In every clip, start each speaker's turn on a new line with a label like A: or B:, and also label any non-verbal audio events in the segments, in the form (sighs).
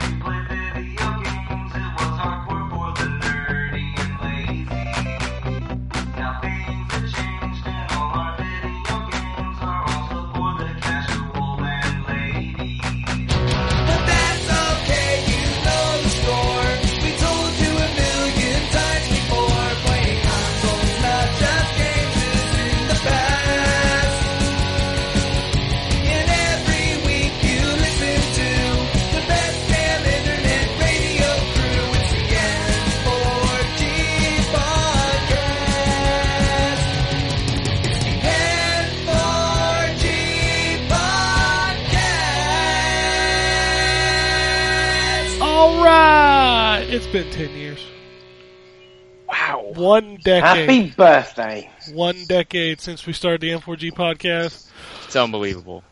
A: we played video games, it was hardcore for the nerdy and lazy. Now things have changed and all our video games are also for the casual and ladies.
B: But that's okay, you know the score. We told you a million times before. Playing consoles, not just games, is the past. And every week you listen to the best damn internet radio crew. It's the N4G podcast. It's the N4G podcast.
C: All right. It's been 10 years.
D: Wow.
C: One decade.
D: Happy birthday.
C: One decade since we started the M4G podcast.
E: It's unbelievable.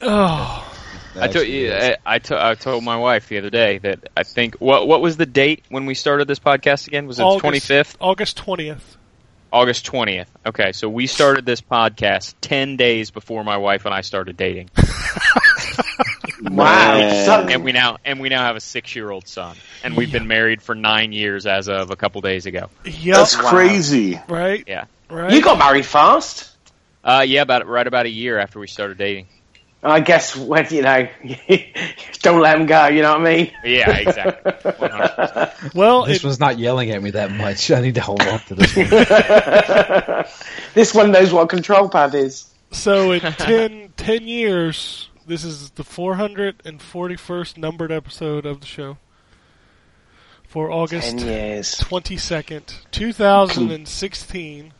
C: Oh,
E: I told you, I, I, to, I told my wife the other day that I think what what was the date when we started this podcast again? Was it the
C: August-
E: twenty fifth,
C: August 20th.
E: August twentieth? Okay, so we started this podcast ten days before my wife and I started dating,
D: Wow.
F: Man.
D: So-
E: and we now and we now have a six year old son, and we've been married for nine years as of a couple days ago.
C: Yep.
F: That's
D: Wow.
F: crazy.
C: right.
E: Yeah.
C: Right.
D: you got married fast.
E: Uh, yeah, about right about a year after we started dating.
D: I guess when you know, (laughs) don't let him go. You know what I mean?
E: Yeah, exactly.
D: (laughs)
E: 100%.
C: well,
G: This
C: it,
G: one's not yelling at me that much. (laughs) I need to hold on to this one.
D: (laughs) this one knows what a control pad is.
C: so in 10, 10 years, this is the 441st numbered episode of the show for
D: Ten
C: August
D: years.
C: 22nd, 2016.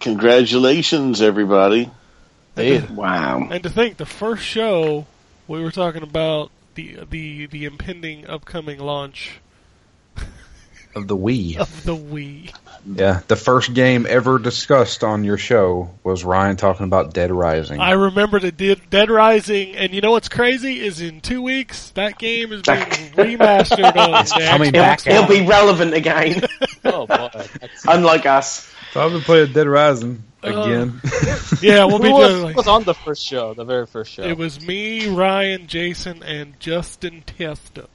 F: Congratulations, everybody.
D: Wow.
C: And to think, the first show we were talking about the the the impending upcoming launch
G: (laughs) of the Wii.
C: of the Wii.
G: Yeah, the first game ever discussed on your show was Ryan talking about Dead Rising.
C: I remember the Dead, Dead Rising, and you know what's crazy is in two weeks that game is
H: (laughs)
C: being remastered on the Xbox
G: coming back
D: It'll
G: out.
D: be relevant again,
E: (laughs) Oh, boy.
D: (laughs) unlike us.
G: Probably play Dead Rising
C: again. Yeah, we'll be
H: Who was,
C: doing.
H: was on the first show, the very first show?
C: It was me, Ryan, Jason, and Justin Testa,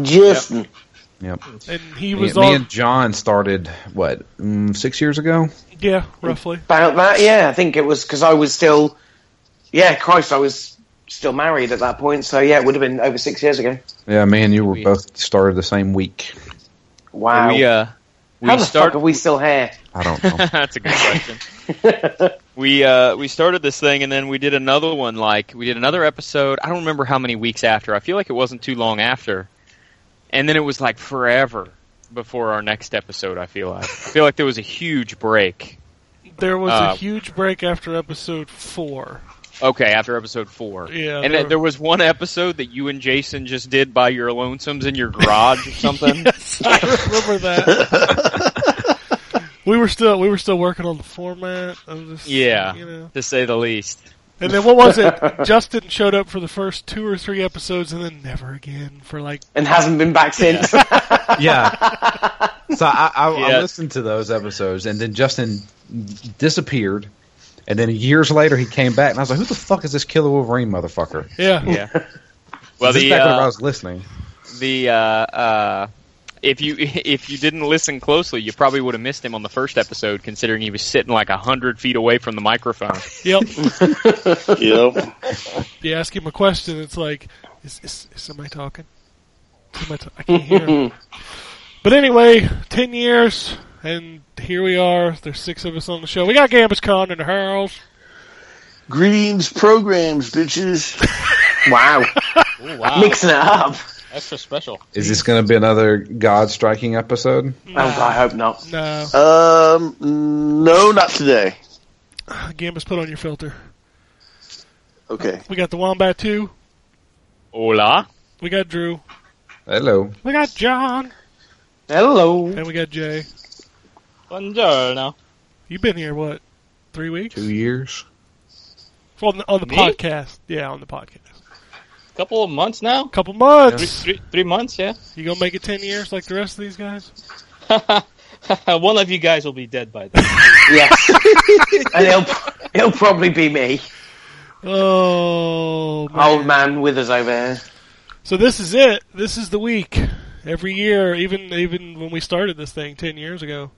D: Justin.
G: (laughs) yep.
C: and he
G: Me,
C: was
G: me
C: on.
G: and John started what mm, six years ago.
C: yeah, roughly.
D: About that, yeah. I think it was because I was still, yeah, Christ, I was still married at that point. So yeah, it would have been over six years ago.
G: Yeah, me and you were
E: We-
G: both started the same week.
D: Wow.
E: We uh, we
D: How the
E: start-
D: fuck are we still here?
G: I don't know.
E: (laughs) That's a good question. we uh, we started this thing and then we did another one. Like we did another episode. I don't remember how many weeks after. I feel like it wasn't too long after. And then it was like forever before our next episode. I feel like I feel like there was a huge break.
C: There was a
E: Uh,
C: huge break after episode four.
E: Okay, after episode four.
C: Yeah,
E: and
C: there-
E: there, there was one episodes that you and Jason just did by your lonesomes in
C: (laughs)
E: your garage or something.
C: Yes, I remember that. we were still we were still working on the format of this.
E: Yeah,
C: you know.
E: to say the least.
C: And then what was it? Justin showed up for the first two or three episodes, and then never again for like.
D: And hasn't
E: (laughs)
D: been back since.
G: (laughs) yeah. So I, I,
E: Yeah.
G: I listened to those episodes, and then Justin disappeared, and then years later he came back, and I was like, "Who the fuck is this Killer Wolverine motherfucker?"
C: Yeah,
G: (laughs)
E: Yeah. Well,
G: Is this
E: the
G: back whenever
E: uh,
G: I was listening.
E: the uh, uh, if you (laughs) if you didn't listen closely, you probably would have missed him on the first episode, considering he was sitting like a hundred feet away from the microphone.
C: yep.
F: Yep.
C: You ask him a question, it's like, is is, is somebody talking? Somebody ta- I can't hear. him. but anyway, ten years, and here we are. There's six of us on the show. We got Gambus Con in the house.
F: Greens programs, bitches.
D: wow.
H: Ooh, wow,
D: Mixing it up.
H: extra special.
G: Is this going to be another God striking episode?
D: Oh, I hope not.
C: No,
F: Um, no, not today.
C: Gambus, put on your filter.
F: Okay.
C: We got the Wombat too.
E: Hola,
C: We got Drew.
G: Hello.
C: We got John,
D: Hello.
C: and we got Jay.
H: Buongiorno.
C: You've been here what? Three weeks
G: Two years.
C: on the, on the
H: Me?
C: podcast. Yeah, on the podcast.
H: Couple of months now.
C: Couple
H: Three,
C: months.
H: three, three months, yeah.
C: You gonna make it ten years like the rest of these guys?
H: Uh, One of you guys will be dead by then.
D: Yes. (laughs) and it'll, it'll probably be me.
C: Oh, man.
D: Old man Withers over here.
C: So this is it. This is the week. Every year, even even when we started this thing ten years ago,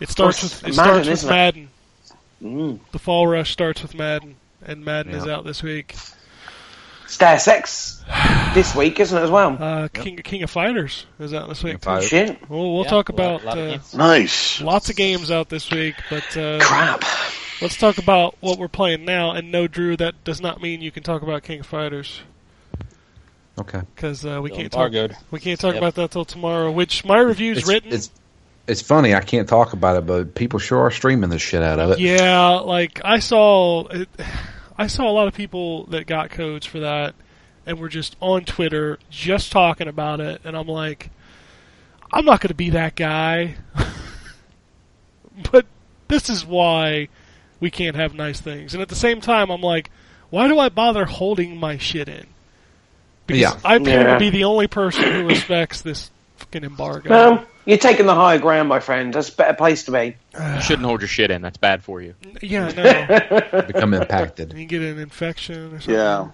C: it starts with it
D: Madden,
C: starts with
D: isn't it?
C: Madden.
D: Mm.
C: The fall rush starts with Madden, and Madden is
G: Yeah.
C: out this week.
D: It's Deus Ex this week, isn't it,
C: (sighs)
D: as well?
C: Uh, King King of Fighters is out this week.
G: King of
C: too.
D: Shit.
C: Well, we'll
H: Yeah,
C: talk
H: a lot-
C: about
H: lot of
C: uh,
H: games.
F: Nice.
C: lots of games out this week, but uh,
D: Crap.
C: let's talk about what we're playing now. And no, Drew, that does not mean you can talk about King of Fighters
G: Okay.
C: because uh, we
H: Still
C: can't talk
H: embargoed.
C: we can't talk
H: Yep.
C: about that till tomorrow. Which my review's
G: It's,
C: written.
G: it's it's funny. I can't talk about it, but people sure are streaming the shit out of it.
C: Yeah, like I saw, it, I saw a lot of people that got codes for that, and were just on Twitter just talking about it, and I'm like, I'm not going to be that guy. (laughs) but this is why we can't have nice things. And at the same time, I'm like, why do I bother holding my shit in? Because
G: Yeah.
C: I appear
D: Yeah.
C: to be the only person who respects this fucking embargo.
D: Well, you're taking the higher ground, my friend. That's a better place to be.
E: You shouldn't hold your shit in. That's bad for you.
C: Yeah, no.
G: Become (laughs) impacted.
C: You get an infection or something.
F: Yeah.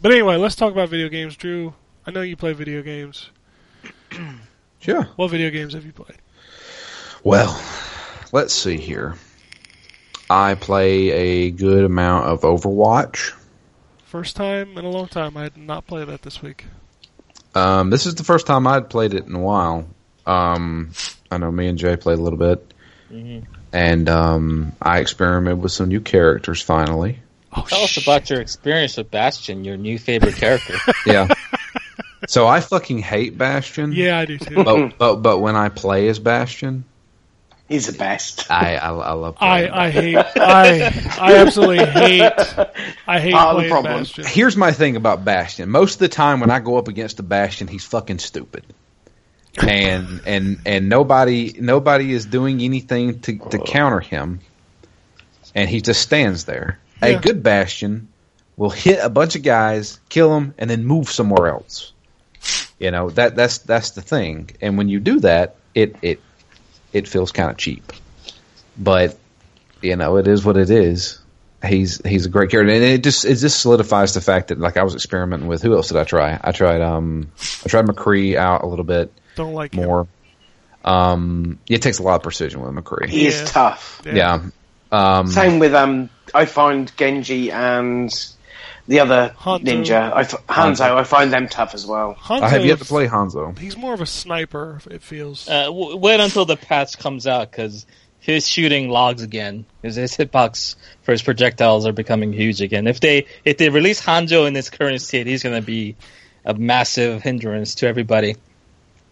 C: But anyway, let's talk about video games. Drew, I know you play video games.
G: Sure.
C: What video games have you played?
G: Well, let's see here. I play a good amount of Overwatch.
C: First time in a long time. I did not play that this week.
G: Um, this is the first time I'd played it in a while. Um, I know me and Jay played a little bit,
H: Mm-hmm.
G: and um, I experimented with some new characters finally.
C: Oh,
H: Tell us about your experience with Bastion, your new favorite character.
G: (laughs) Yeah. so I fucking hate Bastion.
C: Yeah, I do too.
D: (laughs)
G: But but but when I play as Bastion,
D: He's the best.
G: I I, I love. Playing.
C: I, I hate I I absolutely hate I hate
D: Ah, the
C: playing
D: problem.
C: Bastion.
G: Here's my thing about Bastion. Most of the time when I go up against a Bastion, he's fucking stupid. And and and nobody nobody is doing anything to,
C: Uh-huh.
G: to counter him. And he just stands there.
C: Yeah.
G: A good Bastion will hit a bunch of guys, kill them, and then move somewhere else. You know, that that's that's the thing. And when you do that, it it it feels kind of cheap. But you know, it is what it is. He's he's a great character, and it just it just solidifies the fact that like I was experimenting with who else did I try? I tried um I tried McCree out a little bit
C: Don't like him.
G: more. Um, it takes a lot of precision with McCree.
D: He
C: Yeah.
D: is tough.
G: Yeah, um,
D: Same with, um, I find Genji and the other
C: Hanzo.
D: ninja, I f- Hanzo, I find them tough as well.
C: Hanzo,
G: I have yet to play Hanzo.
C: He's more of a sniper. It feels.
H: Uh, w- wait until the patch comes out because his shooting logs again. His, his hitbox for his projectiles are becoming huge again. If they if they release Hanjo in his current state, he's going to be a massive hindrance to everybody.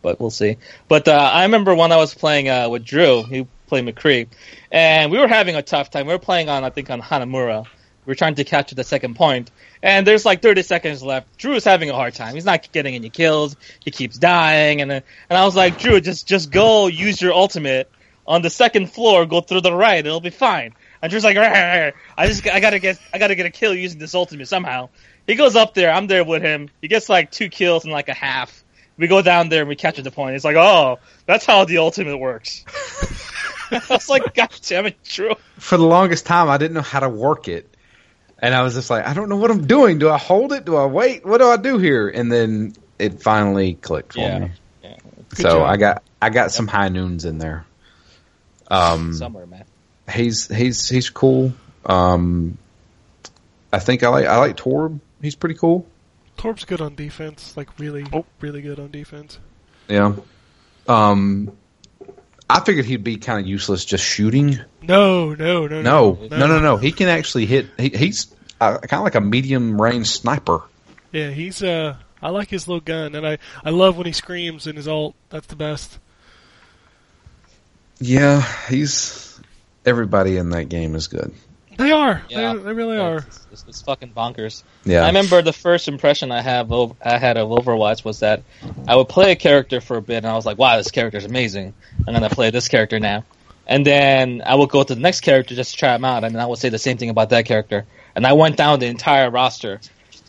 H: But we'll see. But uh, I remember when I was playing uh, with Drew, he played McCree, and we were having a tough time. We were playing on I think on Hanamura. We were trying to capture the second point, and there's like 30 seconds left. Drew is having a hard time. He's not getting any kills. He keeps dying, and then, and I was like, Drew, just just go use your ultimate on the second floor. Go through the right. It'll be fine. And Drew's like, "Rah, rah, rah. I just I gotta get I gotta get a kill using this ultimate somehow. He goes up there. I'm there with him. He gets like two kills and like a half. We go down there and we capture the point. It's like, oh, that's how the
C: (laughs)
H: ultimate works. I was like, God damn it, Drew.
G: For the longest time, I didn't know how to work it, and I was just like, I don't know what I'm doing. Do I hold it? Do I wait? What do I do here? And then it finally clicked for
H: Yeah.
G: me.
H: Yeah.
G: So
C: job.
G: I got I got some high noons in there. Um,
H: Somewhere, man.
G: he's he's he's cool. Um, I think I like I like Torb. He's pretty cool.
C: Torb's good on defense. Like really,
G: Oh.
C: really good on defense.
G: Yeah. Um, I figured he'd be kind of useless just shooting.
C: No, no, no,
G: No,
C: no,
G: no, no, no. He can actually hit. He, he's uh, kind of like a medium range sniper.
C: Yeah, he's uh I like his little gun and I I love when he screams in his alt. That's the best.
G: Yeah, he's everybody in that game is good.
C: They are.
H: Yeah.
C: They, they really
H: Yeah,
C: are.
H: It's, it's- it's fucking bonkers.
G: Yeah,
H: I remember the first impression I have of, I had of Overwatch was that I would play a character for a bit, and I was like, "Wow, this character's amazing. I'm gonna play this character now." And then I would go to the next character just to try him out, and then I would say the same thing about that character. And I went down the entire roster,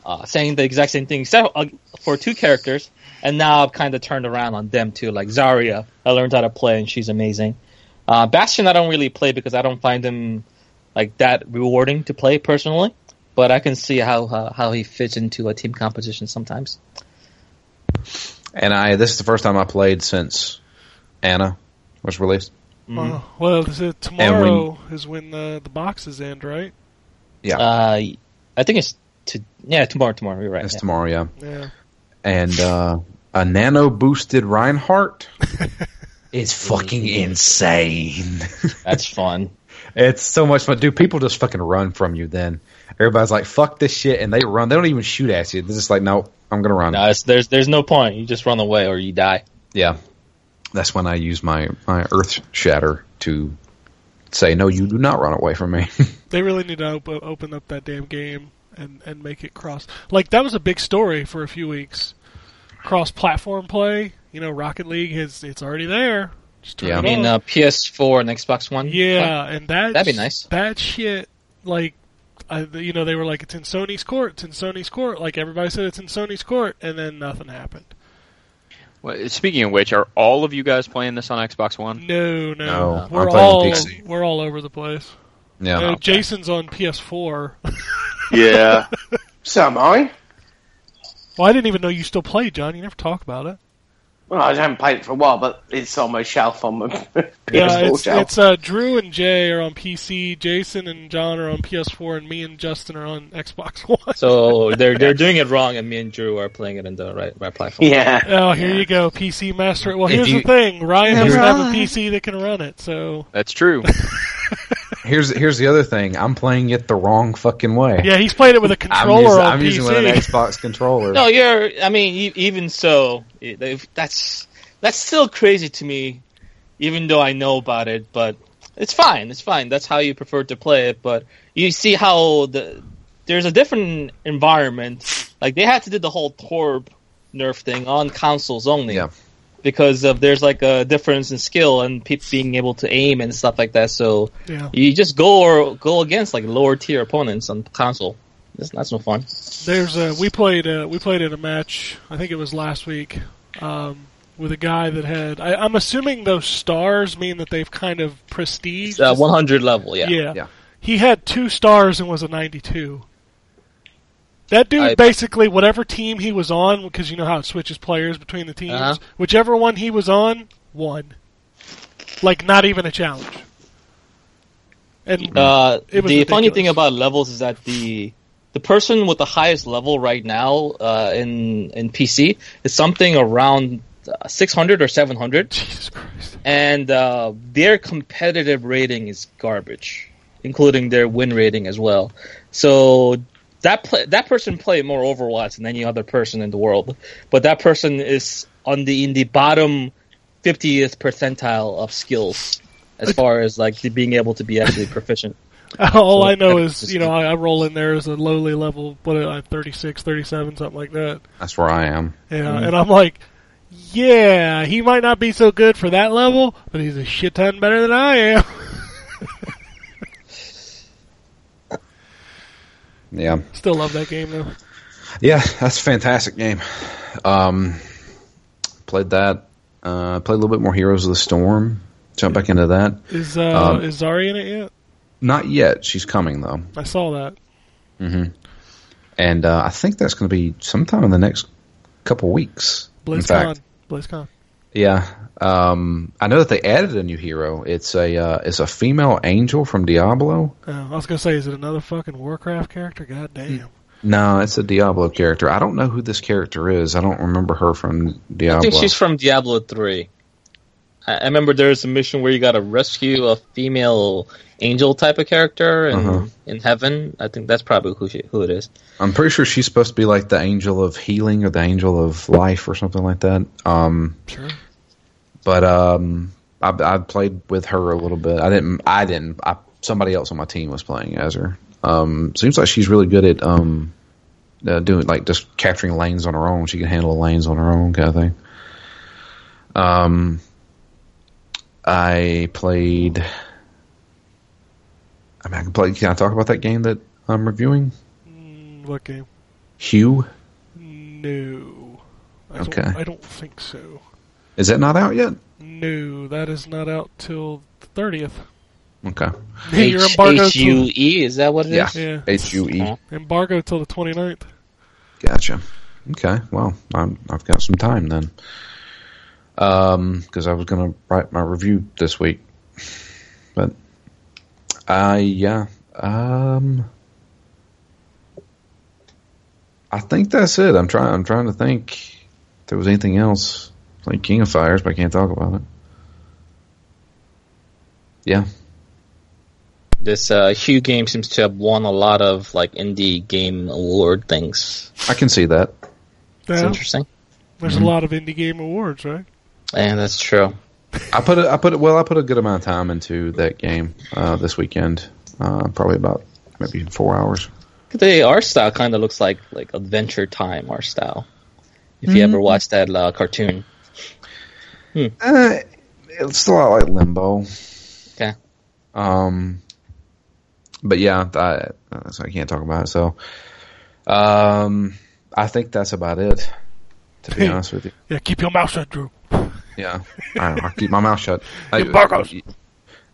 H: uh, saying the exact same thing except uh, for two characters. and now I've kind of turned around on them too. Like Zarya, I learned how to play, and she's amazing. Uh, Bastion, I don't really play because I don't find him like that rewarding to play personally. But I can see how how, how he fits into a team composition sometimes.
G: And I this is the first time I played since Anna was released.
C: Wow. Uh, Well, is it tomorrow is when the, the boxes end, right?
G: Yeah,
H: Uh, I think it's to yeah tomorrow. Tomorrow, you're right.
G: that's
H: yeah.
G: tomorrow. Yeah,
C: Yeah.
G: and uh, a nano boosted (laughs) Reinhardt is fucking insane. (laughs)
H: That's fun.
G: It's so much fun, dude. People just fucking run from you. Then everybody's like, "Fuck this shit," and they run. They don't even shoot at you. They're just like, "No, I'm gonna run."
H: No, it's, there's there's no point. You just run away or you die.
G: Yeah, that's when I use my my Earth Shatter to say, "No, you do not run away from me." (laughs)
C: They really need to op- open up that damn game and, and make it cross. Like, that was a big story for a few weeks. Cross platform play, you know, Rocket League, is, it's already there. Just turn
G: Yeah.
C: it
G: I
H: I mean,
C: on.
H: uh, PS4 and Xbox One.
C: Yeah, and that
H: That'd be nice.
C: That shit, like, I, you know, they were like, "It's in Sony's court. It's in Sony's court." Like everybody said, it's in Sony's court, and then nothing happened.
E: Well, speaking of which, are all of you guys playing this on Xbox One?
C: No, no,
G: No, I'm
C: we're
G: playing
C: all
G: PC.
C: we're all over the place.
G: yeah,
C: No, Jason's on PS4.
F: Yeah.
D: So am I.
C: (laughs) Well, I didn't even know you still played, John. You never talk about it.
D: Well, I haven't played it for a while, but it's on my shelf on my (laughs) PS4
C: yeah, it's,
D: shelf.
C: it's uh, Drew and Jay are on PC. Jason and John are on PS4, and me and Justin are on Xbox (laughs) One.
H: So they're they're doing it wrong, and me and Drew are playing it in the right right platform.
D: yeah.
C: Oh, here you go, PC master. Well,
G: If
C: here's
G: you-
C: the thing: Ryan
G: If
C: doesn't
G: you-
C: have a PC that can run it, so
E: That's (laughs) true.
G: here's here's the other thing. I'm playing it the wrong fucking way.
C: Yeah, he's playing it with a
G: I'm,
C: controller
G: using,
C: on
G: I'm
C: PC.
G: using with an Xbox
C: (laughs)
G: controller.
H: No, you're. I mean, e- even so, it- if- that's that's still crazy to me. Even though I know about it, but it's fine. It's fine. That's how you prefer to play it. But you see how the there's a different environment. Like they had to do the whole Torb nerf thing on consoles only.
G: Yeah.
H: Because of there's like a difference in skill and people being able to aim and stuff like that. So
C: Yeah,
H: you just go or go against like lower tier opponents on console. That's that's no fun.
C: there's a we played uh we played in a match. I think it was last week um, with a guy that had. I, I'm assuming those stars mean that they've kind of prestige.
H: Uh, 100 level, yeah.
C: yeah.
G: Yeah.
C: he had two stars and was a 92. That dude
H: I-
C: basically whatever team he was on, because you know how it switches players between the teams.
H: Uh-huh.
C: Whichever one he was on, won. Like not even a challenge. And
H: Uh,
C: It was
H: the funny
C: ridiculous.
H: thing about levels is that the the person with the highest level right now uh, in in PC is something around uh, 600 or
C: (laughs)
H: 700,
C: Jesus Christ.
H: and uh, their competitive rating is garbage, including their win rating as well. So that play, that person played more Overwatch than any other person in the world, but that person is on the in the bottom 50th percentile of skills as far as like the, being able to be actually proficient.
C: (laughs) All
H: So
C: I know
H: that-
C: is, you know, I, I roll in there as a lowly level, what, uh, 36, 37, something like that.
G: That's where I am.
C: Yeah,
H: Mm-hmm.
C: and I'm like, yeah, he might not be so good for that level, but he's a shit ton better than I am. (laughs)
G: Yeah,
C: Still love that game though.
G: yeah, that's a fantastic game. Um, played that. Uh, played a little bit more Heroes of the Storm. Jump back into that.
C: Is uh,
G: Um,
C: is Zari in it yet?
G: Not yet. She's coming though.
C: I saw that.
G: and uh, I think that's going to be sometime in the next couple weeks. in
C: BlizzCon.
G: fact,
C: BlizzCon.
G: yeah. Um, I know that they added a new hero. It's a uh, it's a female angel from Diablo.
C: Oh, I was gonna say, is it another fucking Warcraft character? God damn.
G: No, it's a Diablo character. I don't know who this character is. I don't remember her from
H: I
G: Diablo.
H: think she's from Diablo 3. I I remember there was a mission where you got to rescue a female angel type of character in,
G: Uh-huh.
H: in heaven. I think that's probably who she, who it is.
G: I'm pretty sure she's supposed to be like the angel of healing or the angel of life or something like that. Um,
C: Sure.
G: but um, I, I played with her a little bit. I didn't. I didn't. I, somebody else on my team was playing as her. Um, seems like she's really good at um, uh, doing like just capturing lanes on her own. She can handle lanes on her own kind of thing. Um, I played. I mean, I can play. Can I talk about that game that
H: Hmm.
G: I'm reviewing?
C: Mm, what game?
G: Hue.
C: No. I don't,
G: Okay.
C: I don't think so.
G: Is that not out yet?
C: No, that is not out till the thirtieth. (laughs)
G: Okay.
C: Your
H: H
C: embargo
H: H
C: till,
H: U E is that what it is?
G: Yeah.
C: yeah,
G: H U E.
C: embargo till the 29th.
G: Gotcha. Okay. Well, I'm, I've got some time then. Um, because I was gonna write my review this week, but I yeah. Um, I think that's it. I'm trying. I'm trying to think if there was anything else like King of Fires, but I can't talk about it. Yeah.
H: This uh, Hue game seems to have won a lot of like indie game award things.
G: I can see that.
H: It's
C: Yeah,
H: interesting,
C: there's a lot of indie game awards, right?
H: and that's true.
G: I put a, I put a, well, I put a good amount of time into that game uh, this weekend. Uh, probably about maybe four hours.
H: The art style kind of looks like like Adventure Time art style. If you ever watched that uh, cartoon,
G: Uh, it's a lot like Limbo.
H: Okay.
G: Um, but yeah, I, uh, so I can't talk about it. So, um, I think that's about it. To be honest (laughs) with you,
C: Yeah, keep your mouth shut, Drew.
G: yeah, I, will keep my mouth shut. I,
C: Embargoes.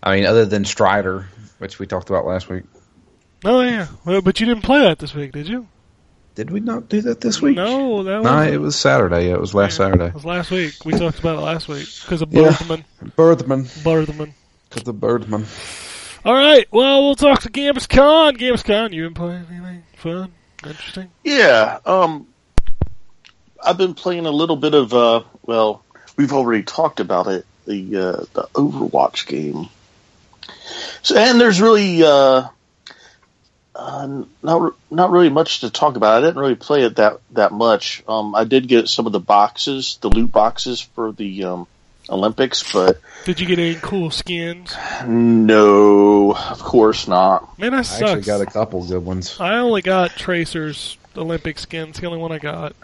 G: I mean, other than Strider, which we talked about last week.
C: Oh yeah, well, but you didn't play that this week, did you?
G: Did we not do that this week?
C: No, that
G: No,
C: was
G: it was Saturday. It was last Saturday.
C: It was last week. We talked about it last week because of
G: Yeah.
C: Birdman.
G: Birdman.
C: Birdman.
G: Because the Birdman.
C: All right. Well, we'll talk to Gambus Con. Gambus Con, you been playing anything fun, interesting?
D: Yeah. Um, I've been playing a little bit of. Uh, well, we've already talked about it. The uh, the Overwatch game. So, and there's really uh, uh, not not really much to talk about. I didn't really play it that that much. Um, I did get some of the boxes, the loot boxes for the um, Olympics, but
C: Did you get any cool skins?
D: no, of course not.
C: Man, that
G: I
C: sucks.
G: actually got a couple good ones.
C: I only got Tracer's Olympic skins. The only one I got.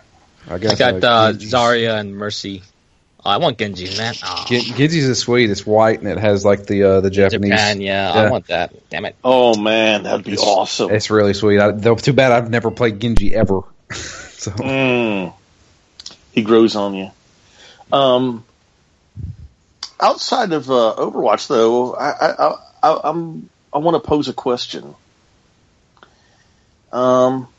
G: I
H: I
G: got,
H: got uh,
G: Genji's.
H: Zarya and Mercy. Oh, I want Genji, man. Oh,
G: Gen- Genji's is sweet. It's white and it has like the uh, the Japanese.
H: Japan, yeah, I
G: Yeah.
H: want that. Damn it.
D: Oh man, that'd be awesome.
G: It's really sweet. I, though, too bad I've never played Genji ever. (laughs) so
D: Mm. He grows on you. Um, outside of uh, Overwatch, though, I, I, I, I'm I want to pose a question. Um,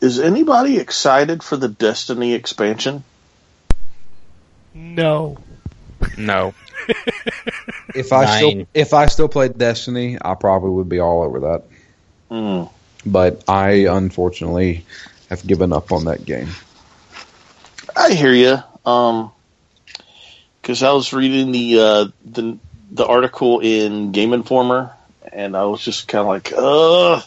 D: is anybody excited for the Destiny expansion?
C: No.
E: No.
G: if I still
H: Nine.
G: if I still played Destiny, I probably would be all over that.
D: Mm.
G: But I unfortunately have given up on that game.
D: I hear you. Um, because I was reading the uh, the the article in Game Informer, and I was just kind of like, ugh.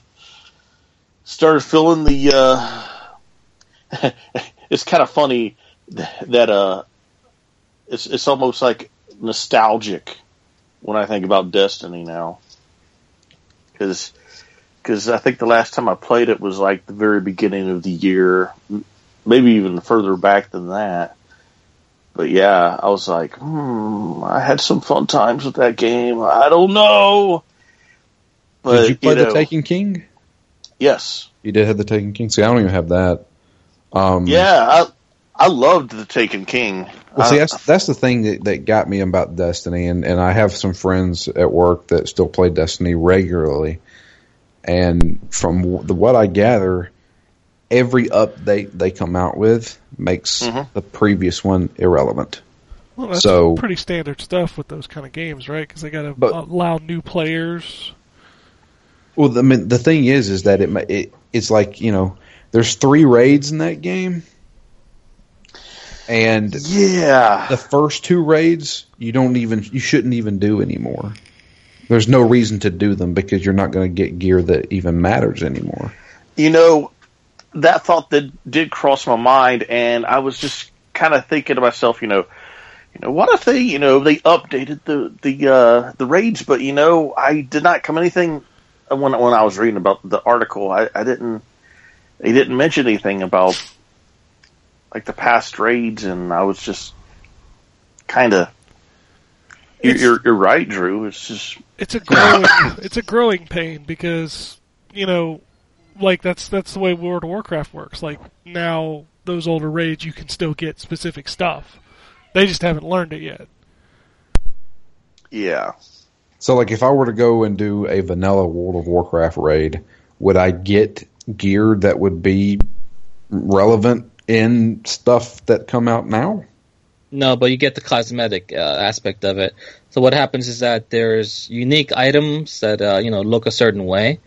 D: Started feeling the. Uh, (laughs) it's kind of funny th- that uh, it's it's almost like nostalgic when I think about Destiny now, because. Because I think the last time I played it was like the very beginning of the year, maybe even further back than that. But yeah, I was like, hmm, I had some fun times with that game. I don't know. But
G: did you play the
D: know,
G: Taken King?
D: Yes.
G: You did have the Taken King. See, I don't even have that. Um,
D: Yeah, I I loved the Taken King.
G: Well, see,
D: I-
G: that's that's the thing that, that got me about Destiny, and, and I have some friends at work that still play Destiny regularly, and from w- the, what I gather, every update they come out with makes
D: Mhm.
G: the previous one irrelevant.
C: Well, that's
G: So-
C: pretty standard stuff with those kind of games, right? Because they got to
G: But-
C: allow new players.
G: Well, the, I mean, the thing is, is that it, ma- it it's like you know, there's three raids in that game, and
D: yeah.
G: the first two raids you don't even you shouldn't even do anymore. There's no reason to do them because you're not going to get gear that even matters anymore.
D: you know, that thought that did cross my mind, and I was just kind of thinking to myself, you know, you know, what if they, you know, they updated the the uh, the raids, but you know, I did not come anything uh, when when I was reading about the article, I, I didn't they didn't mention anything about like the past raids, and I was just kind of. You're,
C: It's-
D: you're, you're right, Drew. It's just
C: It's a growing, (coughs) it's a growing pain because you know, like that's that's the way World of Warcraft works. Like now, those older raids, you can still get specific stuff. They just haven't learned it yet.
D: Yeah.
G: So, like, if I were to go and do a vanilla World of Warcraft raid, would I get gear that would be relevant in stuff that come out now?
H: No, but you get the cosmetic uh, aspect of it. So what happens is that there's unique items that uh, you know look a certain way,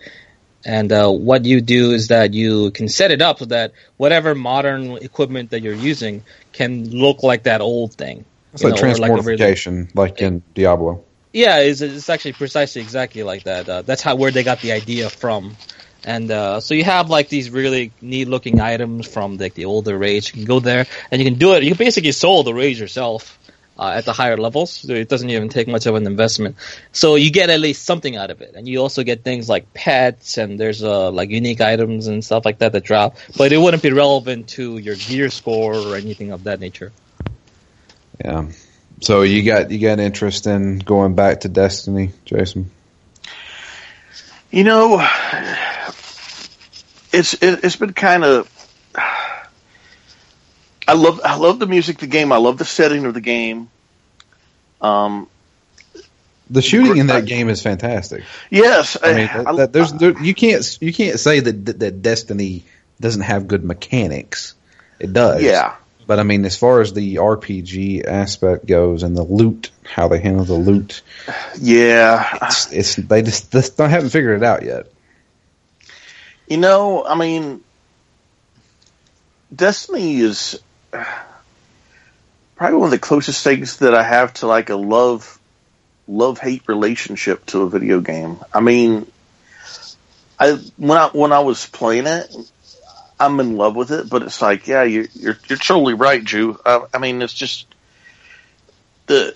H: and uh, what you do is that you can set it up so that whatever modern equipment that you're using can look like that old thing.
G: It's
H: you
G: like
H: know, or a really-
G: transmortification, like in Diablo.
H: yeah, it's, it's actually precisely exactly like that. Uh, that's how where they got the idea from. And uh, so you have like these really neat looking items from like the older rage. You can go there and you can do it. You basically solo the rage yourself uh, at the higher levels. So it doesn't even take much of an investment. So you get at least something out of it, and you also get things like pets and there's uh, like unique items and stuff like that that drop. But it wouldn't be relevant to your gear score or anything of that nature.
G: Yeah. So you got you got interest in going back to Destiny, Jason?
D: You know, it's it, it's been kind of. I love I love the music, of the game. I love the setting of the game. Um.
G: The shooting in that game is fantastic.
D: Yes,
G: I mean, that, that, there's there, you can't you can't say that, that that Destiny doesn't have good mechanics. It does.
D: yeah.
G: But I mean, as far as the RPG aspect goes and the loot, how they handle the loot,
D: Yeah, (sighs)
G: it's, it's they just, they still haven't figured it out yet.
D: you know, I mean, Destiny is uh, probably one of the closest things that I have to like a love love hate relationship to a video game. I mean, I when I when I was playing it, I'm in love with it, but it's like, yeah, you, you're you're totally right, Jew. I, I mean, it's just the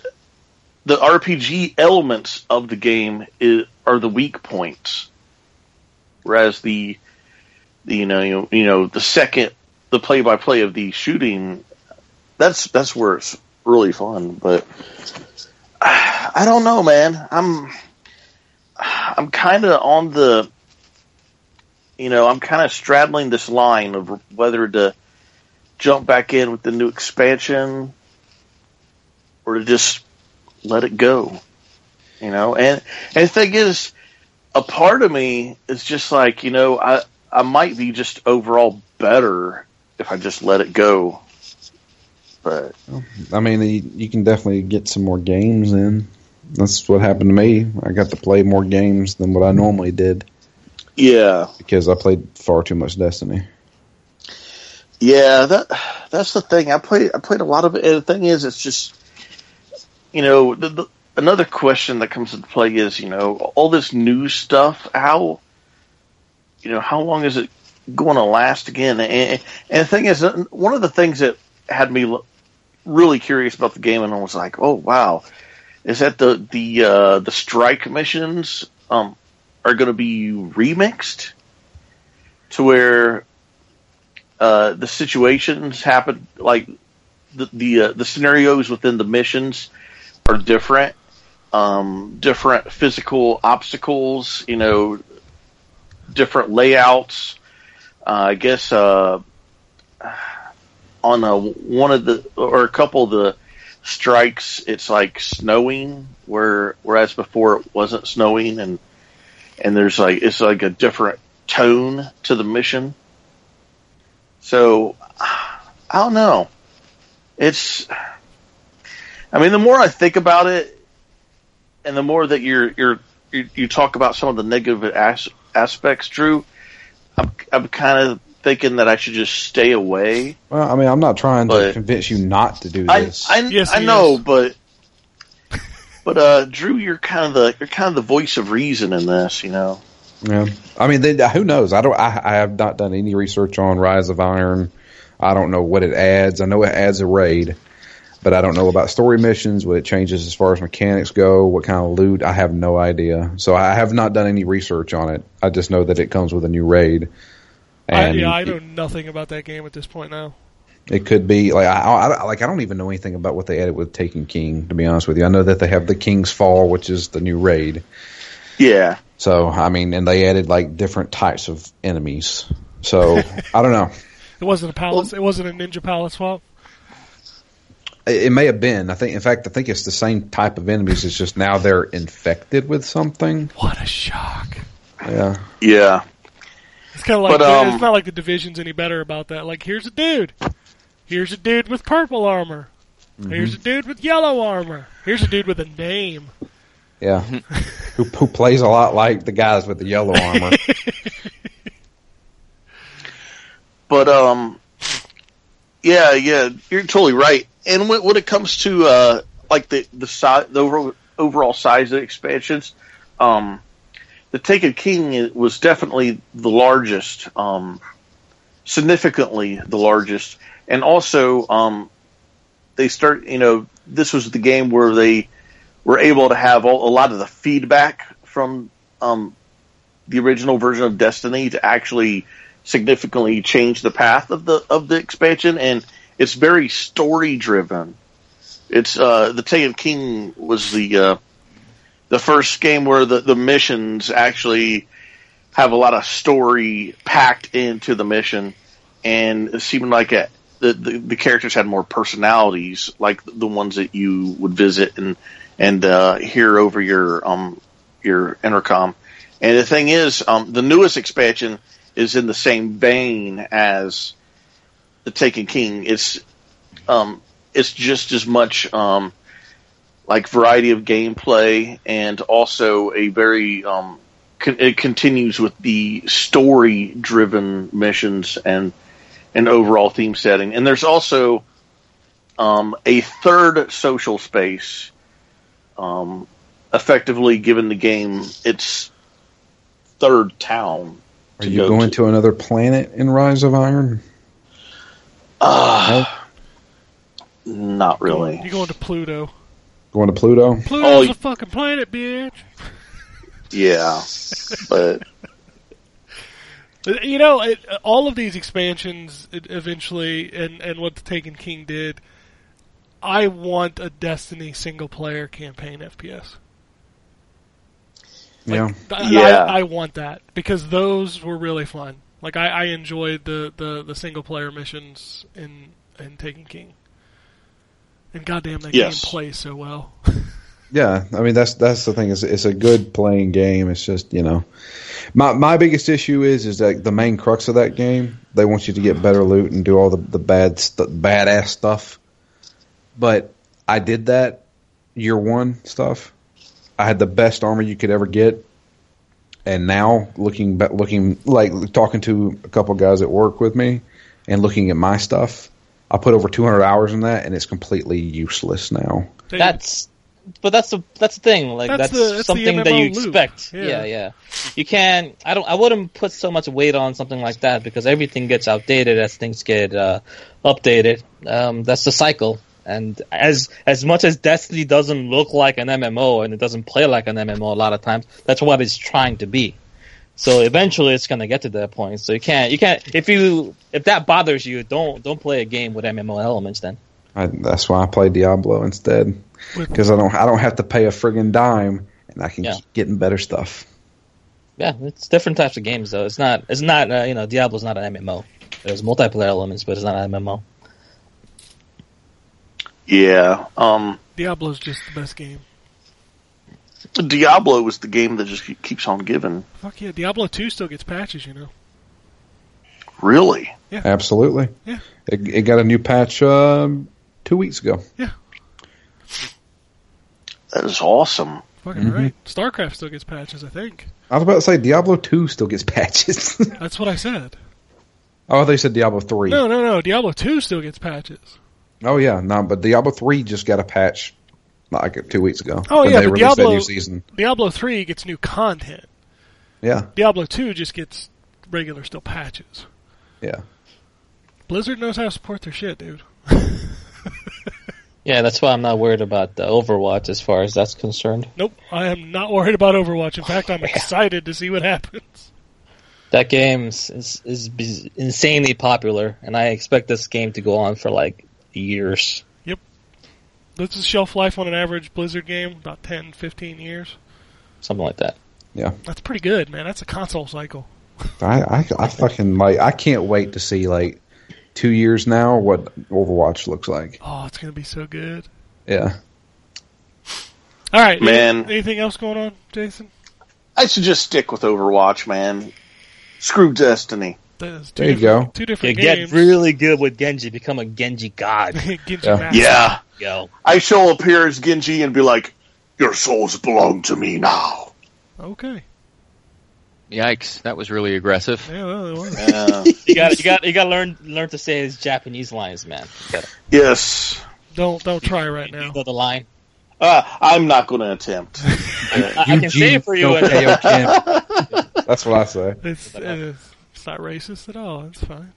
D: the RPG elements of the game i are the weak points whereas the, the you know you, you know the second the play by play of the shooting that's that's where it's really fun but (sighs) I, I don't know man I'm I'm kind of on the you know I'm kind of straddling this line of whether to jump back in with the new expansion or to just let it go you know and and the thing is a part of me is just like you know I I might be just overall better if I just let it go. But
G: I mean, you, you can definitely get some more games in. That's what happened to me. I got to play more games than what I normally did
D: yeah,
G: because I played far too much Destiny.
D: yeah that that's the thing. I played I played a lot of it. And the thing is, it's just you know the, the, another question that comes into play is you know all this new stuff. How you know how long is it going to last again? And, and the thing is, uh, one of the things that had me l- really curious about the game, and I was like, oh wow, is that the the uh, the strike missions um, are going to be remixed to where uh, the situations happen like the the, uh, the scenarios within the missions are different. Um, different physical obstacles, you know, different layouts. Uh, I guess uh, on a, one of the or a couple of the strikes, it's like snowing, where whereas before it wasn't snowing, and and there's like it's like a different tone to the mission. So I don't know. It's I mean, the more I think about it, and the more that you're you're you, you talk about some of the negative as, aspects, Drew, I'm I'm kind of thinking that I should just stay away.
G: Well, I mean, I'm not trying to
D: But-
G: convince you not to do
D: I
G: this.
D: I,
C: Yes,
D: I
C: he
D: know,
C: is.
D: but but uh, Drew, you're kind of the you're kind of the voice of reason in this, you know.
G: Yeah, I mean, they, who knows? I don't. I, I have not done any research on Rise of Iron. I don't know what it adds. I know it adds a raid, but I don't know about story missions. What it changes as far as mechanics go. What kind of loot? I have no idea. So I have not done any research on it. I just know that it comes with a new raid,
C: I,
G: and
C: yeah, I
G: it-
C: know nothing about that game at this point now.
G: it could be like I, I I- like I don't even know anything about what they added with Taking King. To be honest with you, I know that they have the King's Fall, which is the new raid.
D: Yeah,
G: So I mean, and they added like different types of enemies. So I don't know.
C: It wasn't a palace. it wasn't a ninja palace swap.
G: It, it may have been. I think. In fact, I think it's the same type of enemies. It's just now they're infected with something.
C: What a shock!
G: Yeah.
D: Yeah.
C: It's kind of like
D: But, um,
C: it's not like the division's any better about that. Like here's a dude, here's a dude with purple armor,
D: Mm-hmm.
C: here's a dude with yellow armor, here's a dude with a name.
G: Yeah. who, who plays a lot like the guys with the yellow
C: (laughs)
G: armor.
D: But um, yeah, yeah, you're totally right. And when, when it comes to uh, like the the size, the overall, overall size of the expansions, um, the Taken King was definitely the largest, um, significantly the largest, and also um, they start. You know, this was the game where they were able to have all, a lot of the feedback from um, the original version of Destiny to actually significantly change the path of the of the expansion, and it's very story driven. It's uh, the Taken King was the uh, the first game where the, the missions actually have a lot of story packed into the mission, and it seemed like it, the, the the characters had more personalities, like the ones that you would visit and and uh, hear over your um your intercom. And the thing is, um, the newest expansion is in the same vein as the Taken King. It's um, it's just as much um, like variety of gameplay, and also a very um, con- it continues with the story-driven missions and an overall theme setting. And there's also um, a third social space, um, effectively giving the game its third town.
G: Are
D: to
G: you
D: go
G: going to another planet in Rise of Iron?
D: Uh, Not
C: You
D: really.
C: going to Pluto?
G: Going to Pluto?
C: Pluto's
D: you-
C: a fucking planet, bitch.
D: Yeah, but
C: You know, it, all of these expansions it, eventually, and and what the Taken King did. I want a Destiny single player campaign FPS.
G: yeah.
C: I-
D: Yeah.
C: I, I want that because those were really fun. Like I, I enjoyed the, the, the single player missions in in Taken King. And goddamn, that
D: Yes.
C: game plays so well. (laughs)
G: Yeah, I mean that's that's the thing. It's it's a good playing game. It's just you know, my my biggest issue is is that the main crux of that game they want you to get better loot and do all the the bad st- badass stuff. But I did that year one stuff. I had the best armor you could ever get, and now looking ba- looking like talking to a couple guys at work with me and looking at my stuff, I put over two hundred hours in that, and it's completely useless now.
C: They-
H: That's but that's the that's the thing. Like
C: That's
H: that's,
C: the- that's the
H: something that you
C: MMO loop.
H: expect.
C: Yeah.
H: Yeah. yeah, You can I don't I wouldn't put so much weight on something like that because everything gets outdated as things get uh, updated. Um, that's the cycle. And as as much as Destiny doesn't look like an MMO and it doesn't play like an MMO a lot of times, that's what it's trying to be. So eventually, it's gonna get to that point. So you can't you can't if you if that bothers you, don't don't play a game with MMO elements. Then
G: I, that's why I play Diablo instead
C: With-
G: because I don't I don't have to pay a friggin' dime and I can
H: Yeah.
G: keep getting better stuff.
H: Yeah, it's different types of games though. It's not. It's not. Uh, you know, Diablo's not an MMO. There's multiplayer elements, but it's not an MMO.
D: yeah, um,
C: Diablo's just the best game.
D: Diablo was the game that just keeps on giving.
C: Fuck yeah, Diablo two still gets patches. You know,
D: Really?
G: Absolutely.
C: Yeah.
G: It, it got a new patch um, two weeks ago.
D: That is awesome.
C: fucking
G: Mhm.
C: right. Starcraft still gets patches. I think
G: I was about to say Diablo two still
C: (laughs)
G: gets (laughs) patches.
C: that's what I said.
G: oh, they said Diablo three.
C: No, no, no. Diablo two still gets patches.
G: Oh yeah, no, but Diablo three just got a patch like two weeks ago.
C: Oh,
G: when
C: yeah,
G: they
C: but
G: released that
C: Diablo-
G: new season.
C: Diablo three gets new content.
G: Yeah,
C: Diablo two just gets regular still patches.
G: yeah.
C: Blizzard knows how to support their shit, dude.
H: Yeah, that's why I'm not worried about the Overwatch as far as that's concerned.
C: Nope, I am not worried about Overwatch. In fact,
H: (laughs)
C: I'm excited to see what happens.
H: That game is, is is biz- insanely popular, and I expect this game to go on for like years.
C: This is shelf life on an average Blizzard game, about 10, 15 years.
H: Something like that.
C: That's pretty good, man. That's a console cycle.
G: I, I I fucking like I can't wait to see like two years now what Overwatch looks like.
C: Oh, it's gonna be so good.
G: Yeah.
C: All right,
F: Man.
C: Anything else going on, Jason?
F: I should just stick with Overwatch, man. Screw Destiny.
C: That is two
G: There you
C: different-
G: go.
C: Two
H: You
C: different
H: get
C: games.
H: really good with Genji, become a Genji
C: (laughs)
H: god.
C: Genji
G: Yeah.
C: Master.
F: Yeah.
H: Yo,
F: I shall appear as Genji and be like, Your souls belong to me now.
C: Okay.
E: Yikes, that was really aggressive.
C: Yeah, well, it was.
F: Yeah.
H: you got you got you got to learn learn to say his Japanese lines, man. You gotta-
F: yes.
C: Don't don't try right
H: you
C: now.
H: know the line.
F: Uh, I'm not going to attempt.
H: I, I can say it for you.
G: Don't
H: And,
G: KO
H: (laughs)
G: Ken. That's what I say.
C: It's it is, it's not racist at all. It's fine.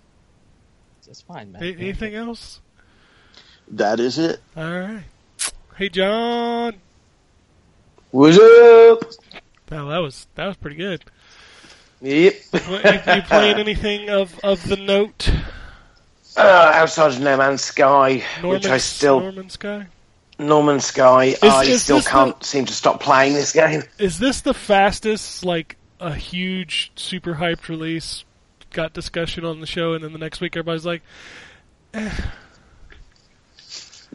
H: it's fine, man.
C: A- anything else?
F: That is it.
C: All right. Hey, John.
D: What's up?
C: Wow, that was that was pretty good.
D: Yep.
C: Well, you, you
H: (laughs)
C: playing anything of of the note?
D: Uh, outside of No Man's Sky,
C: Norman,
D: which I still
C: Norman Sky.
D: Norman Sky, I
C: is
D: still
C: this
D: can't seem to stop playing this game.
C: Is this the fastest like a huge super hyped release? Got discussion on the show, and then the next week everybody's like,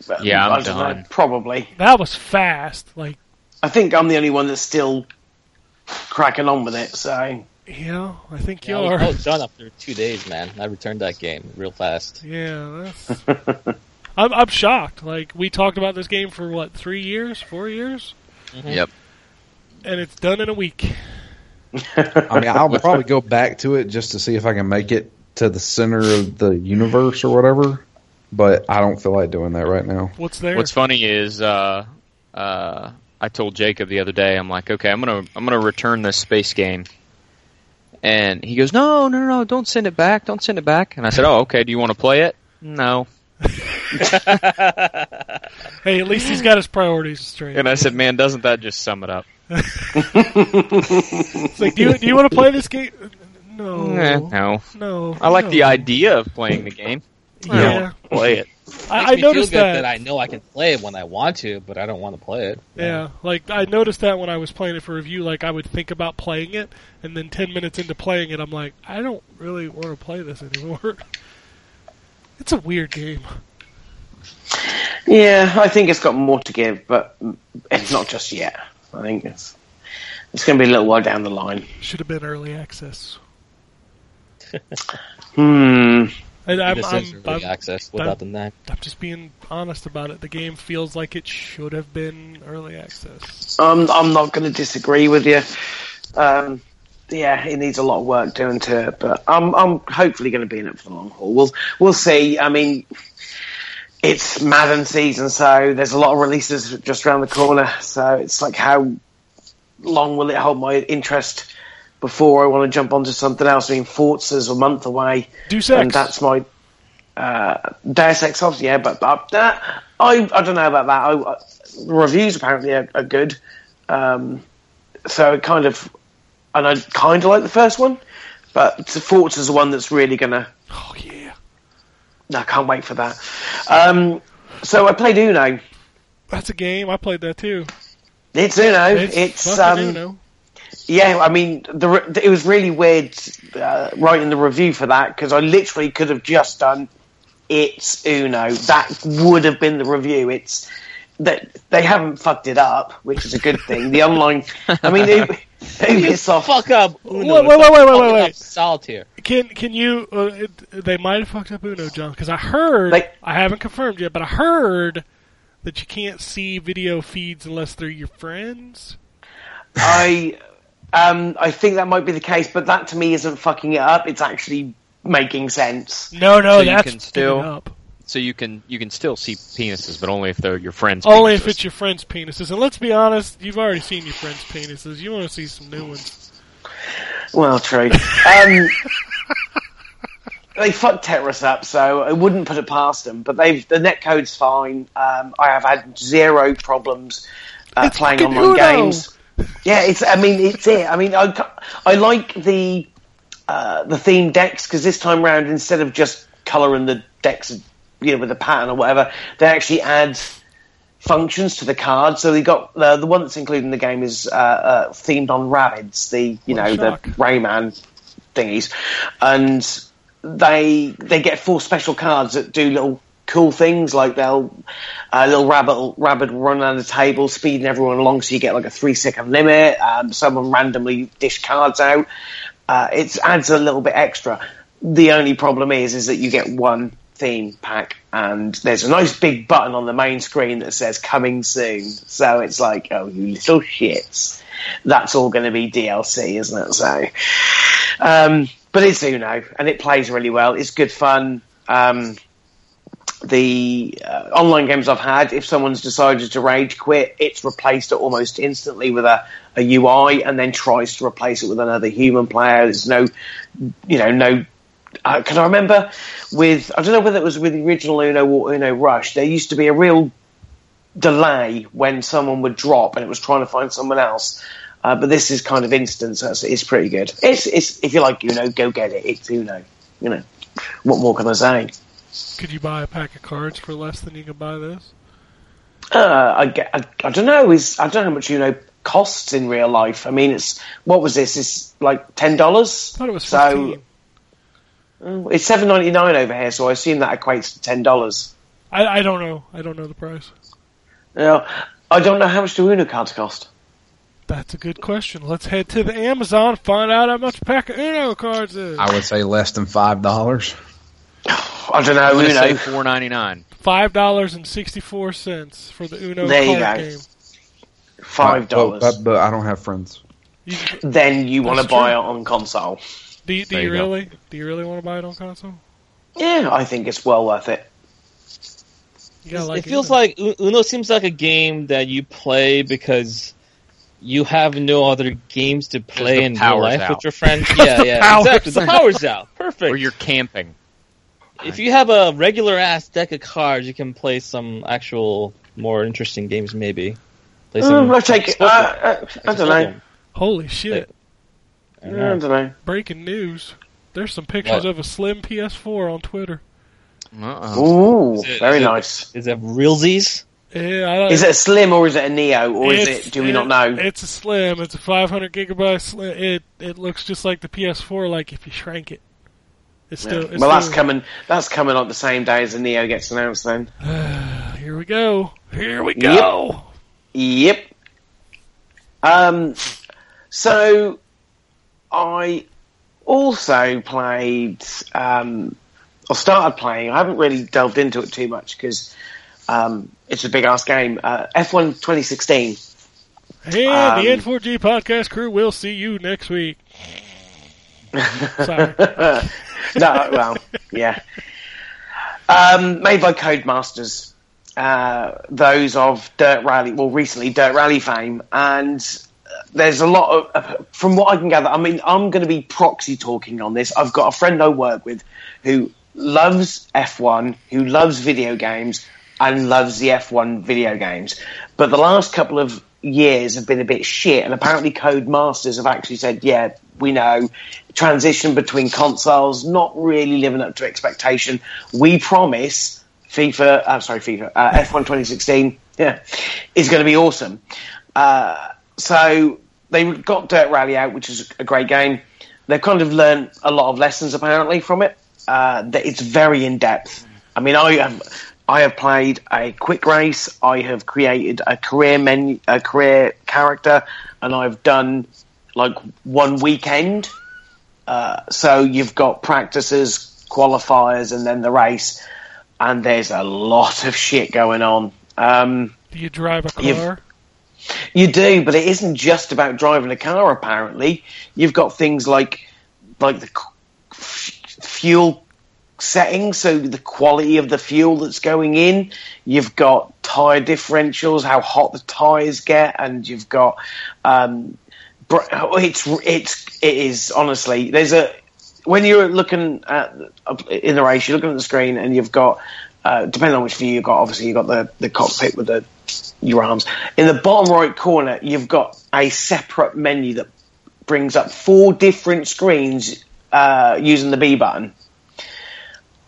D: But
E: Yeah, I'm
D: I don't know,
E: done.
D: probably.
C: "That was fast!" Like,
D: I think I'm the only one that's still cracking on with it. So
C: yeah, I think
H: Yeah,
C: you
H: I, was,
C: are.
H: I was oh, done after two days, man. I returned that game real fast.
C: Yeah, that's.
E: (laughs)
C: I'm, I'm shocked. Like we talked about this game for what three years, four years,
E: Yep.
C: and it's done in a week.
G: I mean, I'll probably go back to it just to see if I can make it to the center of the universe or whatever. But I don't feel like doing that right now.
C: What's there?
E: What's funny is uh, uh, I told Jacob the other day, I'm like, okay, I'm gonna I'm gonna return this space game, and he goes, no, no, no, no, don't send it back, don't send it back. And I said, oh, okay, do you want to play it? No.
C: hey, at least he's got his priorities straight.
E: And I said, man, doesn't that just sum it up?
C: It's like, do you, do you want to play this game? No,
E: Eh, no,
C: no.
E: I like
C: no.
E: the idea of playing the game. I don't
C: Yeah,
E: want to play it.
C: I, I
H: Makes me feel
C: noticed
H: good
C: that.
H: I know I can play it when I want to, but I don't want to play it.
C: Yeah, like I noticed that when I was playing it for review. Like I would think about playing it, and then ten minutes into playing it, I'm like, I don't really want to play this anymore. (laughs) It's a weird game.
D: yeah, I think it's got more to give, but it's not just yet. I think it's it's going to be a little while down the line.
C: Should have been early access.
D: Hmm.
C: And
H: It
C: I'm,
H: just says
C: I'm,
H: early
C: I'm,
H: access without the name.
C: I'm just being honest about it. The game feels like it should have been early access.
D: I'm Um, I'm not going to disagree with you. Um, yeah, it needs a lot of work doing to it, but I'm I'm hopefully going to be in it for the long haul. We'll we'll see. I mean, it's Madden season, so there's a lot of releases just around the corner. So it's like how long will it hold my interest before I want to jump onto something else? I mean, Forza's a month away,
C: Deus
D: and
C: Ex.
D: that's my uh, Deus Ex, obviously, yeah, but, but that, I I don't know about that. I, I- reviews apparently are, are good, um, so it kind of and I kind of like the first one, but Forza's the one that's really gonna.
C: oh yeah,
D: I can't wait for that. Um, so I played Uno.
C: that's a game. I played that too.
D: It's Uno. It's, um,
C: fucking Uno.
D: yeah. I mean, the, re- it was really weird uh, writing the review for that because I literally could have just done it's Uno. That would have been the review. It's that they haven't fucked it up, which is a good thing. The online, I mean, U- Ubisoft.
H: Fuck up. Uno.
C: Wait, wait, wait, wait, wait, wait, wait.
H: Solitaire.
C: Can can you? Uh, it, they might have fucked up Uno, John, because I heard.
D: They-
C: I haven't confirmed yet, but I heard that you can't see video feeds unless they're your friends.
D: I um, I think that might be the case, but that to me isn't fucking it up. It's actually making sense.
C: No, no,
E: So you
C: that's
E: can still-
C: given up.
E: So you can you can still see penises, but only if they're your friends.
C: Only if
E: penises.
C: it's your friends' penises. And let's be honest, you've already seen your friends' penises. You want to see some new ones. (laughs)
D: Well, true. Um, they fucked Tetris up, so I wouldn't put it past them. But they've the netcode's fine. Um, I have had zero problems uh,
C: It's
D: playing
C: fucking
D: online
C: Uno.
D: games. Yeah, it's. I mean, it's it. I mean, I, ca- I like the uh, the theme decks because this time round, instead of just colouring the decks, you know, with a pattern or whatever, they actually add functions to the card. So they got the the one that's included in the game is uh, uh, themed on rabbits, the you
C: What a
D: know the
C: shock.
D: Rayman thingies, and they they get four special cards that do little cool things like they'll a little rabbit rabbit will run around the table speeding everyone along so you get like a three second limit um, someone randomly dish cards out uh, it adds a little bit extra the only problem is is that you get one theme pack and there's a nice big button on the main screen that says coming soon so it's like oh you little shits that's all going to be dlc isn't it so um, but it's Uno, and it plays really well. It's good fun. Um, the uh, online games I've had, if someone's decided to rage quit, it's replaced it almost instantly with a, a UI, and then tries to replace it with another human player. There's no, you know, no. Uh, can I remember with I don't know whether it was with the original Uno or Uno Rush. There used to be a real delay when someone would drop, and it was trying to find someone else. Uh, but this is kind of instant, so it's, it's pretty good. It's, it's if you like Uno, go get it. It's Uno. You know, what more can I say?
C: Could you buy a pack of cards for less than you can buy this?
D: Uh, I, ge- I, I don't know. Is I don't know how much Uno costs in real life. I mean, it's what was this? It's like ten dollars.
C: I thought it was
D: so.
C: 15.
D: oh, It's seven ninety nine over here, so I assume that equates to ten dollars.
C: I, I don't know. I don't know the price.
D: Now, I don't know how much do Uno cards cost.
C: That's a good question. Let's head to the Amazon, find out how much a pack of Uno cards is.
G: I would say less than five dollars.
D: I don't know
E: I'm gonna say
D: Uno.
E: four ninety nine.
C: Five dollars and sixty four cents for the Uno
D: There you
C: card
D: go.
C: game.
D: Five
G: But,
D: dollars.
G: but,
H: um,
G: but I don't have friends.
C: You,
D: then you want to
C: That's true.
D: buy it on console.
C: do you, do
E: There
C: you
E: you go.
C: really? Do you really want to buy it on console?
D: Yeah, I think it's well worth it.
C: You gotta like
H: it feels
C: Uno.
H: like U- Uno seems like a game that you play because you have no other games to play
E: the
H: in real
E: power's
H: life
E: out.
H: with your friends.
C: (laughs)
H: Yeah,
C: the
H: yeah,
C: power's
H: exactly. The
C: (laughs)
H: power's out. Perfect.
E: Or you're camping.
H: if you have a regular ass deck of cards, you can play some actual more interesting games. Maybe play
D: Mm, I take it. Uh,
H: Social.
D: uh, I don't know.
C: Holy shit!
D: I don't know.
C: Breaking news. There's some pictures
H: What?
C: of a slim PS4 on Twitter.
E: Uh-oh.
D: Ooh,
H: Is it-
D: very
H: is it-
D: nice.
H: Is that realsies?
C: Yeah, I don't,
D: Is it a slim or is it a neo or is
C: it's-
D: it? Do we not know?
C: It's a slim. It's a 500 gigabyte slim. It it looks just like the PS4, like if you shrank it. It's still. It's
D: well, that's
C: still-
D: coming. That's coming on the same day as the neo gets announced. Then.
C: Here we go. Here we
D: Yep.
C: go.
D: Yep. Um. So, I also played. Um, or started playing. I haven't really delved into it too much because um, it's a big ass game. Uh, F1 2016.
C: And
D: Um,
C: the N4G podcast crew will see you next
D: (laughs)
C: week. Sorry.
D: no, well, yeah. Um, made by Codemasters, uh, those of Dirt Rally, well, recently Dirt Rally fame, and there's a lot of, from what I can gather. I mean, I'm going to be proxy talking on this. I've got a friend I work with who loves F1, who loves video games, and loves the F1 video games. But the last couple of years have been a bit shit, and apparently Codemasters have actually said, yeah, we know, transition between consoles, not really living up to expectation. We promise FIFA, I'm sorry, FIFA, uh, F1 2016, yeah, is going to be awesome. Uh, so they got Dirt Rally out, which is a great game. They've kind of learned a lot of lessons apparently from it. Uh, that it's very in depth. I mean, I have I have played a quick race. I have created a career menu, a career character, and I've done like one weekend. Uh, so you've got practices, qualifiers, and then the race. And there's a lot of shit going on. Um,
C: Do you drive a car?
D: You've- you do, but it isn't just about driving a car. Apparently, you've got things like like the c- f- fuel settings, so the quality of the fuel that's going in. You've got tire differentials, how hot the tires get, and you've got um, br- oh, it's it's it is honestly there's a when you're looking at in the race, you're looking at the screen, and you've got uh, depending on which view you've got. Obviously, you've got the the cockpit with the your arms. In the bottom right corner, you've got a separate menu that brings up four different screens uh, using the B button,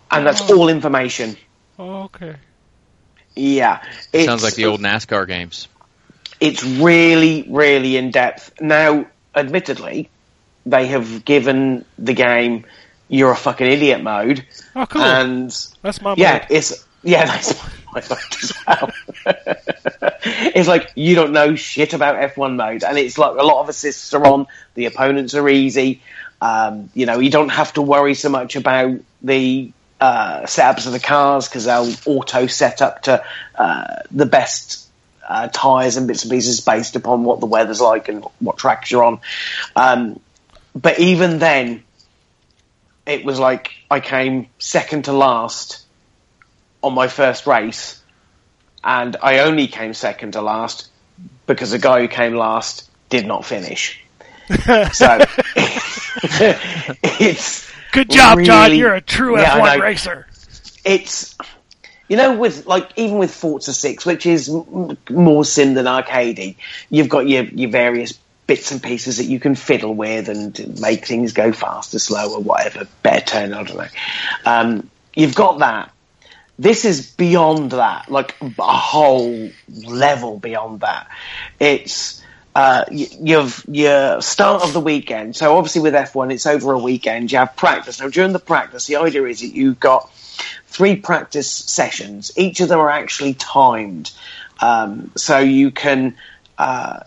D: and that's all information.
C: oh, okay.
D: Yeah, it
E: Sounds like the old NASCAR games.
D: it's really, really in depth. Now, admittedly, they have given the game you're a fucking idiot mode,
C: Oh, cool.
D: and
C: That's my
D: Um, yeah,
C: mode.
D: it's yeah, (laughs) that's my mode as well. (laughs) it's like you don't know shit about F1 mode, and it's like a lot of assists are on. The opponents are easy. Um, you know, you don't have to worry so much about the uh, setups of the cars because they'll auto set up to uh, the best uh, tires and bits and pieces based upon what the weather's like and what tracks you're on. Um, but even then, it was like I came second to last on my first race, and I only came second to last because the guy who came last did not finish. so (laughs) it's
C: Good job, John.
D: really-
C: You're a true
D: Yeah, I
C: F1
D: know.
C: racer.
D: it's you know with like even with Forza Six, which is m- more sim than arcadey, you've got your your various bits and pieces that you can fiddle with and make things go faster, slower, whatever, better turn. I don't know. Um, you've got that. This is beyond that, like a whole level beyond that. It's uh, y- you've your start of the weekend. So obviously with F one, it's over a weekend. You have practice. Now during the practice, the idea is that you've got three practice sessions. Each of them are actually timed, um, so you can uh,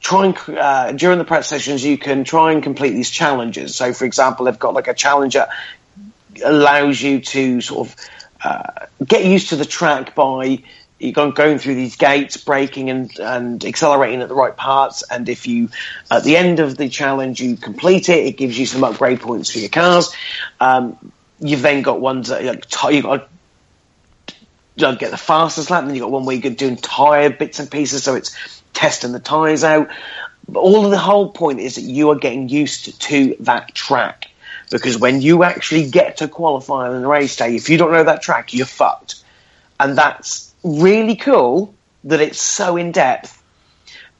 D: try and uh, during the practice sessions you can try and complete these challenges. So, for example, they've got like a challenger allows you to sort of uh, get used to the track by you're going- going through these gates, braking and, and accelerating at the right parts. And if you, at the end of the challenge, you complete it, it gives you some upgrade points for your cars. Um, you've then got ones that are like, ti- you've got you know, get the fastest lap, and then you've got one where you're doing tyre bits and pieces, so it's testing the tyres out. But all of the whole point is that you are getting used to that track because when you actually get to qualifying and race day, if you don't know that track, you're fucked. And that's really cool that it's so in depth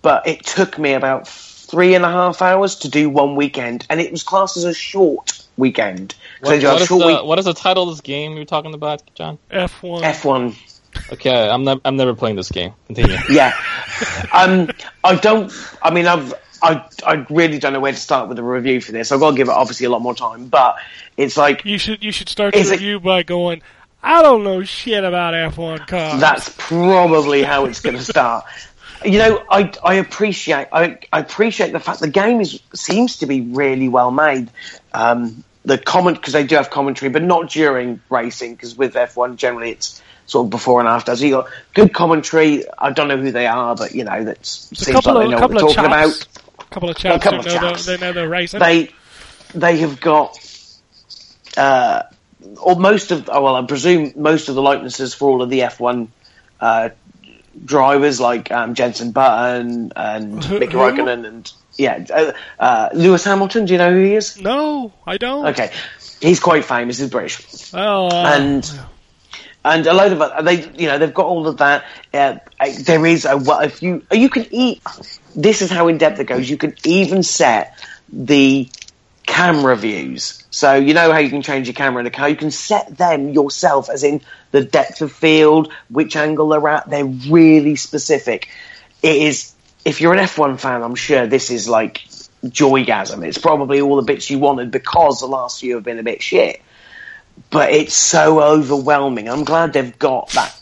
D: but it took me about three and a half hours to do one weekend, and it was classed as a short weekend.
H: What,
D: So
H: what
D: a
H: is the,
D: short week-
H: what is the title of this game you're talking about, John?
C: F1.
D: F1,
H: Okay, I'm not, I'm never playing this game. Continue.
D: yeah. um, I don't. I mean, I've. I, I really don't know where to start with a review for this. I've got to give it obviously a lot more time, but it's like
C: You should you should start your
D: Is it-
C: review by going, I don't know shit about F1 cars.
D: that's probably how it's going to start. You know, I, I appreciate I, I appreciate the fact the game is seems to be really well made. Um, the comment because they do have commentary, but not during racing because with F one generally it's sort of before and after. So you got good commentary. I don't know who they are, but you know that
C: It's
D: seems like they know what they're talking about
C: chaps, couple of chaps,
D: couple
C: who
D: of
C: know
D: chaps.
C: The, they know they're racing.
D: they they have got uh, or most of oh, well, I presume most of the likenesses for all of the F1 uh, drivers like um, Jensen Button and
C: Who-
D: Mick
C: who?
D: Raikkonen and yeah, uh, uh, Lewis Hamilton. Do you know who he is?
C: no, I don't.
D: Okay, he's quite famous. He's British
C: Well, uh,
D: and and a load of oth- they you know they've got all of that uh, I- there is a well if you you can eat this is how in depth it goes you can even set the camera views so you know how you can change your camera in a car you can set them yourself as in the depth of field which angle they're at they're really specific it is if you're an F1 fan I'm sure this is like joygasm it's probably all the bits you wanted because the last few have been a bit shit but it's so overwhelming. I'm glad they've got that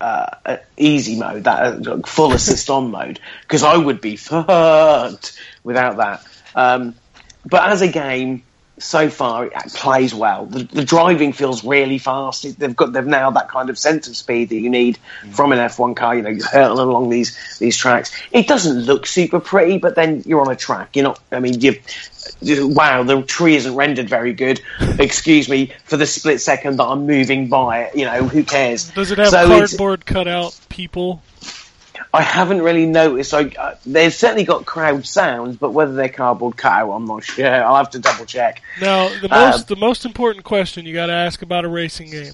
D: uh, uh, easy mode, that uh, full assist on mode, because I would be fucked without that. Um, but as a game, so far it plays well. The, the driving feels really fast. It- They've got they've now that kind of sense of speed that you need from an F1 car. You know, you hurtle along these these tracks. It doesn't look super pretty, but then you're on a track. You're not. I mean, you. you- Wow, the tree isn't rendered very good. Excuse me for the split second that I'm moving by it. You know, who cares?
C: does it have
D: So it's-
C: cardboard cutout people?
D: I haven't really noticed. I, uh, they've certainly got crowd sounds, but whether they're cardboard cutout, I'm not sure. I'll have to double check.
C: Now, the
D: Uh,
C: most the most important question you got to ask about a racing game: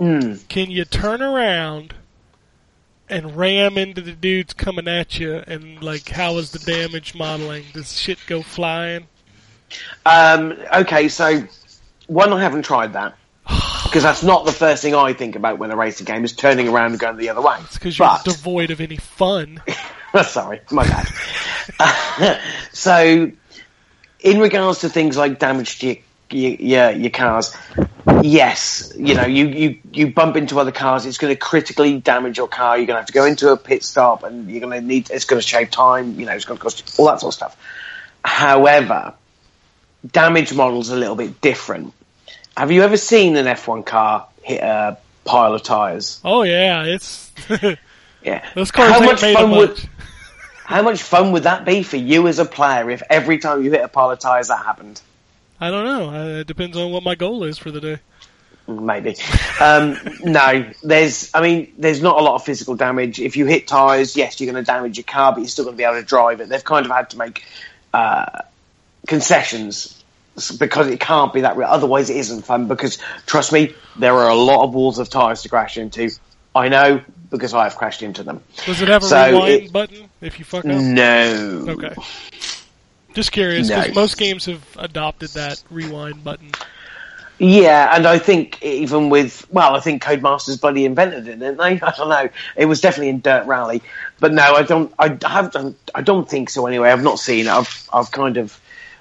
D: Mm.
C: Can you turn around and ram into the dudes coming at you? And like, how is the damage modeling? Does shit go flying?
D: Um, okay, so one, I haven't tried that because that's not the first thing I think about when I race a game is turning around and going the other way.
C: It's because you're
D: But-
C: devoid of any fun.
D: (laughs) Sorry, my (laughs) bad. so, in regards to things like damage to your, your your, your cars. Yes, you know, you, you, you bump into other cars, it's going to critically damage your car. You're going to have to go into a pit stop, and you're going to need. It's going to shave time. You know, it's going to cost you, all that sort of stuff. However, damage models a little bit different. Have you ever seen an F1 car hit a pile of tires?
C: Oh yeah, it's (laughs)
D: Yeah.
C: those cars
D: How
C: ain't
D: much
C: made
D: fun
C: of
D: would-
C: much.
D: How much fun would that be for you as a player if every time you hit a pile of tires that happened?
C: I don't know. Uh, It depends on what my goal is for the day.
D: maybe. Um, no, there's. I mean, there's not a lot of physical damage. If you hit tires, yes, you're going to damage your car, but you're still going to be able to drive it. They've kind of had to make uh, concessions s- because it can't be that. Real. Otherwise, it isn't fun. Because trust me, there are a lot of walls of tires to crash into. I know because I have crashed into them.
C: Does it have a
D: So
C: rewind
D: it- Mm.
C: button if you fuck up?
D: No.
C: Okay. Just curious because
D: No.
C: most games have adopted that rewind button.
D: Yeah, and I think even with well, I think Codemasters bloody invented it, didn't they? (laughs) I don't know. It was definitely in Dirt Rally, but no, I don't. I have done. I don't think so. Anyway, I've not seen. it. I've I've kind of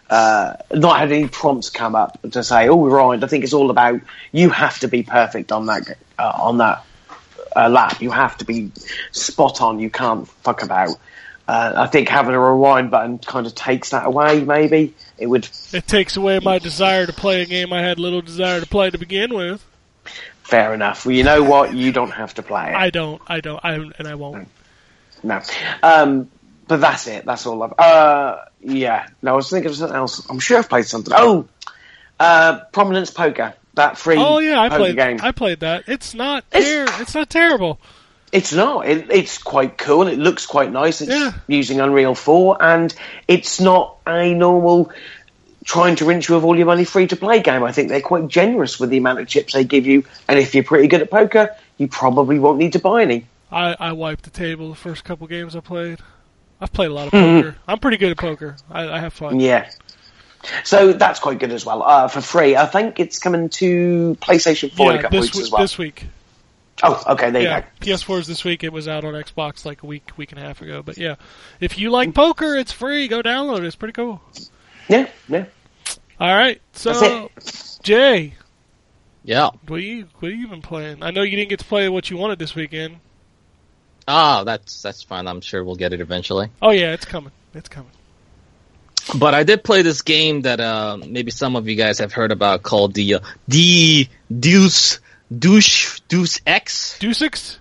D: uh, not had any prompts come up to say, "Oh, right." I think it's all about you have to be perfect on that uh, on that uh, lap. You have to be spot on. You can't fuck about. Uh, I think having a rewind button kind of takes that away. Maybe it would
C: It takes away my desire to play a game I had little desire to play to begin with.
D: Fair enough. Well, you know what? You don't have to play it.
C: I don't. I don't. I and I won't.
D: no. Um, but that's it. That's all I've. Uh, yeah. No, I was thinking of something else. I'm sure I've played something. Oh, uh, Prominence Poker. That free
C: Oh yeah, I
D: poker
C: played.
D: game.
C: I played that. It's not.
D: It's-
C: Ter- it's not terrible.
D: It's not. It, it's quite cool. It looks quite nice. It's
C: Yeah.
D: using Unreal 4, and it's not a normal trying to rinse you of all your money free to play game. I think they're quite generous with the amount of chips they give you, and if you're pretty good at poker, you probably won't need to buy any.
C: I, I wiped the table the first couple games I played. I've played a
D: Hmm.
C: lot of poker. I'm pretty good at poker. I, I have fun.
D: Yeah. So that's quite good as well uh, for free. I think it's coming to PlayStation Four in a
C: Yeah,
D: couple
C: this,
D: weeks
C: w-
D: as well.
C: this week.
D: Oh, okay, there
C: Yeah,
D: you go.
C: PS4 is this week. It was out on Xbox like a week, week and a half ago. But yeah, if you like poker, it's free. Go download it. It's pretty cool.
D: Yeah, yeah.
C: All right, so Jay,
H: (laughs) Yeah.
C: what you what you been playing? I know you didn't get to play what you wanted this weekend.
H: Ah, that's that's fine. I'm sure we'll get it eventually.
C: Oh yeah, it's coming. It's coming.
H: But I did play this game that uh, maybe some of you guys have heard about called the uh, the Deuce Douche Deuce X
C: Do six.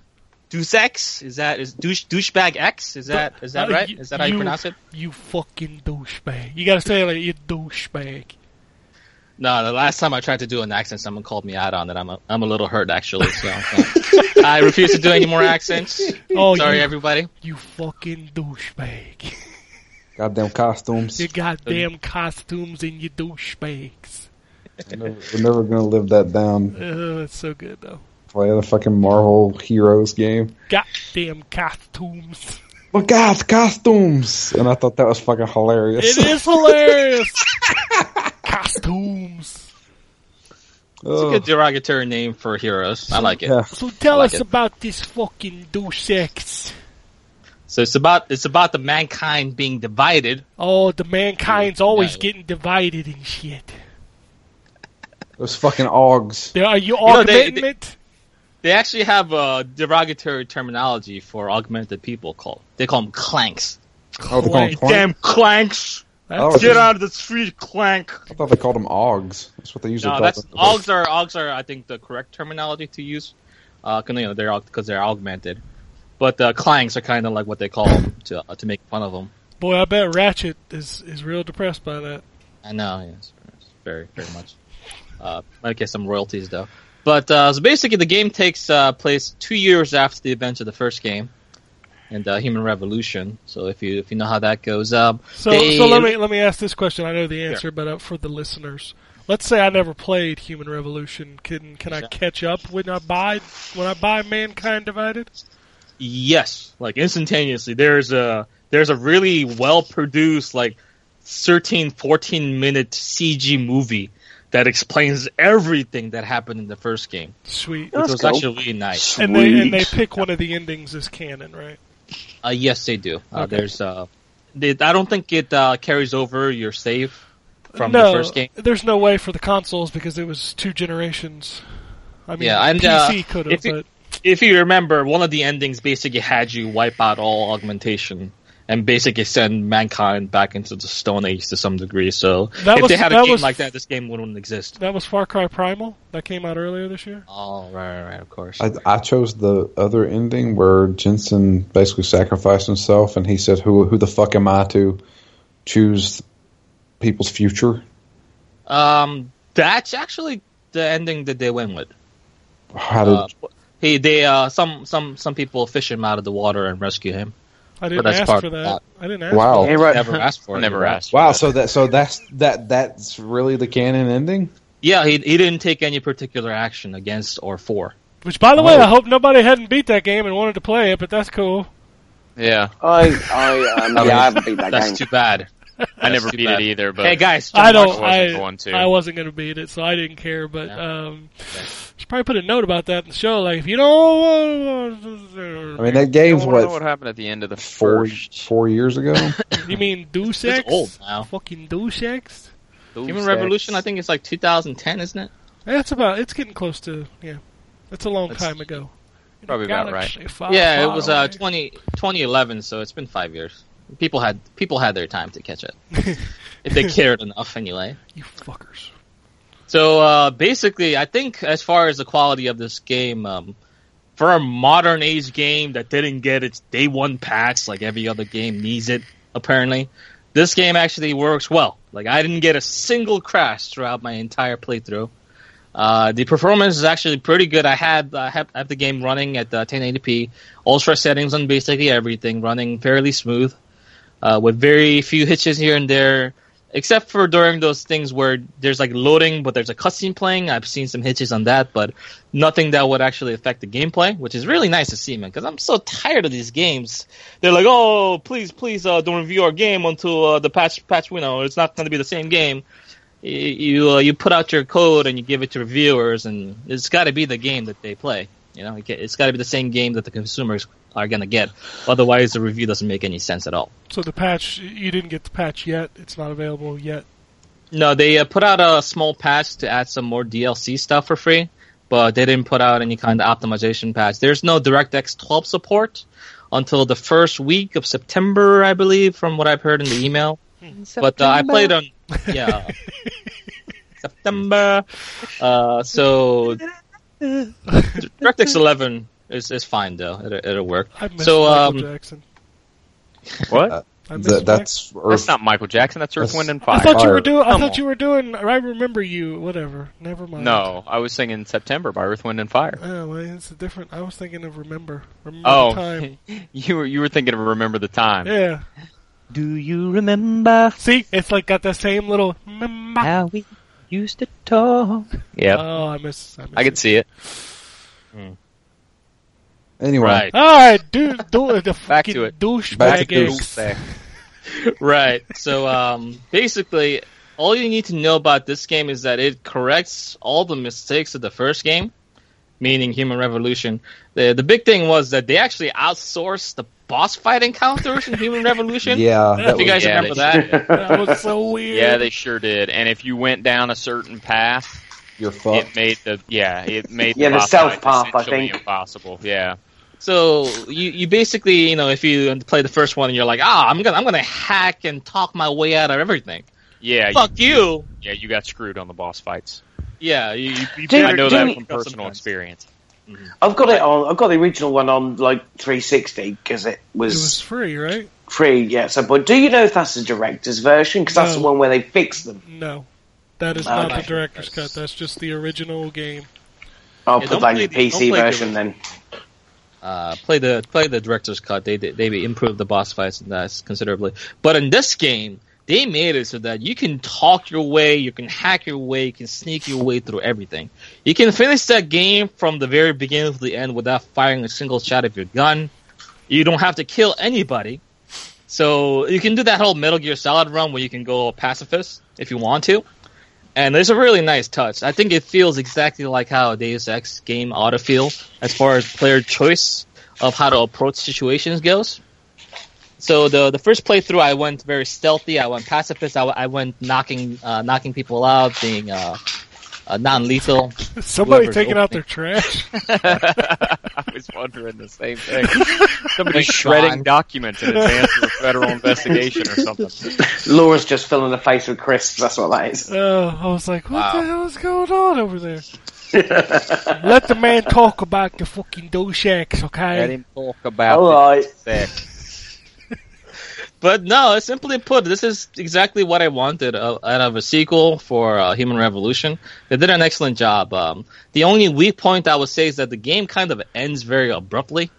H: Deuce X is that is douche douchebag X is that is that
C: Uh,
H: right
C: you-
H: is that how you
C: you-
H: pronounce it?
C: You fucking douchebag. You gotta say it like you douchebag.
H: No, the last time I tried to do an accent, someone called me out on it. I'm a, I'm a little hurt actually,
C: (laughs)
H: so uh, I refuse to do any more accents.
C: Oh,
H: Sorry,
C: you,
H: everybody.
C: you fucking douchebag. (laughs)
G: Goddamn costumes.
C: Your goddamn costumes and your douchebags. (laughs)
G: We're never, we're never gonna live that down.
C: Oh, it's so good though.
G: Play the fucking Marvel Heroes game.
C: Goddamn costumes.
G: Look out, costumes! And I thought that was fucking hilarious.
C: It (laughs) is hilarious. costumes.
H: It's a
G: Ugh.
H: good derogatory name for heroes. I like it.
G: Yeah.
C: So tell
H: like
C: us
H: it.
C: about this fucking douche sex.
H: So it's about it's about the mankind being divided.
C: Oh, the mankind's always
H: Yeah.
C: getting divided and shit.
G: Those fucking Augs.
C: There- Are you
H: know, they-
C: augmenting
H: they-
C: it?
H: They actually have a derogatory terminology for augmented people called. They call them clanks.
G: Oh, they call them
C: Clank.
G: clank?
H: clanks!
G: Oh,
C: That's-
G: Get
H: out of the street, clank!
G: I thought they called them Augs. That's what they usually
H: No,
G: call
H: that's
G: them.
H: augs are augs are I think the correct terminology to use. Uh, 'cause, you know they're because they're augmented, but uh, clanks are kind of like what they call 'em to uh, to make fun of them.
C: Boy, I bet Ratchet is, is real depressed by that.
H: I know, yes, very, very (laughs) much. Uh, might get some royalties though. But uh, so basically, the game takes uh, place two years after the events of the first game, and uh, Human Revolution. So if you if you know how that goes, um,
C: So,
H: they-
C: so let me let me ask this question. I know the answer, but uh, for the listeners, let's say I never played Human Revolution. Can can I catch up when I buy when I buy Mankind Divided?
H: Yes, like instantaneously. There's a there's a really well produced like 13 14 minute CG movie that explains everything that happened in the first game.
C: Sweet.
H: Which
D: That's
H: was
D: cool.
H: actually really nice.
C: And they and they
D: Sweet.
C: pick one of the endings as canon, right?
H: Uh, yes, they do. Uh,
C: Okay.
H: There's uh, they, I don't think it uh, carries over your save from
C: no,
H: the first game.
C: There's no way for the consoles because it was two generations. I mean,
H: Yeah, and, uh,
C: PC could have,
H: if you-
C: but
H: If you remember, one of the endings basically had you wipe out all augmentation and basically send mankind back into the Stone Age to some degree. So
C: That
H: if
C: was-
H: they had
C: that
H: a game
C: was-
H: like that, this game wouldn't exist.
C: that was Far Cry Primal that came out earlier this year.
H: Oh, right, right, right, of course.
G: I, I chose the other ending where Jensen basically sacrificed himself, and he said, "Who who the fuck am I to choose people's future?"
H: Um, that's actually the ending that they went with.
G: How did
H: Uh, he, they, uh, some, some, some people fish him out of the water and rescue him.
C: I didn't
H: that's
C: ask
H: part
C: for
H: of the
C: that.
H: plot.
C: I didn't ask.
G: wow
D: Hey, right.
H: (laughs) Never asked for it.
E: Never
H: you know?
E: asked.
G: wow so that so that's that that's really the canon ending.
H: Yeah, he, he didn't take any particular action against or for.
C: Which, by the way,
G: Whoa.
C: I hope nobody hadn't beat that game and wanted to play it, but that's cool.
E: Yeah,
D: I, I, um, yeah, I haven't beat that
H: That's
D: game.
H: too bad.
E: I never
H: too
E: beat
H: bad.
E: it either. But
H: Hey guys, John
C: I don't.
H: Marshall-
E: I wasn't
C: I,
E: going to.
C: I wasn't going to beat it, so I didn't care. But
H: Yeah.
C: um, should probably put a note about that in the show. Like, if you don't,
G: I mean, that
E: I
G: game's
E: don't know
G: what
E: what happened at the end of the
G: four
E: first.
G: four years ago.
C: you mean Deus
H: (laughs) It's
C: Ex?
H: old now.
C: Fucking Deus Ex.
H: Human Revolution, I think it's like 2010, isn't it?
C: That's about. It's getting close to. Yeah, that's a long
H: That's-
C: time ago. In a
E: Probably about
C: galaxy far,
H: yeah, it
C: far
H: was uh,
C: away.
H: 20, 2011, so it's been five years. People had people had their time to catch up if they cared enough, anyway.
C: You fuckers.
H: So uh, basically, I think as far as the quality of this game, um, for a modern age game that didn't get its day one patch like every other game needs it, apparently, this game actually works well. Like I didn't get a single crash throughout my entire playthrough. Uh, the performance is actually pretty good. I had I have, I have the game running at uh, 1080p, ultra settings on basically everything, running fairly smooth, uh, with very few hitches here and there except for during those things where there's like loading, but there's a cutscene playing. I've seen some hitches on that, but nothing that would actually affect the gameplay, which is really nice to see, man. Because I'm so tired of these games. They're like, oh, please, please, uh, don't review our game until uh, the patch patch. You know, it's not going to be the same game. Y- You uh, you put out your code and you give it to reviewers, and it's got to be the game that they play. You know, it ca- it's got to be the same game that the consumers are going to get. Otherwise, the review doesn't make any sense at all.
C: So the patch. You didn't get the patch yet. It's not available yet.
H: No, they uh, put out a small patch to add some more DLC stuff for free, but they didn't put out any kind of optimization patch. There's no DirectX 12 support until the first week of September, I believe, from what I've heard in the email. But uh, I played on yeah September, uh, so DirectX 11 is is fine though. It'll, it'll work.
C: I missed
H: So
C: Michael
H: um,
C: Jackson.
E: What?
C: I missed
G: That-
C: Michael-
G: that's
E: That's
G: Earth.
E: not Michael Jackson. That's Earth,
G: That's-
E: Wind, and
C: I
E: Fire.
C: thought you were
G: Fire.
C: doing. I
E: Come
C: thought
E: on.
C: you were doing. I remember you. Whatever. Never mind.
E: No, I was singing September by Earth, Wind, and Fire. (laughs)
C: Oh, well, it's a different. I was thinking of remember. Remember the
E: Oh,
C: time.
E: you were you were thinking of Remember the Time.
C: Yeah.
I: Do you remember
C: See, it's like got that same little. "Mma."
I: how we used to talk?
E: Yep.
C: Oh, I miss. I, miss
E: I could
C: it.
E: see it.
G: Anyway,
H: right,
C: All right, dude. Do the
E: Back
C: fucking
E: to it.
G: Back
C: douchebag
G: to
C: eggs.
H: right. So um, basically, all you need to know about this game is that it corrects all the mistakes of the first game, meaning Human Revolution. The the big thing was that they actually outsourced the boss fight encounters in Human Revolution.
G: yeah,
H: (laughs)
G: that
H: If you
G: was-
H: guys
E: yeah,
H: remember
E: they
H: that,
C: That was so weird.
E: Yeah, they sure did. And if you went down a certain path,
G: you're fucked.
E: it made the yeah, it made
D: Yeah, the
E: boss
D: stealth
E: fight
D: path, I
E: essentially
D: think.
E: impossible. Yeah,
H: So you, you basically you know if you play the first one and you're like ah I'm gonna I'm gonna hack and talk my way out of everything.
E: yeah, you,
H: Fuck you.
E: yeah. You got screwed on the boss fights.
H: Yeah, you, you, you
D: Dude,
E: I know
D: dude,
E: that from personal
H: sometimes.
E: experience.
D: I've got it on. I've got the original one on like 360 because it
C: It
D: was,
C: was free, right?
D: free. Yeah, so but do you know if that's the director's version? Because that's
C: No.
D: the one where they fixed them.
C: No, that is
D: No,
C: not
D: no.
C: the director's cut. That's just the original game.
D: I'll
H: Yeah,
D: put that
H: don't play
D: in the
H: the- don't
D: PC
H: play the
D: version then.
H: uh, play the play the director's cut. They they improved the boss fights and that considerably. But in this game, they made it so that you can talk your way, you can hack your way, you can sneak your way through everything. You can finish that game from the very beginning to the end without firing a single shot of your gun. You don't have to kill anybody. So you can do that whole Metal Gear Solid run where you can go pacifist if you want to. And it's a really nice touch. I think it feels exactly like how a Deus Ex game ought to feel as far as player choice of how to approach situations goes. So the the first playthrough, I went very stealthy. I went pacifist. I, I went knocking uh, knocking people out, being uh, uh, non lethal.
C: Somebody
H: Whoever's
C: taking out their
H: opening.
C: trash. (laughs)
E: (laughs) I was wondering the same thing. Somebody
H: Thank
E: shredding
H: God.
E: documents in advance of a federal investigation or (laughs) something.
D: Laura's just filling the face with crisps. That's what that is.
C: Uh, I was like, what the hell is going on over there? Let the man talk about the fucking douchebags,
E: Let
C: okay?
E: him talk about
D: (laughs) All right.
H: But no, simply put, this is exactly what I wanted uh, out of a sequel for uh, Human Revolution. They did an excellent job. Um, the only weak point I would say is that the game kind of ends very abruptly.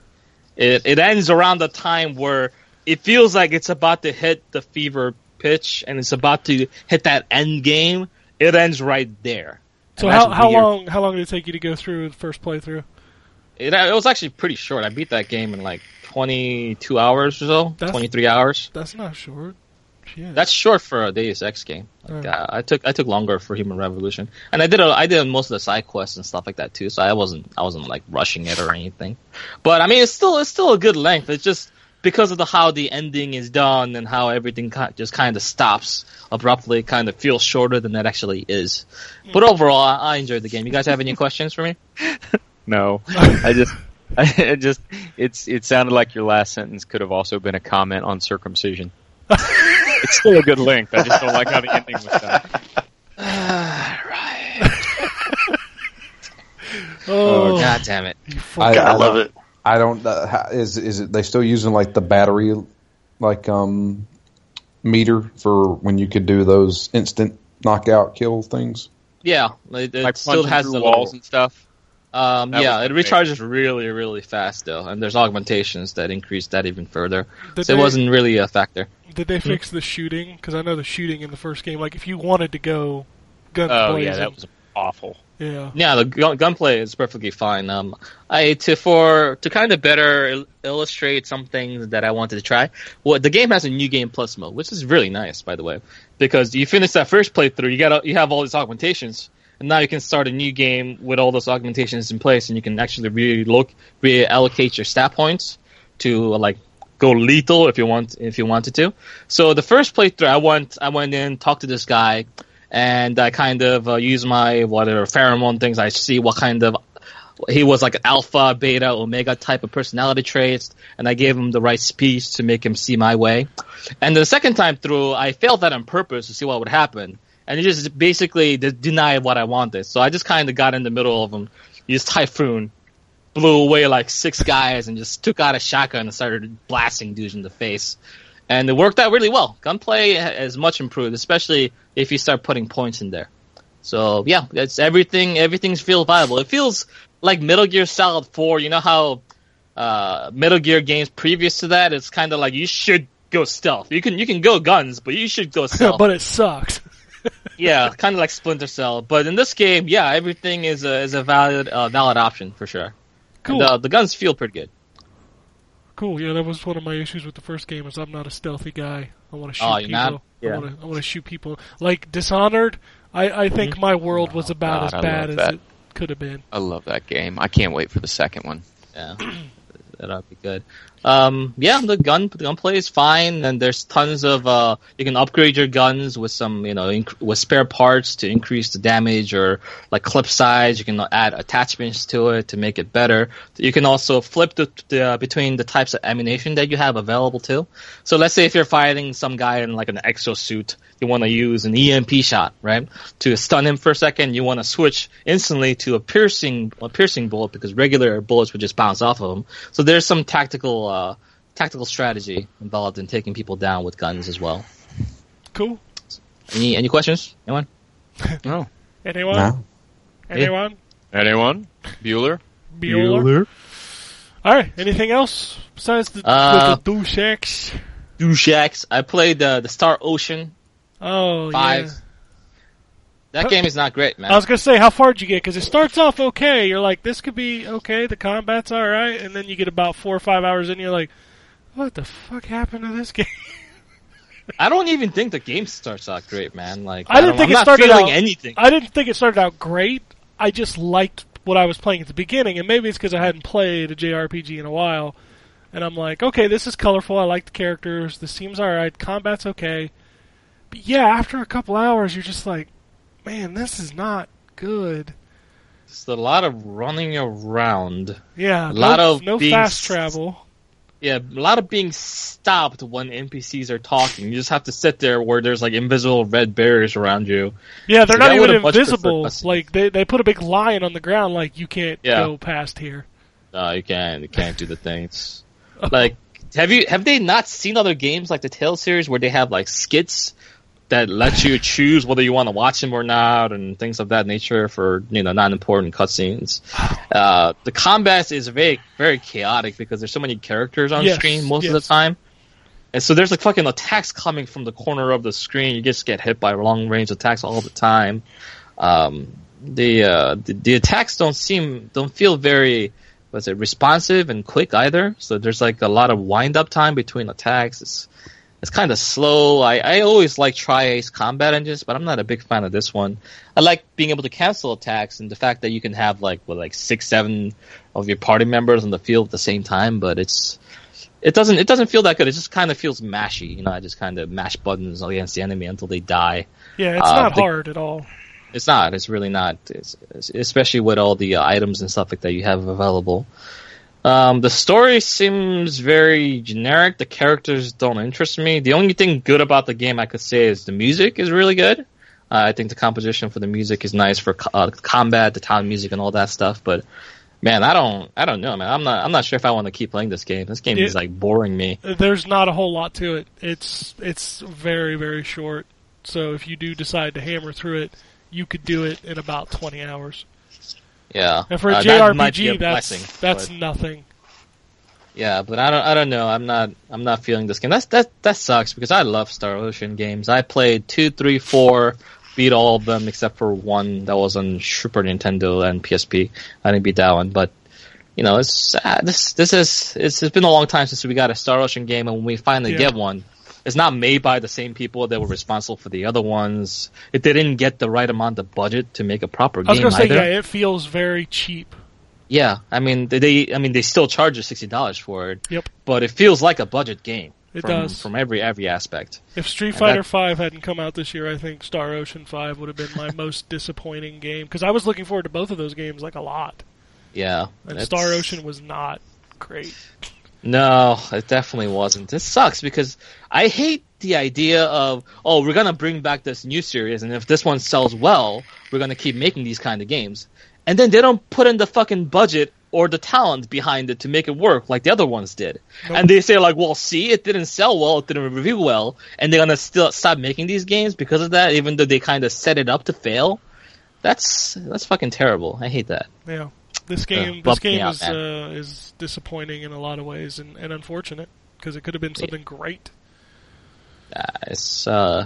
H: It, it ends around the time where it feels like it's about to hit the fever pitch and it's about to hit that end game. It ends right there.
C: So
H: And that's
C: how, how
H: weird.
C: long how long did it take you to go through the first playthrough?
H: It, it was actually pretty short. I beat that game in like 22 hours or so,
C: That's-
H: 23 hours.
C: That's not short. Shit.
H: That's short for a Deus Ex game. Like,
C: Mm.
H: uh, I took I took longer for Human Revolution, and I did a, I did most of the side quests and stuff like that too. So I wasn't I wasn't like rushing it or anything. But I mean, it's still it's still a good length. It's just because of the how the ending is done and how everything ki just kind of stops abruptly. it Kind of feels shorter than it actually is. But overall, I, I enjoyed the game. You guys have any questions for me?
E: No, I just, I just, it's, it sounded like your last sentence could have also been a comment on (laughs) circumcision. it's still a good link. I just don't like how the ending was done.
C: oh,
H: God damn it!
C: you
G: I,
C: fucking-
F: God, I love it.
G: I don't. Uh, how- is is it? They still using like the battery, like um, meter for when you could do those instant knockout kill things.
H: Yeah, it, it
E: Like
H: still
E: punching
H: has
E: through
H: the
E: walls
H: little-
E: and stuff.
H: Um,
E: That
H: yeah,
E: was
H: it
E: the big-
H: recharges really, really fast though, and there's augmentations that increase that even further.
C: Did
H: so it
C: they-
H: wasn't really a factor.
C: Did
E: Hmm.
C: they fix the shooting? Because I know the shooting in the first game, like if you wanted to go guns
E: Oh
C: blazing,
E: yeah, that was awful.
C: yeah.
H: Yeah, the gun, gunplay is perfectly fine. Um, I to for to kind of better il- illustrate some things that I wanted to try. Well, the game has a new game plus mode, which is really nice, by the way, because you finish that first playthrough, you got you have all these augmentations, and now you can start a new game with all those augmentations in place, and you can actually reloc reallocate your stat points to like go lethal if you want if you wanted to. So the first playthrough, I went I went in, talked to this guy, and I kind of uh, used my whatever pheromone things. I see what kind of he was like alpha, beta, omega type of personality traits, and I gave him the right speech to make him see my way. And the second time through, I failed that on purpose to see what would happen, and he just basically de- denied what I wanted. So I just kind of got in the middle of him, used typhoon, blew away like six guys, and just took out a shotgun and started blasting dudes in the face. And it worked out really well. Gunplay ha- is much improved, especially if you start putting points in there. So yeah, that's everything. Everything's feels viable. It feels like Metal Gear Solid Four. You know how uh, Metal Gear games previous to that, it's kind of like you should go stealth. You can you can go guns, but you should
C: (laughs)
H: go stealth.
C: but it
E: (laughs)
C: sucks.
H: yeah, kind of like Splinter Cell. But in this game, yeah, everything is a is a valid uh, valid option for sure.
C: Cool.
H: And, uh, the guns feel pretty good.
C: Cool. Yeah, that was one of my issues with the first game. Is I'm not a stealthy guy. I want to shoot
H: Oh, you're
C: people.
H: not?
C: I
H: Yeah.
C: want to. I want to shoot people. Like Dishonored, I, I think my world was about
E: Mm-hmm. Oh, God, I
C: as
E: love
C: bad as
E: that.
C: it could have been.
E: I love that game. I can't wait for the second one.
H: Yeah, (clears throat) that'll be good. Um, yeah, the gun the gunplay is fine, and there's tons of uh, you can upgrade your guns with some you know inc- with spare parts to increase the damage or like clip size. You can add attachments to it to make it better. You can also flip the, the between the types of ammunition that you have available too. So let's say if you're fighting some guy in like an exosuit, you want to use an EMP shot, right, to stun him for a second. You want to switch instantly to a piercing a piercing bullet because regular bullets would just bounce off of him. So there's some tactical uh, tactical strategy involved in taking people down with guns as well.
C: Cool.
H: Any any questions? Anyone?
E: No,
C: Anyone?
G: No.
C: Anyone?
E: anyone? Bueller.
C: Bueller. All right. Anything else besides the,
H: Uh,
C: the douchex?
H: Douchex. I played uh, the Star Ocean.
C: Oh
H: Five.
C: yeah.
H: That game is not great, man.
C: I was gonna say, how far would you get? Because it starts off okay. You're like, this could be okay. The combat's all right, and then you get about four or five hours in, you're like, what the fuck happened to this (laughs) game?
H: I don't even think the game starts out great, man. Like
C: I didn't
H: don't-
C: think
H: I'm
C: it
H: not
C: started
H: feeling
C: out-
H: anything.
C: I didn't think it started out great. I just liked what I was playing at the beginning, and maybe it's because I hadn't played a JRPG in a while, and I'm like, okay, this is colorful. I like the characters. This seems all right. Combat's okay. But yeah, after a couple hours, you're just like, man, this is not good.
H: Just a lot of running around.
C: Yeah,
H: A lot
C: no,
H: of
C: no
H: being
C: fast
H: s-
C: travel.
H: Yeah, a lot of being stopped when NPCs are talking. You just have to sit there where there's like invisible red barriers around you.
C: Yeah, they're
H: See,
C: not
H: I would've
C: even
H: much preferred
C: invisible.
H: us-
C: Like they they put a big lion on the ground. Like you can't
H: Yeah.
C: go past here.
H: No, you can't. You can't do
C: (laughs)
H: the things. Like, have you have they not seen other games like the Tale series where they have like skits that let you choose whether you want to watch them or not and things of that nature for you know non-important
C: (sighs)
H: cutscenes. Uh, the combat is very very chaotic because there's so many characters on
C: Yes,
H: screen most of the
C: yes.
H: time. And so there's like fucking attacks coming from the corner of the screen. You just get hit by long range attacks all the time. Um, the, uh, the the attacks don't seem don't feel very was it responsive and quick either. So there's like a lot of wind up time between attacks. It's it's kind of slow. I, I always like try ace combat engines, but I'm not a big fan of this one. I like being able to cancel attacks and the fact that you can have like what like six seven of your party members on the field at the same time, but it's it doesn't it doesn't feel that good. It just kind of feels mashy. You know, I just kind of mash buttons against the enemy until they die.
C: Yeah, it's
H: Uh,
C: not
H: the-
C: hard at all.
H: It's not. It's really not. It's, it's- especially with all the uh, items and stuff like that you have available. Um, the story seems very generic. The characters don't interest me. The only thing good about the game I could say is the music is really good. Uh, I think the composition for the music is nice for co- uh, combat, the town music, and all that stuff. But man, I don't, I don't know, man. I'm not, I'm not sure if I want to keep playing this game. This game
C: Yeah.
H: is like boring me.
C: There's not a whole lot to it. It's it's very very short. So if you do decide to hammer through it, you could do it in about 20 hours.
H: Yeah.
C: And for a
H: Uh, that might be
C: JRPG,
H: a
C: that's
H: blessing,
C: that's
H: but-
C: nothing.
H: Yeah, but I don't. I don't know. I'm not. I'm not feeling this game. That's that. That sucks because I love Star Ocean games. I played two, three, four, beat all of them except for one that was on Super Nintendo and PSP. I didn't beat that one, but you know, it's uh, this. This is. It's, it's been a long time since we got a Star Ocean game, and when we finally
C: Yeah.
H: get one, it's not made by the same people that were responsible for the other ones. It they didn't get the right amount of budget to make a proper
C: I was
H: game
C: gonna say
H: either.
C: yeah, it feels very cheap.
H: Yeah, I mean they- they. I mean they still charge you sixty dollars for it.
C: Yep.
H: But it feels like a budget game.
C: It
H: from,
C: does.
H: from every every aspect.
C: If Street
H: that-
C: Fighter Five hadn't come out this year, I think Star Ocean Five would have been my most disappointing game because I was looking forward to both of those games like a lot,
H: Yeah.
C: and
H: it's-
C: Star Ocean was not great.
H: No, it definitely wasn't. This sucks because I hate the idea of oh we're gonna bring back this new series and if this one sells well we're gonna keep making these kind of games and then they don't put in the fucking budget or the talent behind it to make it work like the other ones did and they say like well see it didn't sell well it didn't review well and they're gonna still stop making these games because of that even though they kind of set it up to fail that's that's fucking terrible i hate that
C: Yeah, this game this
H: bummed me
C: game
H: out,
C: is
H: man.
C: uh, is disappointing in a lot of ways and, and unfortunate because it could have been something great. (laughs)
H: it's uh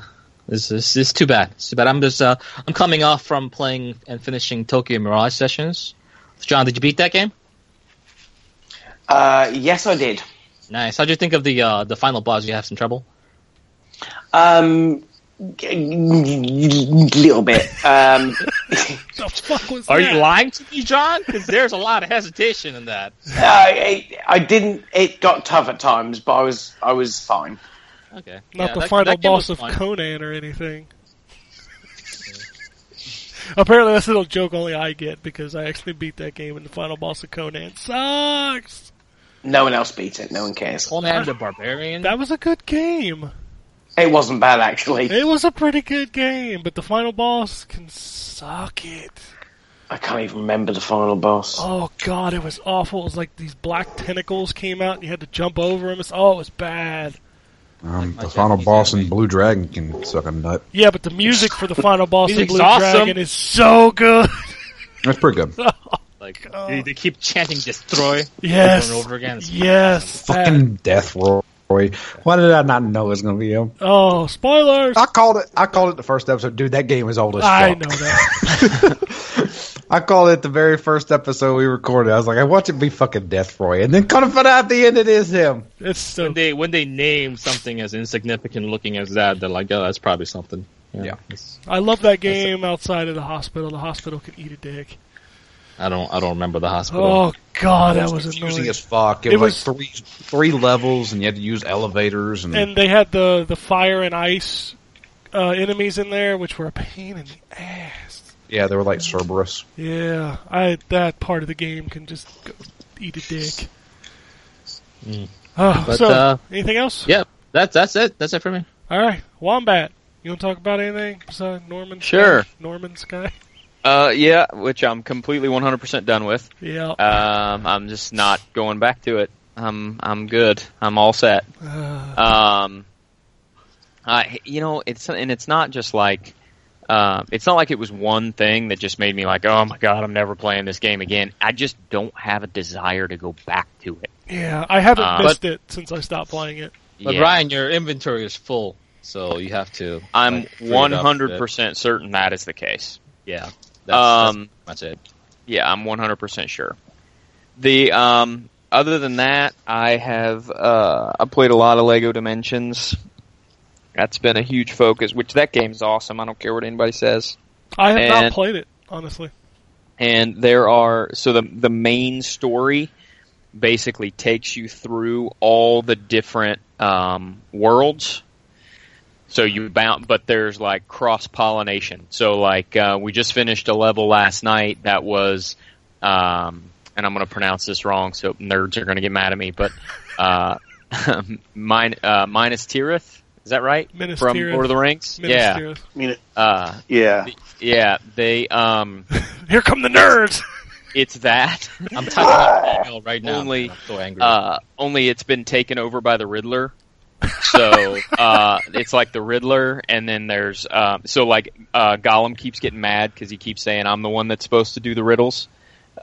H: it's, it's, it's too bad. It's too bad. I'm just uh, I'm coming off from playing and finishing Tokyo Mirage Sessions. John, did you beat that game?
D: Uh, yes, I did.
H: Nice. How'd you think of the uh, the final boss? You have some trouble?
D: Um, little bit. Um, (laughs)
C: The fuck was
H: Are
C: that?
H: you lying to me, John? Because there's a lot of hesitation in that.
D: I, I I didn't. It got tough at times, but I was I was fine.
H: Okay.
C: Not
H: Yeah,
C: the
H: that-
C: final
H: that game
C: boss of
H: was fun.
C: Conan or anything. (laughs) Apparently, that's a little joke only I get because I actually beat that game and the final boss of Conan sucks.
D: No one else beat it. No one cares.
H: Conan the Barbarian.
C: That was a good game.
D: It wasn't bad actually.
C: It was a pretty good game, but the final boss can suck it.
D: I can't even remember the final boss.
C: Oh god, it was awful. It was like these black tentacles came out and you had to jump over them. It's, oh, it was bad.
G: Um,
H: my
G: the final
H: Japanese
G: boss in
H: anime.
G: Blue Dragon can suck a nut.
C: Yeah, but the music for the final boss in
H: Music's
C: Blue
H: awesome.
C: Dragon is so
H: (laughs)
C: good.
G: That's pretty good.
H: like they, they keep chanting "destroy"
C: Yes.
H: over and over again. It's
C: Yes. that-
G: Fucking Death Roy. Why did I not know it was going to be him?
C: Oh, spoilers.
G: I called it. I called it the first episode. Dude, that game is old as fuck.
C: I know that.
G: I called it the very first episode we recorded. I was like, I watch it be fucking Death Roy, and then coming out at the end, it is him.
C: It's so
H: when they when they name something as insignificant looking as that, they're like, "Oh, that's probably something."
G: Yeah.
H: It's-
C: I love that game outside of the hospital. The hospital can eat a dick.
H: I don't. I don't remember the hospital.
C: Oh god, that was
G: confusing
C: annoying.
G: as fuck. It,
C: It
G: was,
C: was-
G: like three three levels, and you had to use elevators and,
C: And they had the the fire and ice uh, enemies in there, which were a pain in the ass.
G: yeah, they were like Cerberus.
C: Yeah, I that part of the game can just go eat a dick.
H: Mm.
C: Oh,
H: But,
C: so
H: uh,
C: anything else?
H: Yeah, that's that's it. That's it for me.
C: All right, Wombat. You want to talk about anything besides Norman? Sky?
E: Sure.
C: Norman
E: (laughs)
C: Sky.
E: Uh, yeah, which I'm completely 100% done with.
C: Yeah.
E: Um, I'm just not going back to it. I'm I'm good. I'm all set.
C: Uh,
E: Um, I you know it's and it's not just like uh, it's not like it was one thing that just made me like oh my god I'm never playing this game again. I just don't have a desire to go back to it.
C: yeah, I haven't
E: uh,
C: missed it since I stopped playing it.
H: But
E: Yeah.
H: Ryan, your inventory is full, so you have to.
E: I'm
H: like, free it up a bit.
E: 100% certain that is the case.
H: Yeah. That's,
E: Um,
H: that's pretty much it.
E: Yeah, I'm 100% sure. The um, other than that, I have uh, I played a lot of Lego Dimensions. That's been a huge focus. Which that game's awesome. I don't care what anybody says.
C: I have not
E: And-
C: played it honestly.
E: and there are so the the main story basically takes you through all the different um, worlds. So you bound, but there's like cross pollination. So like uh, we just finished a level last night that was, um, and I'm going to pronounce this wrong, so nerds are going to get mad at me. But uh, (laughs) min- uh, Minas Tirith, is that right?
C: Minas
E: From
C: Tirith.
E: Lord of the Rings.
C: Minas
E: yeah,
C: Tirith.
F: I mean, it-
E: Uh,
F: yeah.
E: yeah. They um,
C: Here come the nerds.
E: it's that.
H: I'm typing up an email right now.
E: Only,
H: man. I'm so angry.
E: Uh, only it's been taken over by the Riddler. So uh, it's like the Riddler, and then there's um, so like uh, Gollum keeps getting mad because he keeps saying I'm the one that's supposed to do the riddles,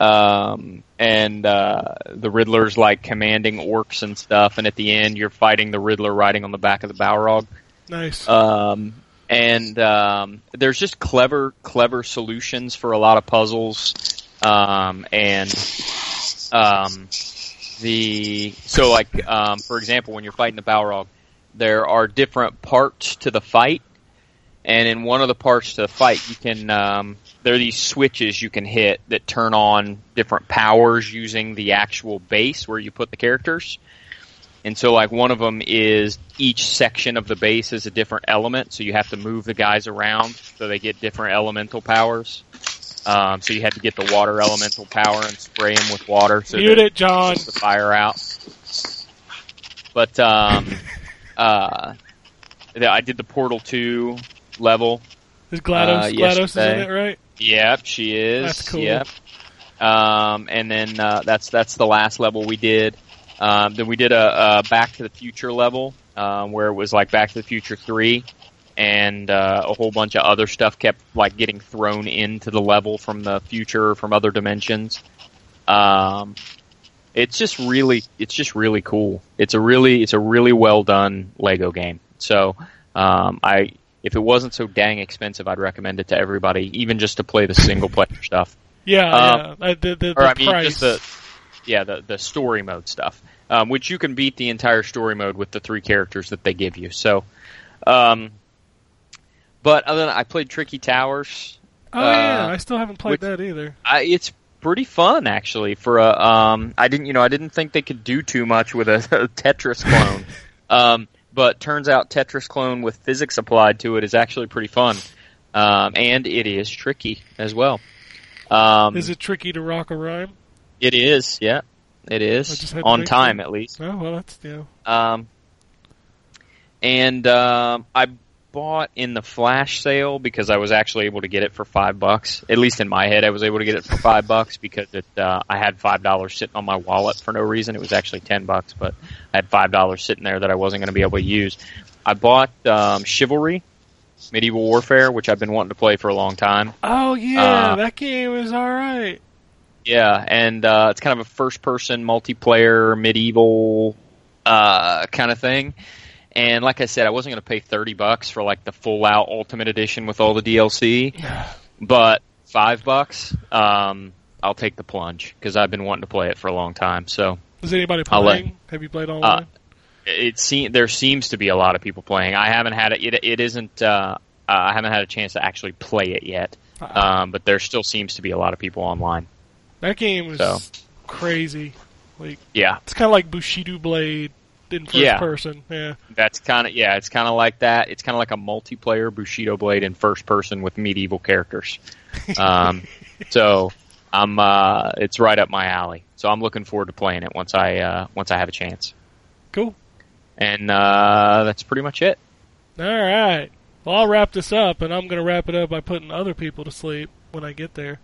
E: um, and uh, the Riddler's like commanding orcs and stuff, and at the end you're fighting the Riddler riding on the back of the Balrog.
C: Nice.
E: Um, and um, there's just clever, clever solutions for a lot of puzzles. Um, and um, the so like um, for example, when you're fighting the Balrog, there are different parts to the fight, and in one of the parts to the fight, you can um, there are these switches you can hit that turn on different powers using the actual base where you put the characters. And so, like, one of them is each section of the base is a different element, so you have to move the guys around so they get different elemental powers. Um, so you had to get the water elemental power and spray them with water so
C: Mute
E: that
C: it, John.
E: the fire out.
C: (laughs)
E: But um, uh, yeah, I did the Portal Two level.
C: Is Glados
E: uh,
C: Glados is in
E: yesterday.
C: it, right?
E: Yep, she is.
C: That's cool.
E: Yep. Um, and then uh, that's that's the last level we did. Um, then we did a, a Back to the Future level um, where it was like Back to the Future Three, and uh, a whole bunch of other stuff kept like getting thrown into the level from the future from other dimensions. Um, it's just really it's just really cool. It's a really it's a really well done Lego game. So um, I if it wasn't so dang expensive, I'd recommend it to everybody, even just to play the single player (laughs) stuff
C: Yeah,
E: Um,
C: yeah. Uh, the the, the
E: or I mean,
C: price.
E: just the yeah, the the story mode stuff, um, which you can beat the entire story mode with the three characters that they give you. So, um, but other than I played Tricky Towers,
C: oh yeah,
E: uh,
C: I still haven't played
E: which-
C: that either.
E: I, it's pretty fun actually. For a, um, I didn't you know I didn't think they could do too much with a, (laughs) a Tetris clone, um, but turns out Tetris clone with physics applied to it is actually pretty fun, um, and it is tricky as well. Um,
C: Is it tricky to rock a rhyme?
E: it is, yeah. It
C: I
E: is
C: just had to
E: on
C: make
E: time
C: sure.
E: at least.
C: Oh well, that's yeah.
E: Um, and um, I bought in the flash sale because I was actually able to get it for five bucks. At least in my head, I was able to get it for five bucks because it uh, I had five dollars sitting on my wallet for no reason. It was actually ten bucks, but I had five dollars sitting there that I wasn't going to be able to use. I bought um, Chivalry, Medieval Warfare, which I've been wanting to play for a long time.
C: Oh yeah,
E: Uh,
C: that game is all right.
E: Yeah, and uh, it's kind of a first-person multiplayer medieval uh, kind of thing. And like I said, I wasn't going to pay thirty bucks for like the full-out Ultimate Edition with all the DLC, but five bucks, um, I'll take the plunge because I've been wanting to play it for a long time. So
C: Is anybody
E: I'll let- uh,
C: playing? Have you played online?
E: it se- there seems to be a lot of people playing. I haven't had it. It, it isn't. Uh, uh, I haven't had a chance to actually play it yet, um, but there still seems to be a lot of people online.
C: That game is
E: So.
C: crazy. Like
E: Yeah,
C: it's kind of like Bushido Blade in first
E: Yeah.
C: person. Yeah,
E: that's kind of yeah. It's kind of like that. It's kind of like a multiplayer Bushido Blade in first person with medieval characters. Um, so I'm uh, it's right up my alley. So I'm looking forward to playing it once I uh, once I have a chance.
C: cool.
E: And uh, that's pretty much it.
C: All right. Well, I'll wrap this up, and I'm going to wrap it up by putting other people to sleep when I get there.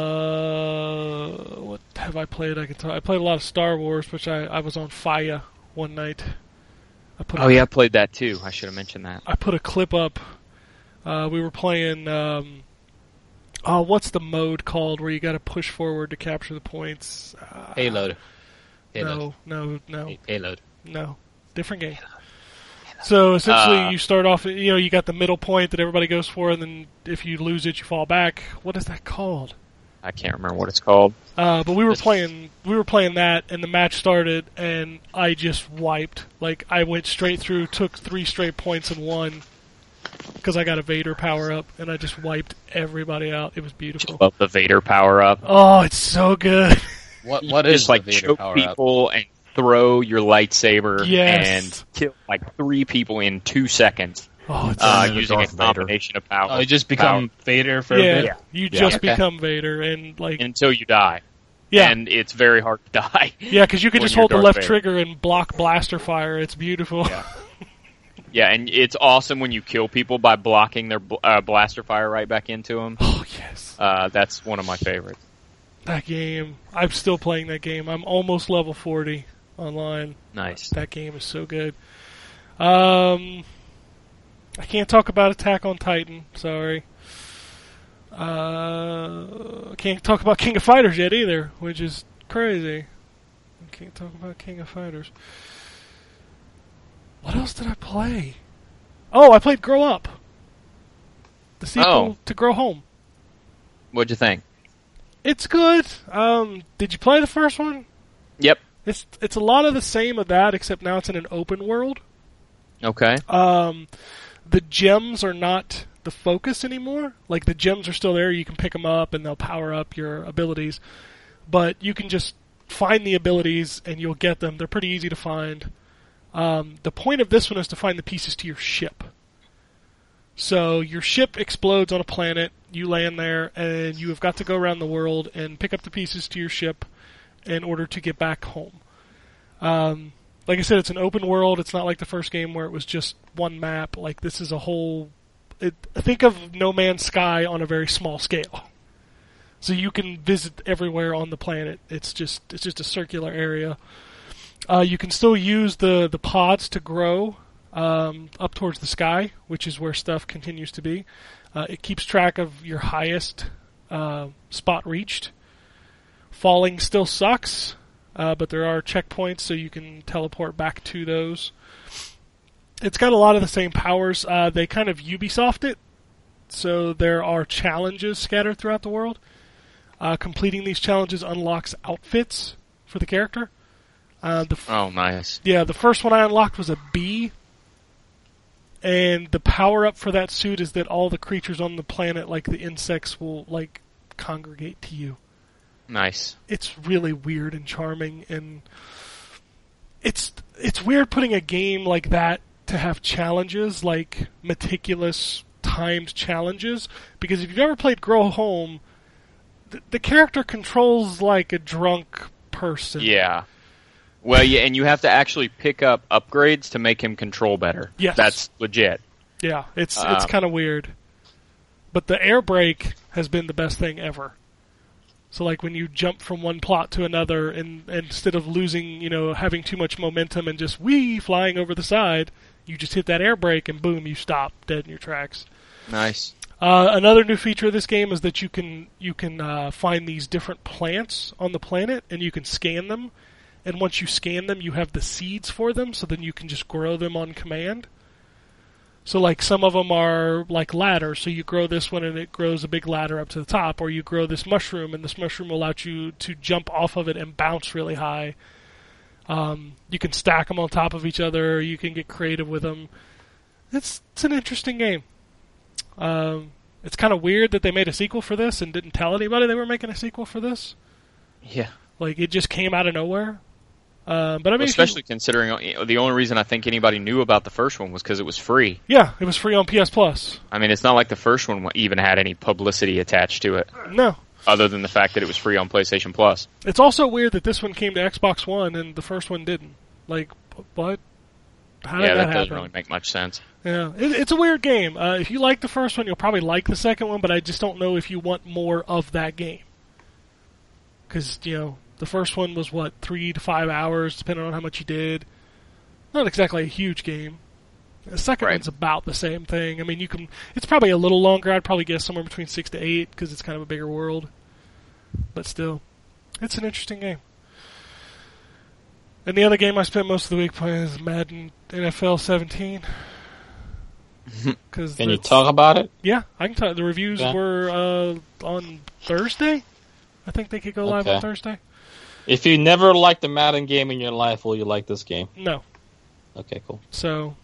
C: Uh, what have I played? I can tell. I played a lot of Star Wars, which I, I was on fire one night. I put
E: Oh
C: a-
E: yeah, I played that too. I should have mentioned that.
C: I put a clip up. Uh, we were playing. Um, oh, what's the mode called where you got to push forward to capture the points? Uh,
J: Payload. Payload.
C: no, no, no,
J: Payload.
C: no. Different game. So essentially,
E: Uh,
C: you start off. You know, you got the middle point that everybody goes for, and then if you lose it, you fall back. What is that called?
E: I can't remember what it's called.
C: Uh, but we were
J: This-
C: playing, we were playing that, and the match started, and I just wiped. Like I went straight through, took three straight points and won because I got a Vader power up, and I just wiped everybody out. It was beautiful.
E: Love the Vader power up.
C: Oh, it's so good. (laughs)
J: What what
E: You
J: is
E: just like
J: the Vader
E: choke
J: power up?
E: people and throw your lightsaber
C: Yes.
E: and kill like three people in two seconds
C: Oh, it's
E: uh,
G: Turn into
E: using a
G: Darth Vader.
E: combination of power
J: Oh, you just become Vader for a
C: yeah.
J: bit.
C: You
G: Yeah.
C: just
J: Okay.
C: become Vader, and like
E: power until you die.
C: yeah,
E: and it's very hard to (laughs) die.
C: yeah, because you can
E: when
C: just
E: you're
C: hold the
E: Darth
C: left
E: Vader.
C: trigger and block blaster fire. It's beautiful.
E: Yeah, and it's awesome when you kill people by blocking their bl- uh, blaster fire right back into them.
C: (laughs) oh yes.
E: Uh, that's one of my favorites.
C: That game. I'm still playing that game. I'm almost level 40 online.
E: Nice.
C: That game is so good. Um, I can't talk about Attack on Titan. Sorry. Uh, can't talk about King of Fighters yet either, which is crazy. I can't talk about King of Fighters. What else did I play? Oh, I played Grow Up. The sequel
E: Oh.
C: to Grow Home.
E: What'd you think?
C: It's good. Um, did you play the first one?
E: Yep.
C: It's it's a lot of the same of that, except now it's in an open world.
E: Okay.
C: Um, the gems are not the focus anymore. Like the gems are still there; you can pick them up, and they'll power up your abilities. But you can just find the abilities, and you'll get them. They're pretty easy to find. Um, the point of this one is to find the pieces to your ship. So your ship explodes on a planet. You land there, and you have got to go around the world and pick up the pieces to your ship in order to get back home like I said, it's an open world. It's not like the first game where it was just one map. Like this is a whole. It, think of No Man's Sky on a very small scale. So you can visit everywhere on the planet. It's just it's just a circular area. Uh, you can still use the the pods to grow um, up towards the sky, which is where stuff continues to be. Uh, it keeps track of your highest uh, spot reached. Falling still sucks uh, but there are checkpoints so you can teleport back to those. It's got a lot of the same powers. Uh, they kind of Ubisoft it, so there are challenges scattered throughout the world. Uh, completing these challenges unlocks outfits for the character. Uh, the f-
E: Oh, nice.
C: yeah, the first one I unlocked was a bee, and the power up for that suit is that all the creatures on the planet, like the insects, will like congregate to you
E: Nice.
C: it's really weird and charming and it's it's weird putting a game like that to have challenges like meticulous timed challenges because if you've ever played Grow Home the, the character controls like a drunk person.
E: Yeah. Well, yeah, and you have to actually pick up upgrades to make him control better.
C: Yes.
E: That's legit.
C: Yeah, it's it's
E: Um,
C: kind of weird. But the air brake has been the best thing ever. So like when you jump from one plot to another and, and instead of losing, you know, having too much momentum and just wee flying over the side, you just hit that air brake and boom, you stop dead in your tracks.
E: Nice.
C: Uh, another new feature of this game is that you can you can uh, find these different plants on the planet and you can scan them. And once you scan them, you have the seeds for them, so then you can just grow them on command. So like some of them are like ladders, so you grow this one and it grows a big ladder up to the top, or you grow this mushroom and this mushroom will allow you to jump off of it and bounce really high. Um, you can stack them on top of each other. You can get creative with them. It's it's an interesting game. Um, It's kind of weird that they made a sequel for this and didn't tell anybody they were making a sequel for this.
E: Yeah.
C: Like it just came out of nowhere. Um, but I mean, if you-
E: especially considering uh, the only reason I think anybody knew about the first one was because it was free.
C: yeah, it was free on PS Plus.
E: I mean, it's not like the first one even had any publicity attached to it,
C: No,
E: other than the fact that it was free on PlayStation Plus.
C: it's also weird that this one came to Xbox One and the first one didn't. Like, wh- what? How did
E: yeah,
C: that,
E: that doesn't
C: happen?
E: really make much sense.
C: Yeah, it, it's a weird game. Uh, if you like the first one, you'll probably like the second one, but I just don't know if you want more of that game. Because, you know, the first one was, what, three to five hours, depending on how much you did. Not exactly a huge game. The second
E: Right.
C: one's about the same thing. I mean, you can. It's probably a little longer. I'd probably guess somewhere between six to eight, because it's kind of a bigger world. But still, it's an interesting game. And the other game I spent most of the week playing is Madden NFL
J: (laughs)
C: 17. Cause
J: Can you
C: that's-
J: talk about it?
C: Yeah, I can tell. The reviews
J: Yeah.
C: were uh, on Thursday. I think they could go live on
J: Okay.
C: Thursday.
J: If you never liked a Madden game in your life, will you like this game?
C: No,
J: Okay, cool.
C: so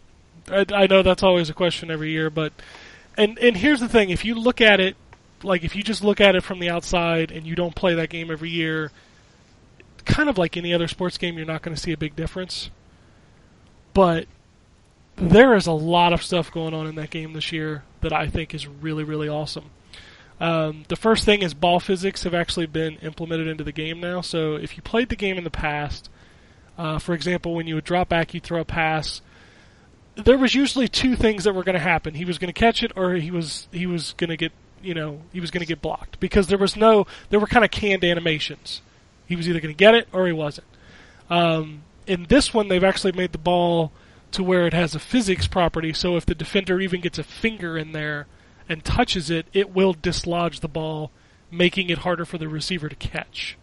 C: I, I know that's always a question every year, but and and here's the thing: if you look at it, like if you just look at it from the outside and you don't play that game every year, kind of like any other sports game, you're not going to see a big difference. But there is a lot of stuff going on in that game this year that I think is really, really awesome. Um, the first thing is ball physics have actually been implemented into the game now. So if you played the game in the past, uh, for example, when you would drop back, you throw a pass. There was usually two things that were going to happen. He was going to catch it, or he was he was going to get you know he was going to get blocked because there was no there were kind of canned animations. He was either going to get it or he wasn't. Um, in this one, they've actually made the ball to where it has a physics property. So if the defender even gets a finger in there and touches it, it will dislodge the ball, making it harder for the receiver to catch.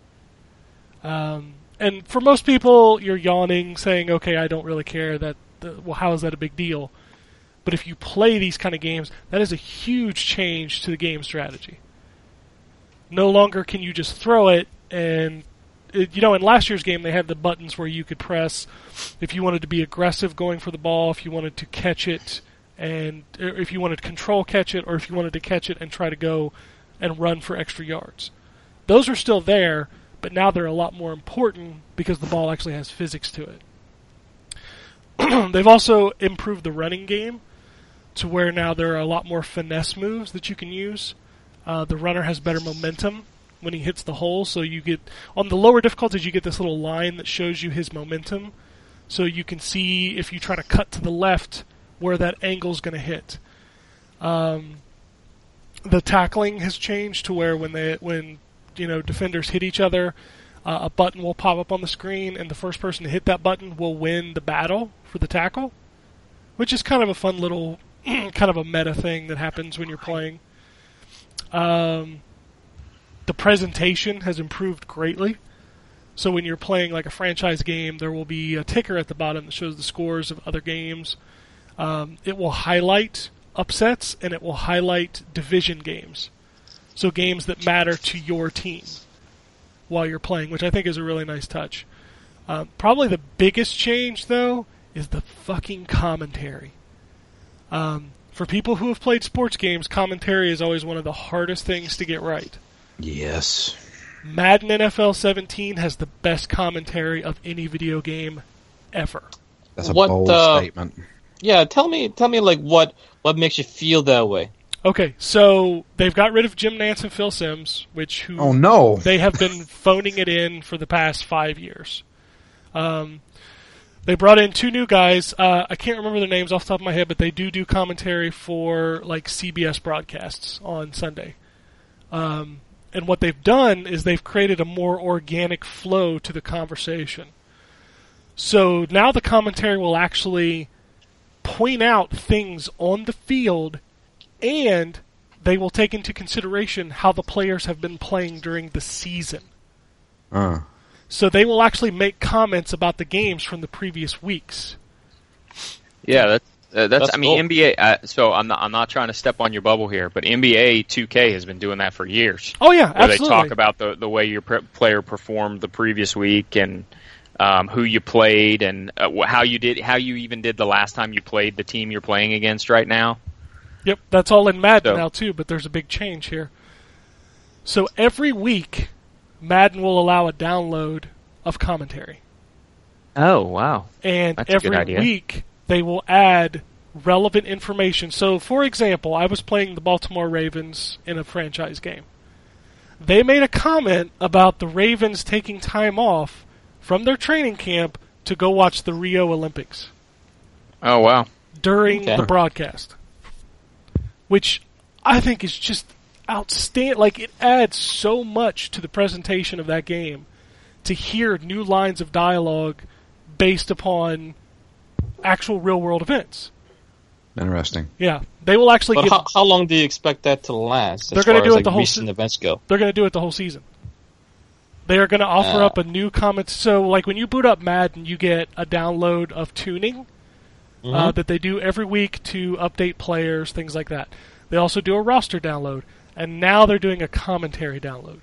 C: Um, and for most people, you're yawning, saying, "Okay, I don't really care." That the, well, how is that a big deal? But if you play these kind of games, that is a huge change to the game strategy. No longer can you just throw it and it, you know, in last year's game, they had the buttons where you could press if you wanted to be aggressive going for the ball, if you wanted to catch it, and or if you wanted to control catch it, or if you wanted to catch it and try to go and run for extra yards. Those are still there, but now they're a lot more important because the ball actually has physics to it. (clears throat) They've also improved the running game to where now there are a lot more finesse moves that you can use. Uh, the runner has better momentum when he hits the hole, so you get on the lower difficulties you get this little line that shows you his momentum, so you can see if you try to cut to the left where that angle's going to hit. Um, the tackling has changed to where when they when you know defenders hit each other, uh, a button will pop up on the screen, and the first person to hit that button will win the battle for the tackle, which is kind of a fun little (clears throat) kind of a meta thing that happens when you're playing. Um, the presentation has improved greatly. So when you're playing like a franchise game, there will be a ticker at the bottom that shows the scores of other games. Um, it will highlight upsets and it will highlight division games. So games that matter to your team while you're playing, which I think is a really nice touch. Um, probably the biggest change though is the fucking commentary. Um, for people who have played sports games, commentary is always one of the hardest things to get right.
G: Yes.
C: Madden NFL 17 has the best commentary of any video game ever.
G: That's a
J: What
G: bold
J: the-
G: statement.
J: Yeah, tell me, tell me, like what what makes you feel that way?
C: Okay, so they've got rid of Jim Nance and Phil Sims, which who
G: Oh no.
C: they have been phoning it in for the past five years. Um, they brought in two new guys. Uh, I can't remember their names off the top of my head, but they do do commentary for like CBS broadcasts on Sunday. Um, and what they've done is they've created a more organic flow to the conversation. So now the commentary will actually point out things on the field and they will take into consideration how the players have been playing during the season.
G: Uh,
C: So they will actually make comments about the games from the previous weeks.
E: Yeah, that's uh, that's,
J: That's
E: I mean
J: cool.
E: NBA. Uh, so I'm not I'm not trying to step on your bubble here, but NBA 2K has been doing that for years.
C: Oh yeah,
E: where
C: absolutely.
E: they talk about the the way your pre- player performed the previous week and um, who you played and uh, wh- how you did how you even did the last time you played the team you're playing against right now.
C: Yep, that's all in Madden
E: So-
C: now too, but there's a big change here. So every week, Madden will allow a download of commentary,
E: Oh wow.
C: and
E: That's a good
C: every
E: idea.
C: week they will add relevant information. So, for example, I was playing the Baltimore Ravens in a franchise game. They made a comment about the Ravens taking time off from their training camp to go watch the Rio Olympics
E: Oh wow.
C: during
H: Okay.
C: the broadcast, which I think is just outstanding. Like it adds so much to the presentation of that game to hear new lines of dialogue based upon actual real world events.
G: Interesting.
C: Yeah, they will actually
H: But
C: give.
H: how, how long do you expect that to last?
C: They're
H: as
C: gonna
H: far
C: do
H: as,
C: it
H: like,
C: the whole
H: recent
C: se-
H: events go.
C: they're going to do it the whole season. They are going to offer
H: Ah.
C: up a new comment. So, like when you boot up Madden, you get a download of tuning
H: Mm-hmm.
C: uh, that they do every week to update players, things like that. They also do a roster download, and now they're doing a commentary download.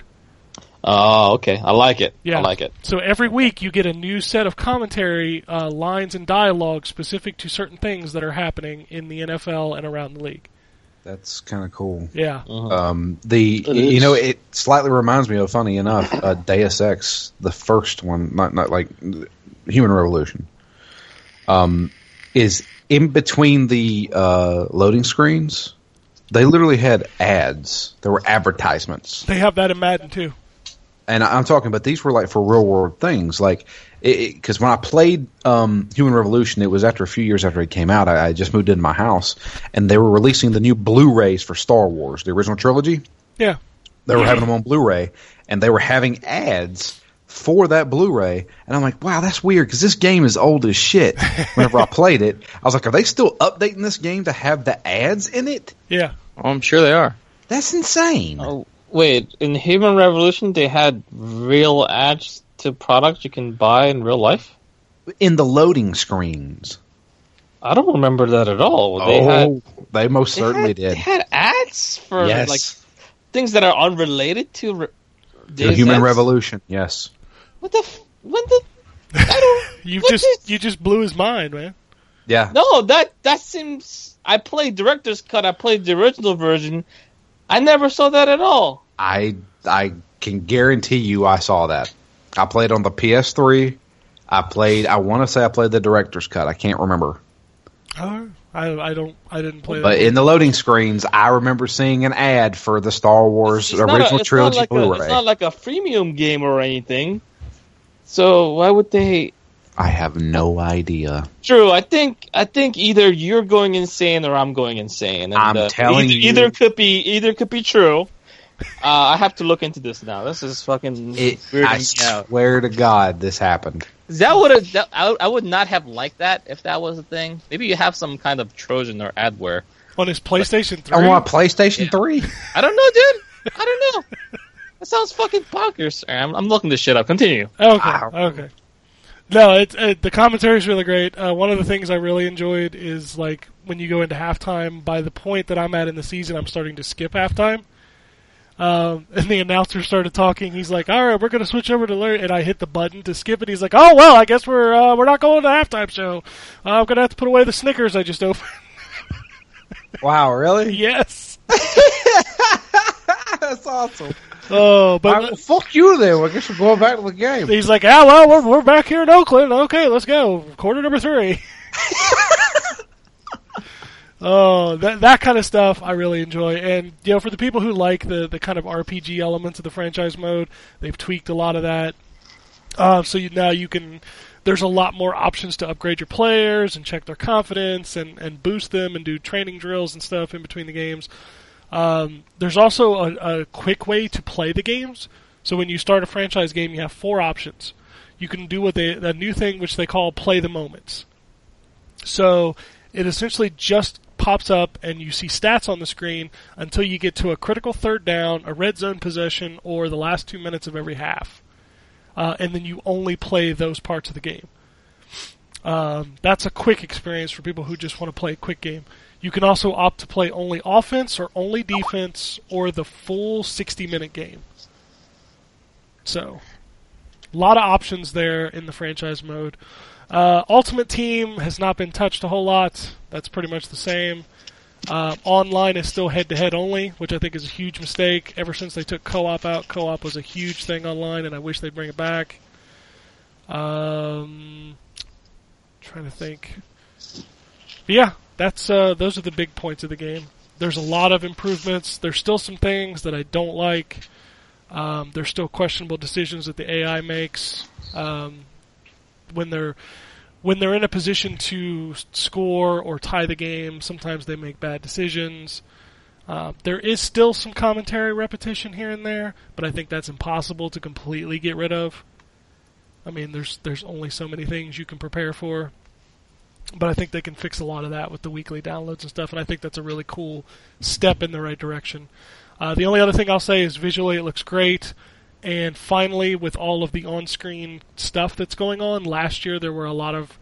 H: Oh, okay. I like it. I like it.
C: So every week you get a new set of commentary uh, lines and dialogue specific to certain things that are happening in the NFL and around the league.
G: That's kind of cool.
C: Yeah.
H: Mm-hmm.
G: Um, the
K: It
G: you
K: is.
G: know it slightly reminds me of funny enough uh, Deus Ex, the first one, not not like Human Revolution, um, is in between the uh, loading screens. They literally had ads. There were advertisements,
C: They have that in Madden too.
G: and I- I'm talking, but these were like for real world things. Like, because when I played um, Human Revolution, it was after a few years after it came out. I, I just moved into my house, and they were releasing the new Blu-rays for Star Wars, the original trilogy
C: Yeah.
G: they were having them on Blu-ray, and they were having ads for that Blu-ray. And I'm like, wow, that's weird because this game is old as shit.
C: (laughs)
G: Whenever I played it, I was like, are they still updating this game to have the ads in it?
C: Yeah.
E: Oh, I'm sure they are.
G: That's insane.
H: Oh, wait. In Human Revolution, they had real ads to products you can buy in real life.
G: In the loading screens,
H: I don't remember that at all. They had
G: Oh, they most
H: they
G: certainly
H: had-
G: did.
H: They had ads for
G: yes,
H: like things that are unrelated to re-
G: the
H: Deus
G: Human
H: Ex?
G: Revolution. Yes,
H: What the? F- what the? I
C: You
H: What
C: just
H: is-
C: you just blew his mind, man.
G: yeah.
H: don't. No, that that seems. I played director's cut. I played the original version. I never saw that at all.
G: I I can guarantee you I saw that. I played on the PS3. I played. I want to say I played the director's cut. I can't remember.
C: Oh, I I don't I didn't play
G: But
C: that.
G: in the loading screens, I remember seing an ad for the Star Wars
H: It's not a-
G: original
H: it's
G: trilogy
H: not like a-
G: Blu-ray.
H: it's not like a freemium game or anything. So why would they?
G: I have no idea.
H: True, I think I think either you're going insane or I'm going insane. And, uh,
G: I'm telling
H: either,
G: you-
H: either could be either could be true. Uh, I have to look into this now. This is fucking
G: It,
H: weirding
G: I
H: me out.
G: swear to God, this happened.
H: That would have. That, I, I would not have liked that if that was a thing. Maybe you have some kind of Trojan or adware.
C: on his PlayStation 3.
G: On my PlayStation
H: Yeah.
G: Three,
H: I don't know, dude. I don't know. That sounds fucking bonkers. All right, I'm, I'm looking this shit up. Continue.
C: Okay. Okay. No, it's it, the commentary is really great. Uh, one of the things I really enjoyed is like when you go into halftime. By the point that I'm at in the season, I'm starting to skip halftime. Um, (laughs) and the announcer started talking. He's like, "All right, we're going to switch over to Larry," and I hit the button to skip it. He's like, "Oh well, I guess we're uh, we're not going to halftime show. Uh, I'm going to have to put away the Snickers I just opened." (laughs)
G: wow, really?
C: yes.
G: (laughs) That's awesome.
C: Oh, but
G: All right, well, fuck you, then. I guess we're going back to the game.
C: He's like, ah, well, we're, we're back here in Oakland. Okay, let's go. Quarter number three. (laughs) oh, that that kind of stuff I really enjoy. And you know, for the people who like the the kind of RPG elements of the franchise mode, they've tweaked a lot of that. Uh, so you, now you can. There's a lot more options to upgrade your players and check their confidence and, and boost them and do training drills and stuff in between the games. Um, there's also a, a quick way to play the games. So when you start a franchise game, you have four options. You can do what they a new thing which they call play the moments. So it essentially just pops up and you see stats on the screen until you get to a critical third down, a red zone possession, or the last two minutes of every half. Uh, and then you only play those parts of the game. Um, that's a quick experience for people who just want to play a quick game. You can also opt to play only offense or only defense or the full 60 minute game. So, a lot of options there in the franchise mode. Uh, Ultimate Team has not been touched a whole lot. That's pretty much the same. Uh, online is still head to head only, which I think is a huge mistake. Ever since they took co op out, co op was a huge thing online, and I wish they'd bring it back. Um, trying to think. But yeah, that's uh, those are the big points of the game. There's a lot of improvements. There's still some things that I don't like. Um, there's still questionable decisions that the AI makes um, when they're when they're in a position to s- score or tie the game. Sometimes they make bad decisions. Uh, there is still some commentary repetition here and there, but I think that's impossible to completely get rid of. I mean, there's there's only so many things you can prepare for, but I think they can fix a lot of that with the weekly downloads and stuff, and I think that's a really cool step in the right direction. Uh, the only other thing I'll say is visually it looks great. And finally, with all of the on screen stuff that's going on, last year there were a lot of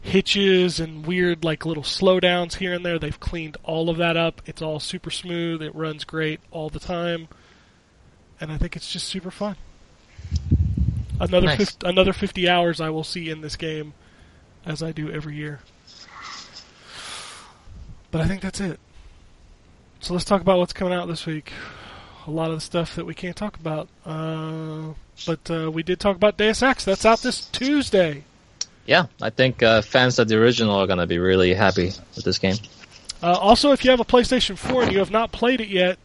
C: hitches and weird, like, little slowdowns here and there. They've cleaned all of that up. It's all super smooth. It runs great all the time. And I think it's just super fun. Another,
H: Nice.
C: fif- another 50 hours I will see in this game, as I do every year. But I think that's it. So let's talk about what's coming out this week. A lot of the stuff that we can't talk about. Uh, but uh, we did talk about Deus Ex. That's out this Tuesday.
H: Yeah, I think uh, fans of the original are gonna be really happy with this game.
C: Uh, also, if you have a PlayStation 4 and you have not played it yet,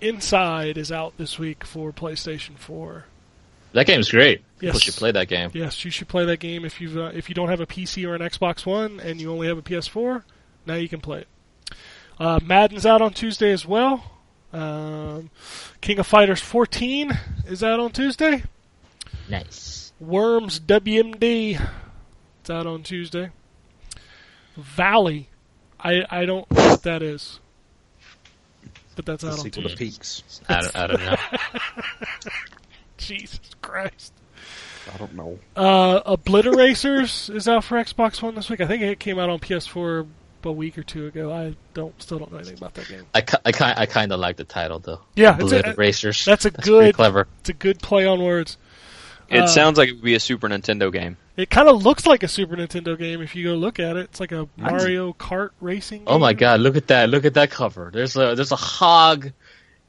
C: Inside is out this week for PlayStation 4.
H: That game's great. People
C: Yes.
H: should play that game.
C: Yes, you should play that game if you uh, if you don't have a PC or an Xbox One and you only have a PS4. Now you can play it. Uh, Madden's out on Tuesday as well. Um, King of Fighters 14 is out on Tuesday.
H: Nice.
C: Worms WMD. It's out on Tuesday. Valley. I I don't know what that is. But that's
G: The
C: out on
G: sequel to
C: Tuesday.
G: Peaks.
H: I don't, I don't know.
C: Jesus Christ.
G: I don't know.
C: Uh, Obliteracers (laughs) is out for Xbox One this week. I think it came out on PS4 a week or two ago. I don't still don't know anything about that game.
H: (laughs) I, ki- I, ki- I kind of like the title though.
C: Yeah, it's a- uh,
H: Blade Racers.
C: that's a
H: pretty
C: good-
H: clever.
C: It's a good play on words.
E: It
C: Uh,
E: sounds like it would be a Super Nintendo game.
C: It kind of looks like a Super Nintendo game if you go look at it. It's like a Mario Kart racing.
H: Oh my
C: game.
H: god, look at that! Look at that cover. There's a there's a hog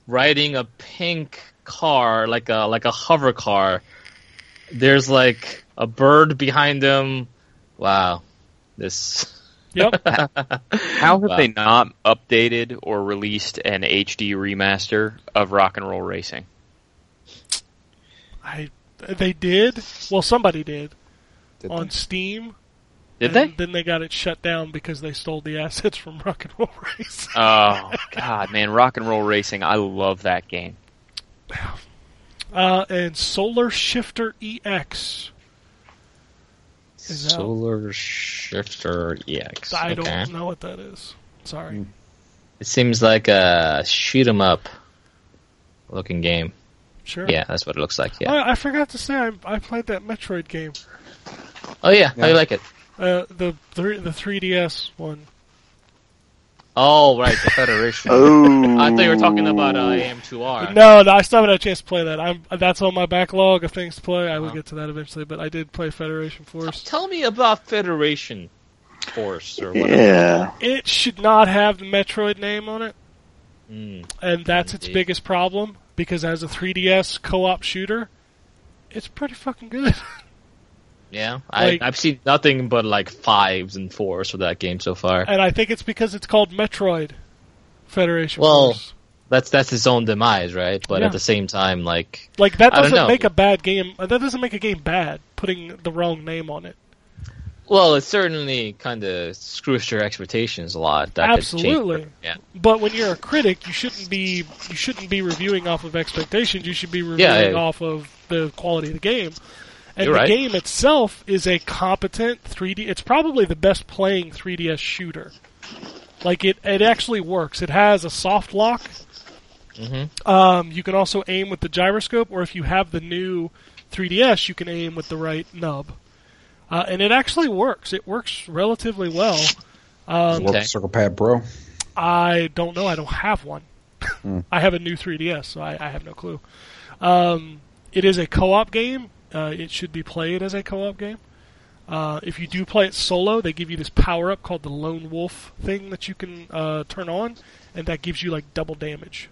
H: riding a pink car, like a like a hover car. There's like a bird behind him. Wow, this
C: Yep.
E: How have
H: Wow.
E: they not updated or released an HD remaster of Rock and Roll Racing?
C: I they did. Well, somebody did,
G: Did
C: on
G: they?
C: Steam. and
E: Did they?
C: Then they got it shut down because they stole the (laughs) assets from Rock and Roll Race.
G: (laughs)
E: Oh (laughs) God, man! Rock and Roll Racing. I love that game.
C: Uh, and Solar Shifter E EX. Is out.
H: Solar Shifter EX.
C: I
H: okay.
C: don't know what that is. Sorry.
G: Hmm.
H: It seems like a shoot 'em up looking game.
C: Sure.
H: Yeah, that's what it looks like. Yeah.
C: I, I forgot to say I, I played that Metroid game,
H: Oh yeah, how
G: Yeah.
H: you like it?
C: uh, the three, the 3DS one.
H: Oh right, the Federation.
F: Oh,
H: I thought you were talking about uh, AM2R.
C: No, no, I still haven't had a chance to play that. I'm that's on my backlog of things to play. I will
H: Oh.
C: get to that eventually, but I did play Federation Force.
H: Tell me about Federation Force or whatever.
F: yeah.
C: It should not have the Metroid name on it,
H: Mm,
C: and that's its
H: Indeed.
C: biggest problem because as a 3DS co-op shooter, it's pretty fucking good. (laughs)
H: yeah,
C: Like-
H: I, I've seen nothing but like fives and fours for that game so far.
C: and I think it's because it's called Metroid Federation
H: Well,
C: Force.
H: That's that's its own demise, right? But
C: Yeah.
H: at the same time, like
C: Like that
H: I don't
C: doesn't
H: know.
C: make a bad game. That doesn't make a game bad. Putting the wrong name on it.
H: Well, it certainly kind of screws your expectations a lot. That could change-
C: Absolutely.
H: Yeah.
C: But when you're a critic, you shouldn't be you shouldn't be reviewing off of expectations. You should be reviewing
H: Yeah, yeah.
C: off of the quality of the game. And
H: You're
C: the
H: right.
C: game itself is a competent 3D. It's probably the best playing 3DS shooter. Like it, it actually works. It has a soft lock.
H: Mm-hmm.
C: Um, you can also aim with the gyroscope, or if you have the new 3DS, you can aim with the right nub. Uh, and it actually works. It works relatively well.
G: Warp
H: Okay.
G: Circle Pad Pro.
C: I don't know. I don't have one. (laughs) I have a new 3DS, so I, I have no clue. Um, it is a co-op game. Uh, it should be played as a co-op game. Uh, if you do play it solo, they give you this power up called the Lone Wolf thing that you can uh, turn on, and that gives you like double damage.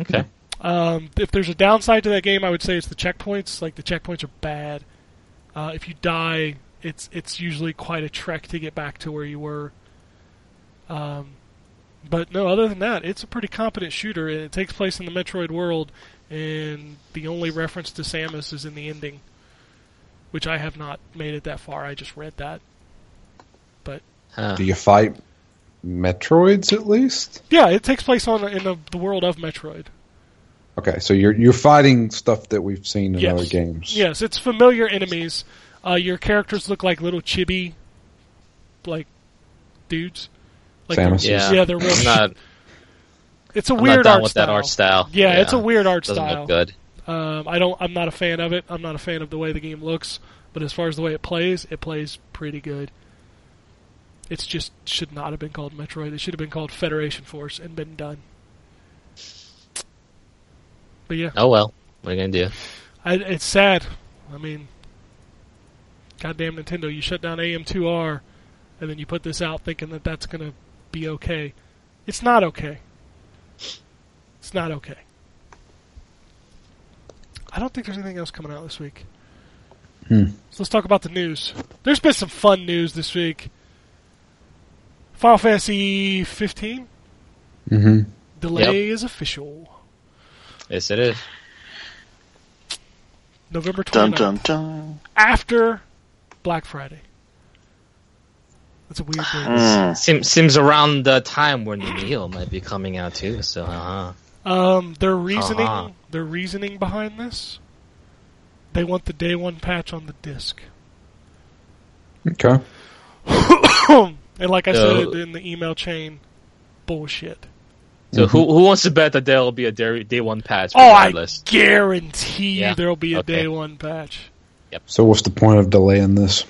E: Okay.
C: Um, if there's a downside to that game, I would say it's the checkpoints. Like the checkpoints are bad. Uh, if you die, it's it's usually quite a trek to get back to where you were. Um, but no, other than that, it's a pretty competent shooter, and it takes place in the Metroid world. And the only reference to Samus is in the ending, which I have not made it that far. I just read that.
G: Do you fight Metroids at least?
C: Yeah, it takes place on in the, the world of Metroid.
G: Okay, so you're you're fighting stuff that we've seen in
C: Yes.
G: other games.
C: Yes, it's familiar enemies. Uh, your characters look like little chibi, like dudes. Like
G: Samus.
C: they're- Yeah, they're real.
E: I'm not,
C: (laughs) it's a
E: I'm
C: weird
E: not down
C: art
E: with
C: style.
E: that art style.
C: Yeah, it's a weird art
E: Doesn't
C: style.
E: look good.
C: Um, I don't. I'm not a fan of it. I'm not a fan of the way the game looks. But as far as the way it plays, it plays pretty good. It's just should not have been called Metroid. It should have been called Federation Force and been done. But yeah,
E: Oh well, what are you gonna do?
C: I, it's sad. I mean, goddamn Nintendo, you shut down AM2R, and then you put this out thinking that that's gonna be okay. It's not okay. It's not okay. I don't think there's anything else coming out this week.
G: Hmm.
C: So let's talk about the news. There's been some fun news this week. Final Fantasy 15
G: hmm
C: delay
E: Yep.
C: is official.
E: Yes, it is.
C: November 29th.
F: Dun dun dun.
C: after Black Friday. That's a weird thing.
F: Mm.
H: Seem, seems around the time when the Neo might be coming out too. So, uh-huh.
C: Um, their reasoning,
H: Uh-huh.
C: their reasoning behind this, they want the day one patch on the disc. (clears throat)
G: Okay.
C: and like I
H: So-
C: said in the email chain, bullshit.
H: so who who wants to bet that there will be a day, day one patch?
C: Oh, I
H: Regardless?
C: guarantee
H: Yeah.
C: you there'll be a
E: Okay.
C: day one patch
G: So what's the point of delaying this?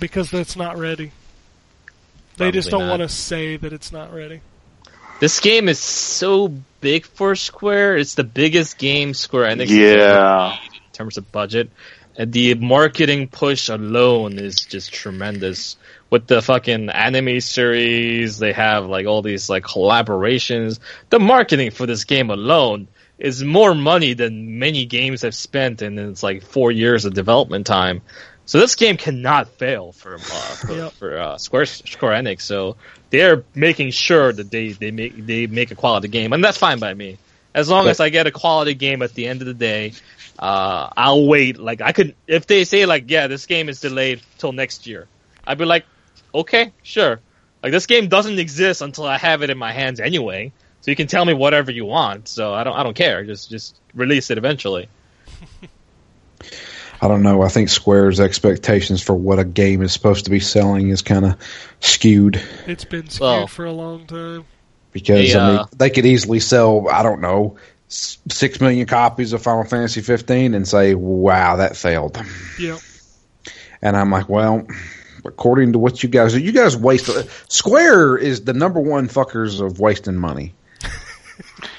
C: because that's not ready. They just
E: Probably
C: don't
E: not.
C: want to say that it's not ready.
H: This game is so big for Square. It's the biggest game Square Enix has ever
F: Yeah.
H: made in terms of budget. And the marketing push alone is just tremendous. With the fucking anime series, they have like all these like collaborations. The marketing for this game alone is more money than many games have spent in it's like four years of development time. So this game cannot fail for uh, for,
C: Yep.
H: for uh, Square Square Enix. So they're making sure that they, they make they make a quality game, and that's fine by me. As long as I get a quality game at the end of the day, uh, I'll wait. Like I could, if they say like, yeah, this game is delayed till next year, I'd be like, okay, sure. Like this game doesn't exist until I have it in my hands anyway, so you can tell me whatever you want. So I don't, I don't care. Just, just release it eventually.
G: I don't know. I think Square's expectations for what a game is supposed to be selling is kind of skewed
C: It's been skewed
H: Well-
C: for a long time.
G: because
H: They,
G: I mean
H: uh,
G: they could easily sell I don't know s- six million copies of Final Fantasy 15 and say wow that failed.
C: Yep.
G: And I'm like, well, according to what you guys, you guys waste. Square is the number one fuckers of wasting money.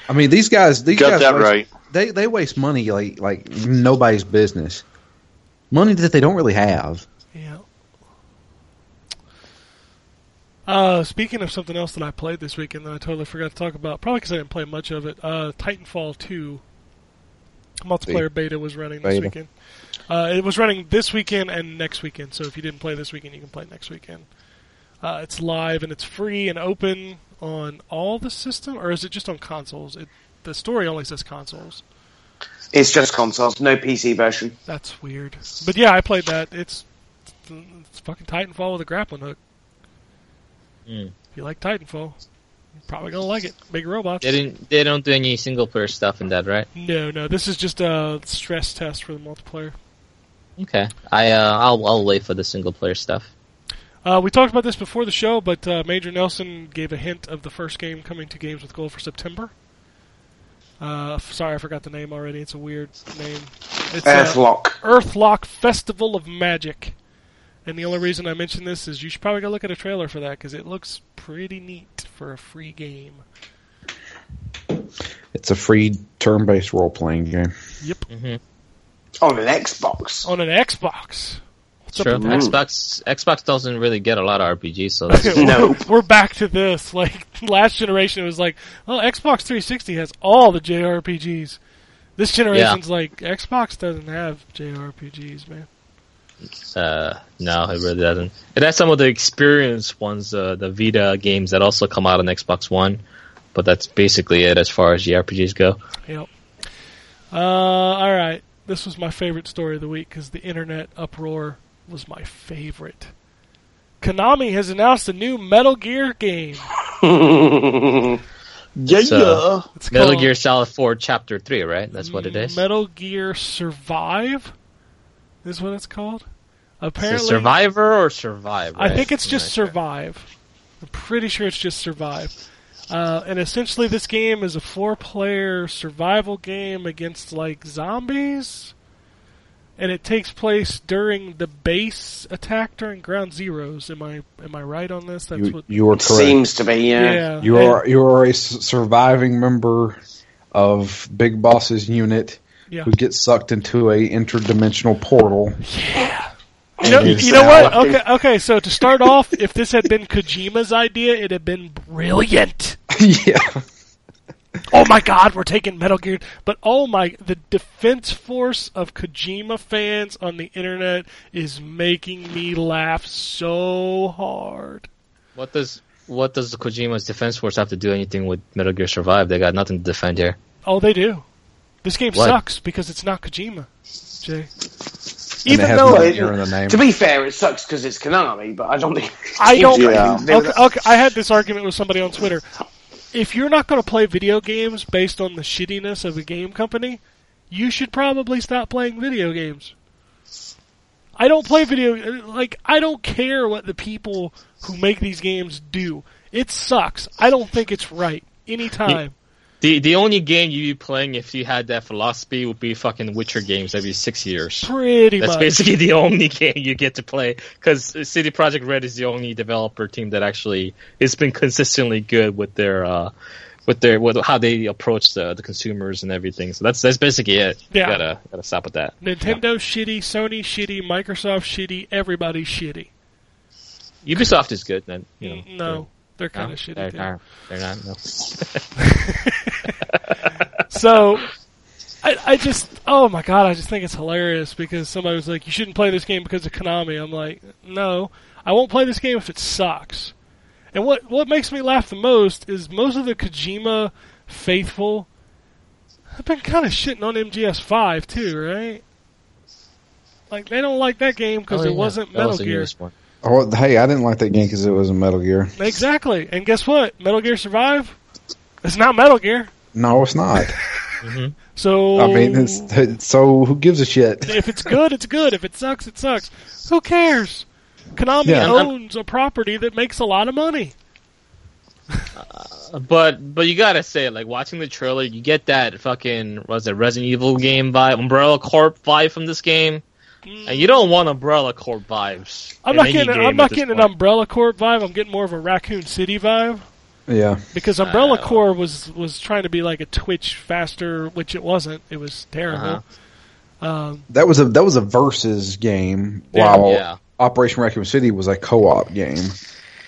G: I mean, these guys, these
F: Got
G: guys,
F: that
G: waste-
F: right.
G: They they waste money like like nobody's business. Money that they don't really have.
C: Yeah. Uh, speaking of something else that I played this weekend that I totally forgot to talk about, probably because I didn't play much of it. Uh, Titanfall Two multiplayer beta was running this
G: Beta.
C: weekend. Uh, it was running this weekend and next weekend. So if you didn't play this weekend, you can play next weekend. Uh, it's live and it's free and open on all the system, or is it just on consoles? It, the story only says consoles.
D: It's just consoles, no PC version.
C: That's weird. But yeah, I played that. It's it's fucking Titanfall with a grappling hook.
H: Mm.
C: If you like Titanfall, you're probably gonna like it. Big robots.
H: They didn't, they don't do any single player stuff in that, right?
C: No, no. This is just a stress test for the multiplayer.
H: Okay, I, uh, I'll, I'll wait for the single player stuff.
C: Uh, we talked about this before the show, but uh, Major Nelson gave a hint of the first game coming to Games with Gold for September. Uh, f- sorry, I forgot the name already. It's a weird name. It's uh,
D: Earthlock.
C: Earthlock Festival of Magic. And the only reason I mention this is you should probably go look at a trailer for that because it looks pretty neat for a free game.
G: It's a free turn-based role-playing game.
C: Yep. Oh.
D: On an Xbox.
C: On an Xbox. What up
H: Sure.
C: with that?
H: Xbox Xbox doesn't really get a lot of RPGs,
G: (laughs)
H: so that's
C: We're back to this. (laughs) Like last generation, it was like, well, Xbox 360 has all the JRPGs. This generation's like Xbox doesn't have JRPGs, man.
H: Uh, no, it really doesn't. It has some of the experience ones, uh, the Vita games that also come out on Xbox One, but that's basically it as far as the RPGs go.
C: Yep. Uh, all right. This was my favorite story of the week because the internet uproar was my favorite. Konami has announced a new Metal Gear game.
F: yeah,
H: It's, uh,
F: yeah.
C: It's
H: Metal
C: called-
H: Gear Solid 4 Chapter 3, right? That's what it is.
C: Metal Gear Survive is what it's called.
H: Is it
C: Apparently,
H: Survivor or Survive?
C: I
H: right?
C: think it's
H: I'm
C: just
H: not sure.
C: Survive. I'm pretty sure it's just Survive. Uh, and essentially, this game is a four-player survival game against like zombies, and it takes place during the base attack during Ground Zeroes. Am I am I right on this? That's
G: You,
C: what.
G: you are
D: It
G: correct.
D: seems to be, yeah.
C: Yeah.
G: you
C: and-
G: are you are a s- surviving member of Big Boss's unit
C: Yeah.
G: who gets sucked into a interdimensional portal.
C: You know,
G: Yes.
C: you know what? Okay, okay. So to start off, if this had been Kojima's idea, it'd have been brilliant.
G: (laughs) yeah.
C: Oh my God, we're taking Metal Gear, but oh my, the defense force of Kojima fans on the internet is making me laugh so hard.
H: What does what does the Kojima's Defense Force have to do anything with Metal Gear Survive? They got nothing to defend here.
C: Oh, they do. This game
H: What?
C: sucks because it's not Kojima. Jay,
G: And it
C: even
G: has
C: though
G: Metal
D: it-
G: Gear in the name.
D: To be fair, it sucks because it's Konami, but I don't think. (laughs)
C: I don't.
H: uh,
F: Yeah.
C: Okay, oh. okay, I had this argument with somebody on Twitter. If you're not going to play video games based on the shittiness of a game company, you should probably stop playing video games. I don't play video like I don't care what the people who make these games do. It sucks. I don't think it's right. Anytime.
H: The the only game you'd be playing if you had that philosophy would be fucking Witcher games every six years.
C: Pretty
H: That's
C: much.
H: basically the only (laughs) game you get to play because City Project Red is the only developer team that actually it's been consistently good with their uh, with their with how they approach the, the consumers and everything. So that's that's basically it.
C: Yeah.
H: You gotta gotta stop with that.
C: Nintendo shitty, Sony shitty, Microsoft shitty, everybody shitty.
H: Ubisoft is good, then you know.
C: no, they're
H: they're-
C: kind of shitty.
H: They're,
C: too.
H: not- they're not. No. (laughs)
C: So I, I just, oh my god, I just think it's hilarious because somebody was like, you shouldn't play this game because of Konami. I'm like, no, I won't play this game if it sucks. And what, what makes me laugh the most is most of the Kojima faithful have been kind of shitting on MGS5 too, right? Like, they don't like that game because
H: Oh,
C: it
H: yeah.
C: wasn't
H: That
C: Metal
H: was the
C: Gear.
H: newest one.
G: Oh, hey, I didn't like that game because it was a Metal Gear.
C: Exactly. And guess what? Metal Gear Survive? It's not Metal Gear.
G: No, it's not.
C: So.
G: I mean, it's, it's- so who gives a shit?
C: if it's good, it's good. If it sucks, it sucks. Who cares? Konami
G: Yeah.
C: owns a property that makes a lot of money.
H: But but you gotta say like watching the trailer, you get that fucking was it Resident Evil game vibe, Umbrella Corp vibe from this game, and you don't want Umbrella Corp vibes.
C: Hmm. I'm
H: in
C: not
H: any
C: getting.
H: game
C: I'm
H: at
C: not
H: this
C: getting an
H: point.
C: Umbrella Corp vibe. I'm getting more of a Raccoon City vibe
G: Yeah.
C: because Umbrella
H: Oh.
C: Corp was was trying to be like a Twitch faster, which it wasn't. It was terrible.
H: Uh-huh.
C: Um,
G: That was a that was a versus game
C: Yeah.
G: while
H: Yeah.
G: Operation Raccoon City was a co-op game.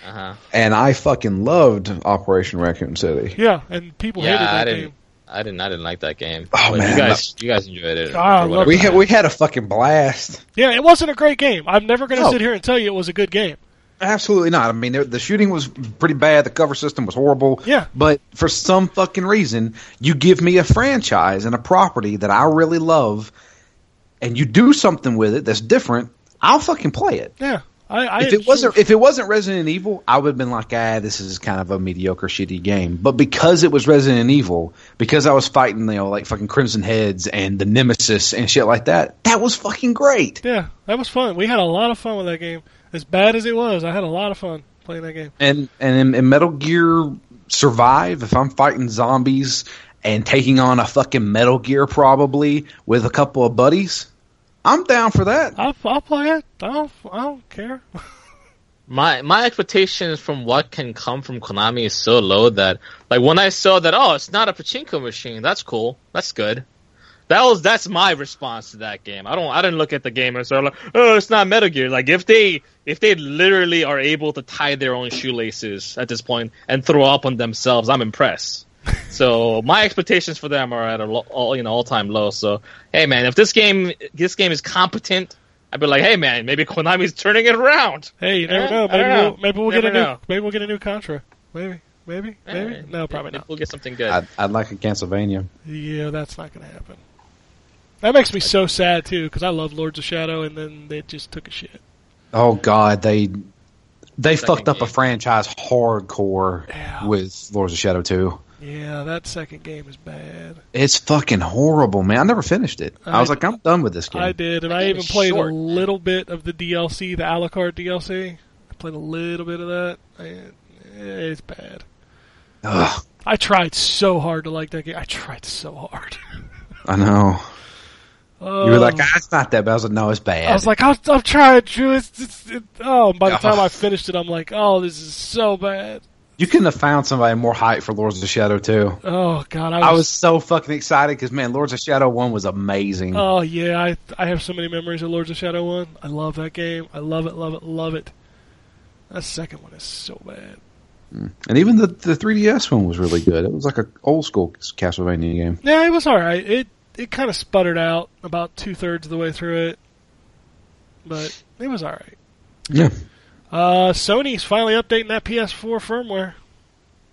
H: Uh-huh.
G: And I fucking loved Operation Raccoon City.
C: yeah, and people
H: Yeah,
C: hated
H: I
C: that
H: didn't.
C: game.
H: I didn't. I didn't like that game.
G: Oh,
H: But
G: man,
H: you guys, you guys enjoyed it. or
C: Ah, I love
H: whatever.
G: We had we had a fucking blast.
C: Yeah, it wasn't a great game. I'm never going to
G: No.
C: sit here and tell you it was a good game.
G: Absolutely not. I mean, the- the shooting was pretty bad. The cover system was horrible.
C: Yeah.
G: But for some fucking reason, you give me a franchise and a property that I really love, and you do something with it that's different. I'll fucking play it.
C: Yeah, I. I
G: If it wasn't if it wasn't Resident Evil, I would have been like, ah, this is kind of a mediocre, shitty game. But because it was Resident Evil, because I was fighting, you know, like fucking Crimson Heads and the Nemesis and shit like that, that was fucking great.
C: yeah, that was fun. We had a lot of fun with that game. As bad as it was, I had a lot of fun playing that game.
G: and and in, in Metal Gear Survive, if I'm fighting zombies and taking on a fucking Metal Gear probably with a couple of buddies, I'm down for that.
C: I'll, I'll play it. I don't, I don't care.
H: my my expectations from what can come from Konami is so low that like when I saw that oh it's not a pachinko machine that's cool that's good That was that's my response to that game. I don't I didn't look at the game and sort of like, oh, it's not Metal Gear. Like if they if they literally are able to tie their own shoelaces at this point and throw up on themselves, I'm impressed. so my expectations for them are at a lo- all you know all time low. So hey man, if this game this game is competent, I'd be like hey man, maybe Konami's turning it around.
C: Hey, you never
H: Eh,
C: know.
H: I don't
C: Maybe we'll, maybe we'll get
H: Never
C: a new
H: know.
C: maybe we'll get a new Contra. Maybe, maybe, maybe.
H: Eh,
C: no, probably not.
H: We'll get something good.
G: I'd, I'd like a Castlevania.
C: Yeah, that's not going to happen. That makes me so sad too because I love Lords of Shadow, and then they just took a shit.
G: Oh God, they they
H: Second
G: fucked up a
H: game.
G: franchise hardcore
C: Yeah.
G: with Lords of Shadow Two.
C: Yeah, that second game is bad.
G: It's fucking horrible, man. I never finished it. I,
C: I-
G: was like, I'm done with this game.
C: I did, and
H: That
C: I
H: game
C: even
H: is
C: played
H: short.
C: a little bit of the DLC, the Alucard DLC. I played a little bit of that. I- It's bad.
G: Ugh,
C: I tried so hard to like that game. I tried so hard.
G: I know.
C: Oh.
G: you were like, ah, it's not that bad. I was like, no, it's bad.
C: I was like, I'm, I'm trying, Drew. It's, it's, it, oh, and by the
G: Oh.
C: time I finished it, I'm like, oh, this is so bad.
G: you couldn't have found somebody more hype for Lords of Shadow Two.
C: Oh God, I was.
G: I was so fucking excited because man, Lords of Shadow One was amazing.
C: oh yeah, I I have so many memories of Lords of Shadow One. I love that game. I love it, love it, love it. That second one is so bad.
G: And even the, the 3DS one was really good. It was like a old school Castlevania game.
C: Yeah, it was all right. It it kind of sputtered out about two thirds of the way through it, but it was all right.
G: Yeah.
C: Uh, Sony's finally updating that PS4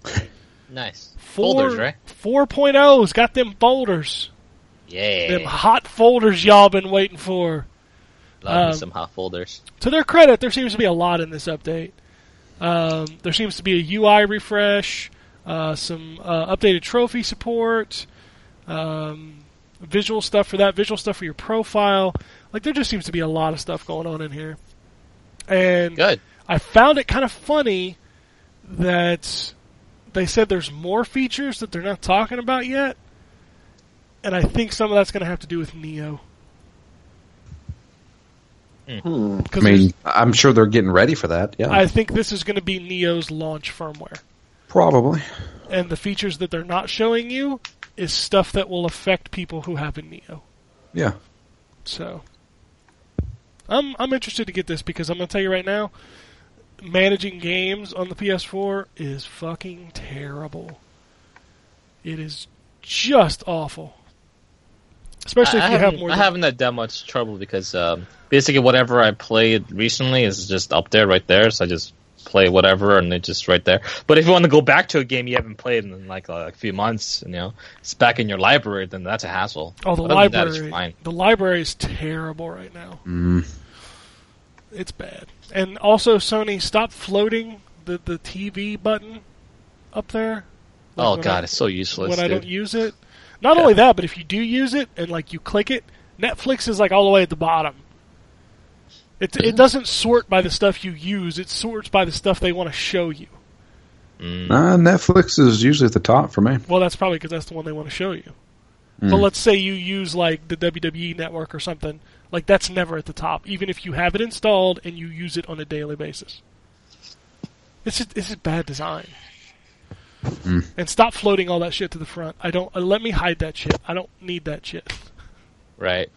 C: firmware.
H: nice
C: Four,
H: folders, right?
C: 4.0's got them folders.
H: Yeah,
C: Them hot folders y'all been waiting for.
H: love
C: um,
H: me some hot folders.
C: To their credit, there seems to be a lot in this update. Um, there seems to be a UI refresh, uh, some uh, updated trophy support, um, visual stuff for that, visual stuff for your profile. Like, there just seems to be a lot of stuff going on in here. And
H: Good.
C: I found it kind of funny that they said there's more features that they're not talking about yet. And I think some of that's going to have to do with Neo.
F: Hmm.
G: I
C: 'Cause
G: mean, uh, I'm sure they're getting ready for that. Yeah.
C: I think this is going to be Neo's launch firmware.
G: probably.
C: And the features that they're not showing you is stuff that will affect people who have a Neo.
G: Yeah.
C: So I'm I'm interested to get this because I'm going to tell you right now, managing games on the PS4 is fucking terrible. It is just awful. Especially
H: I,
C: if
H: I
C: you have
H: haven't-
C: more
H: I
C: than
H: haven't had that much trouble because um, basically whatever I played recently is just up there, right there. So I just play whatever, and it's just right there. But if you want to go back to a game you haven't played in like uh, a few months, you know, it's back in your library, then that's a hassle.
C: Oh, the
H: But other than that, it's
C: library.
H: fine.
C: The library is terrible right now.
G: Mm.
C: It's bad. And also, Sony, stop floating the, the TV button up there. Like,
H: Oh
C: when
H: god,
C: I,
H: it's so useless.
C: when I
H: dude.
C: don't use it. Not only that, but if you do use it and like you click it, Netflix is like all the way at the bottom. It it doesn't sort by the stuff you use. It sorts by the stuff they want to show you.
G: Uh, Netflix is usually at the top for me.
C: Well, that's probably because that's the one they want to show you. But let's say you use like the WWE network or something. Like that's never at the top, even if you have it installed and you use it on a daily basis. It's just, it's just bad design. And stop floating all that shit to the front. I don't. Uh, let me hide that shit. I don't need that shit.
H: Right.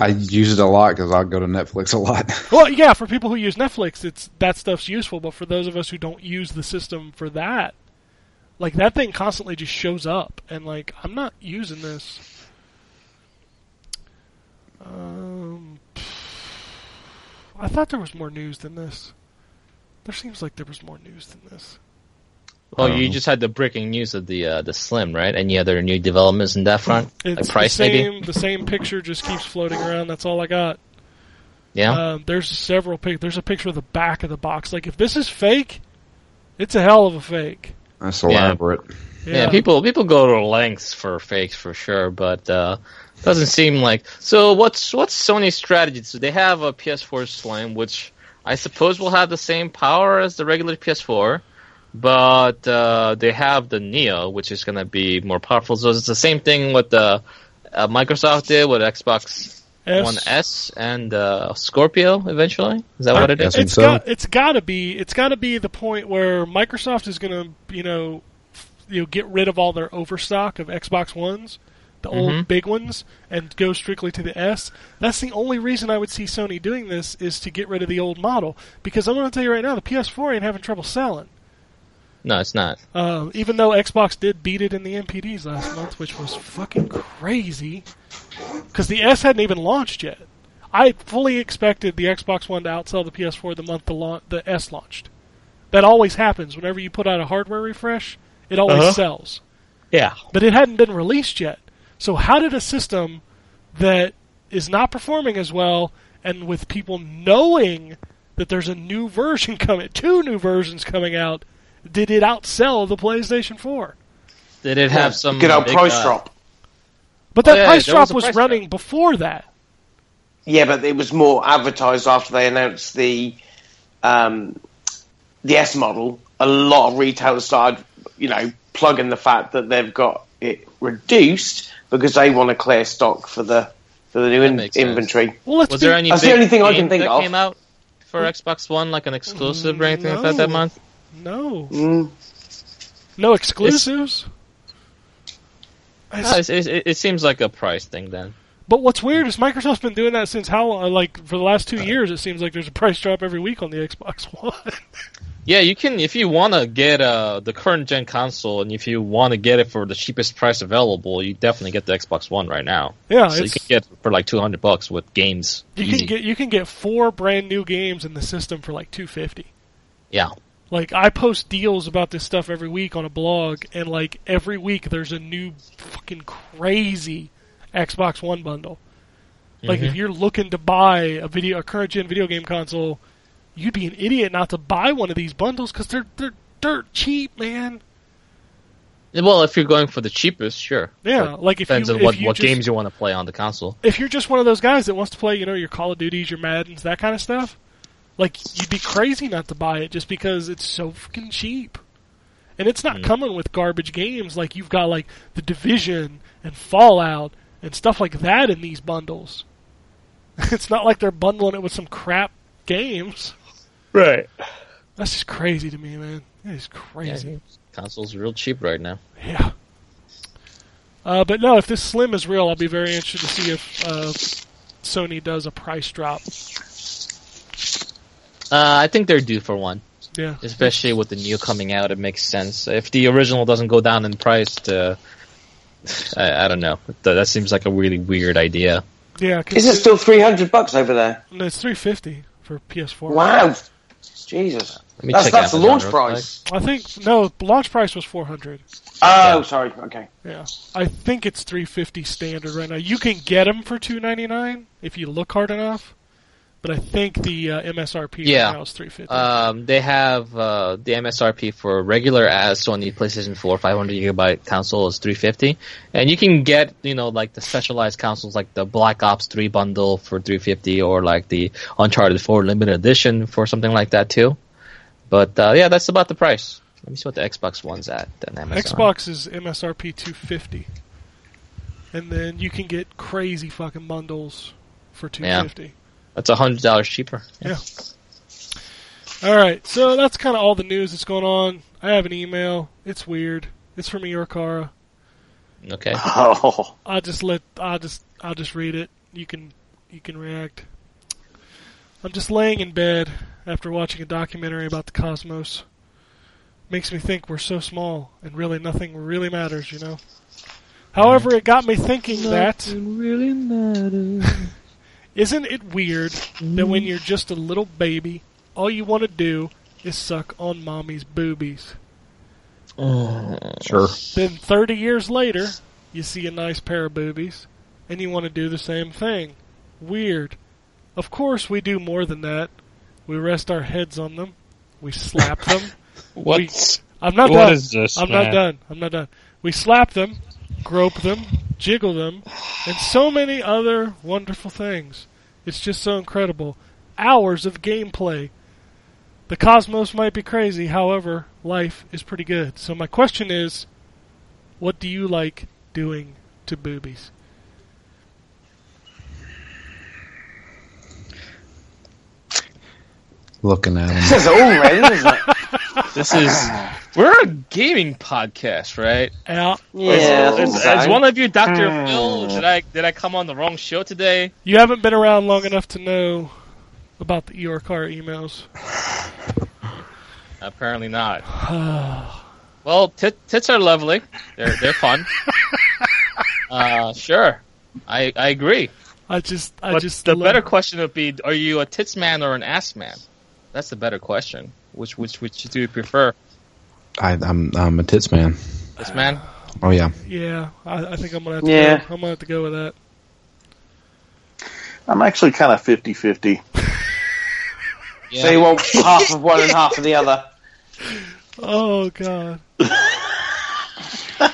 G: I use it a lot because I'll go to Netflix a lot. (laughs)
C: Well, yeah, for people who use Netflix, it's that stuff's useful. But for those of us who don't use the system for that, like that thing constantly just shows up, and like I'm not using this. Um, I thought there was more news than this. There seems like there was more news than this.
H: Well,
G: Um,
H: you just had the breaking news of the uh, the Slim, right? Any other new developments in that front?
C: It's
H: like price,
C: the same.
H: maybe?
C: The same picture just keeps floating around. That's all I got.
H: Yeah.
C: Um, there's several pic. There's a picture of the back of the box. Like if this is fake, it's a hell of a fake.
G: That's
H: Yeah.
G: elaborate.
H: Yeah, people people go to lengths for fakes for sure, but uh, doesn't seem like. So what's what's Sony's strategy? So they have a PS4 Slim, which I suppose will have the same power as the regular PS4, but uh, they have the Neo, which is going to be more powerful. So it's the same thing what the uh, Microsoft did with Xbox
C: S-
H: One S and uh, Scorpio eventually. Is that what it is?
G: Yes. think
C: It's
G: so.
C: got it's got to be it's got to be the point where Microsoft is going to you know f- you know get rid of all their overstock of Xbox ones the old
J: Mhm.
C: big ones, and go strictly to the S. That's the only reason I would see Sony doing this is to get rid of the old model. Because I'm going to tell you right now, the PS4 ain't having trouble selling.
H: No, it's not.
C: Uh, even though Xbox did beat it in the MPDs last month, which was fucking crazy, because the S hadn't even launched yet. I fully expected the Xbox One to outsell the PS4 the month the, laun the S launched. That always happens whenever you put out a hardware refresh; it always
H: Uh-huh.
C: sells.
H: Yeah.
C: But it hadn't been released yet. So how did a system that is not performing as well and with people knowing that there's a new version (laughs) coming, two new versions coming out, did it outsell the PlayStation 4?
H: Did it have some
D: Good old
H: big,
D: price
H: uh,
D: drop.
C: But that
H: Oh, yeah,
C: price
H: there
C: drop
H: was a
C: was,
H: price
C: running before that.
D: Yeah, but it was more advertised after they announced the um, the S model. A lot of retailers started, you know, plugging the fact that they've got it reduced because they want to clear stock for the for the new in-
H: makes sense.
D: inventory.
C: Well, let's
H: Was
C: be-
H: there any?
D: That's the
H: big
D: only thing I can
H: game
D: think
H: that
D: of.
H: Came out for Xbox One, like an exclusive or anything like that that
C: Hmm? Mm, No. no
H: month.
D: Mm.
C: no exclusives.
H: No, Ah, it's- it's- it, it seems like a price thing then.
C: But what's weird is Microsoft's been doing that since how uh, like for the last two years. It seems like there's a price drop every week on the Xbox (laughs) One.
H: Yeah, you can if you want to get uh, the current gen console, and if you want to get it for the cheapest price available, you definitely get the Xbox One right now.
C: yeah,
H: so you
C: it's-
H: can get it for like two hundred bucks with games.
C: You
H: easy.
C: can get you can get four brand new games in the system for like two fifty.
H: yeah.
C: Like I post deals about this stuff every week on a blog, and like every week there's a new fucking crazy Xbox One bundle. Like
H: Mm-hmm.
C: if you're looking to buy a video a current gen video game console, you'd be an idiot not to buy one of these bundles because they're they're dirt cheap, man.
H: Well, if you're going for the cheapest, sure.
C: Yeah,
H: But
C: like if
H: depends
C: you,
H: on what,
C: if you
H: what
C: just,
H: games you want to play on the console.
C: if you're just one of those guys that wants to play, you know, your Call of Duties, your Maddens, that kind of stuff, like you'd be crazy not to buy it just because it's so fucking cheap. And it's not coming with garbage games like you've got like The Division and Fallout and stuff like that in these bundles. (laughs) It's not like they're bundling it with some crap games.
H: Right.
C: That's just crazy to me, man. It is crazy.
H: Console's real cheap right now.
C: Yeah. Uh, but no, if this Slim is real, I'll be very interested to see if uh, Sony does a price drop.
H: Uh, I think they're due for one,
C: Yeah.
H: especially with the new coming out. It makes sense if the original doesn't go down in price. To, I, I don't know. Th- That seems like a really weird idea.
C: Yeah.
D: Is it still three hundred bucks over there?
C: No, it's 350 for PS4.
D: Wow, Jesus,
H: Let me
D: that's
H: check
D: that's the
H: Amazon
D: launch
H: real quick.
D: price.
C: I think no, launch price was 400.
D: Oh, sorry. Okay,
C: Yeah. I think it's 350 standard right now. You can get them for 299 if you look hard enough. But I think the uh, MSRP
H: Yeah.
C: right now is 350.
D: Uh,
H: Um, they have uh, the MSRP for regular as Sony PlayStation 4 500 gigabyte console is 350, and you can get you know like the specialized consoles like the Black Ops 3 bundle for 350 or like the Uncharted 4 limited edition for something like that too. But uh, yeah, that's about the price. Let me see what the Xbox One's at. Then Amazon.
C: Xbox is MSRP 250. And then you can get crazy fucking bundles for 250.
H: That's a hundred dollars cheaper.
C: All right, so that's kind of all the news that's going on. I have an email. It's weird. It's from Iorkara.
H: Okay.
F: Oh,
C: I'll just let I'll just I'll just read it. You can you can react. I'm just laying in bed after watching a documentary about the cosmos. Makes me think we're so small and really nothing really matters, you know. However, it got me thinking that
I: really matters.
C: (laughs)
I: Mm-hmm.
C: Isn't it weird that when you're just a little baby, all you want to do is suck on mommy's boobies?
G: Sure.
C: Then 30 years later, you see a nice pair of boobies, and you want to do the same thing. Weird. Of course, we do more than that. We rest our heads on them, we slap them.
J: What's
C: I'm not
J: What
C: done.
J: is this,
C: I'm not
J: man?
C: done. I'm not done. We slap them, grope them, jiggle them, and so many other wonderful things. It's just so incredible. Hours of gameplay. The cosmos might be crazy, however, life is pretty good. So my question is, what do you like doing to boobies?
G: Looking at
D: (laughs)
G: him. (laughs)
D: says it all, really, doesn't it?
H: This is we're a gaming podcast, right?
C: Out.
H: Is- is- is one of you, Doctor Phil? Did I did I come on the wrong show today?
C: You haven't been around long enough to know about the ER car emails.
H: Apparently not. (sighs) Well, tit- tits are lovely. They're they're fun. uh, sure, I I agree.
C: I just I
H: but
C: just
H: the
C: love-
H: better question would be: Are you a tits man or an ass man? That's the better question. Which which which do you prefer,
G: I, I'm I'm a tits man. (sighs)
H: this man?
G: Oh yeah.
C: Yeah, I, I think I'm gonna have to
F: Yeah.
C: go. I'm gonna have to go with that.
F: I'm actually kind of 50 50.
D: So you want half of one and half of the other.
C: Oh god.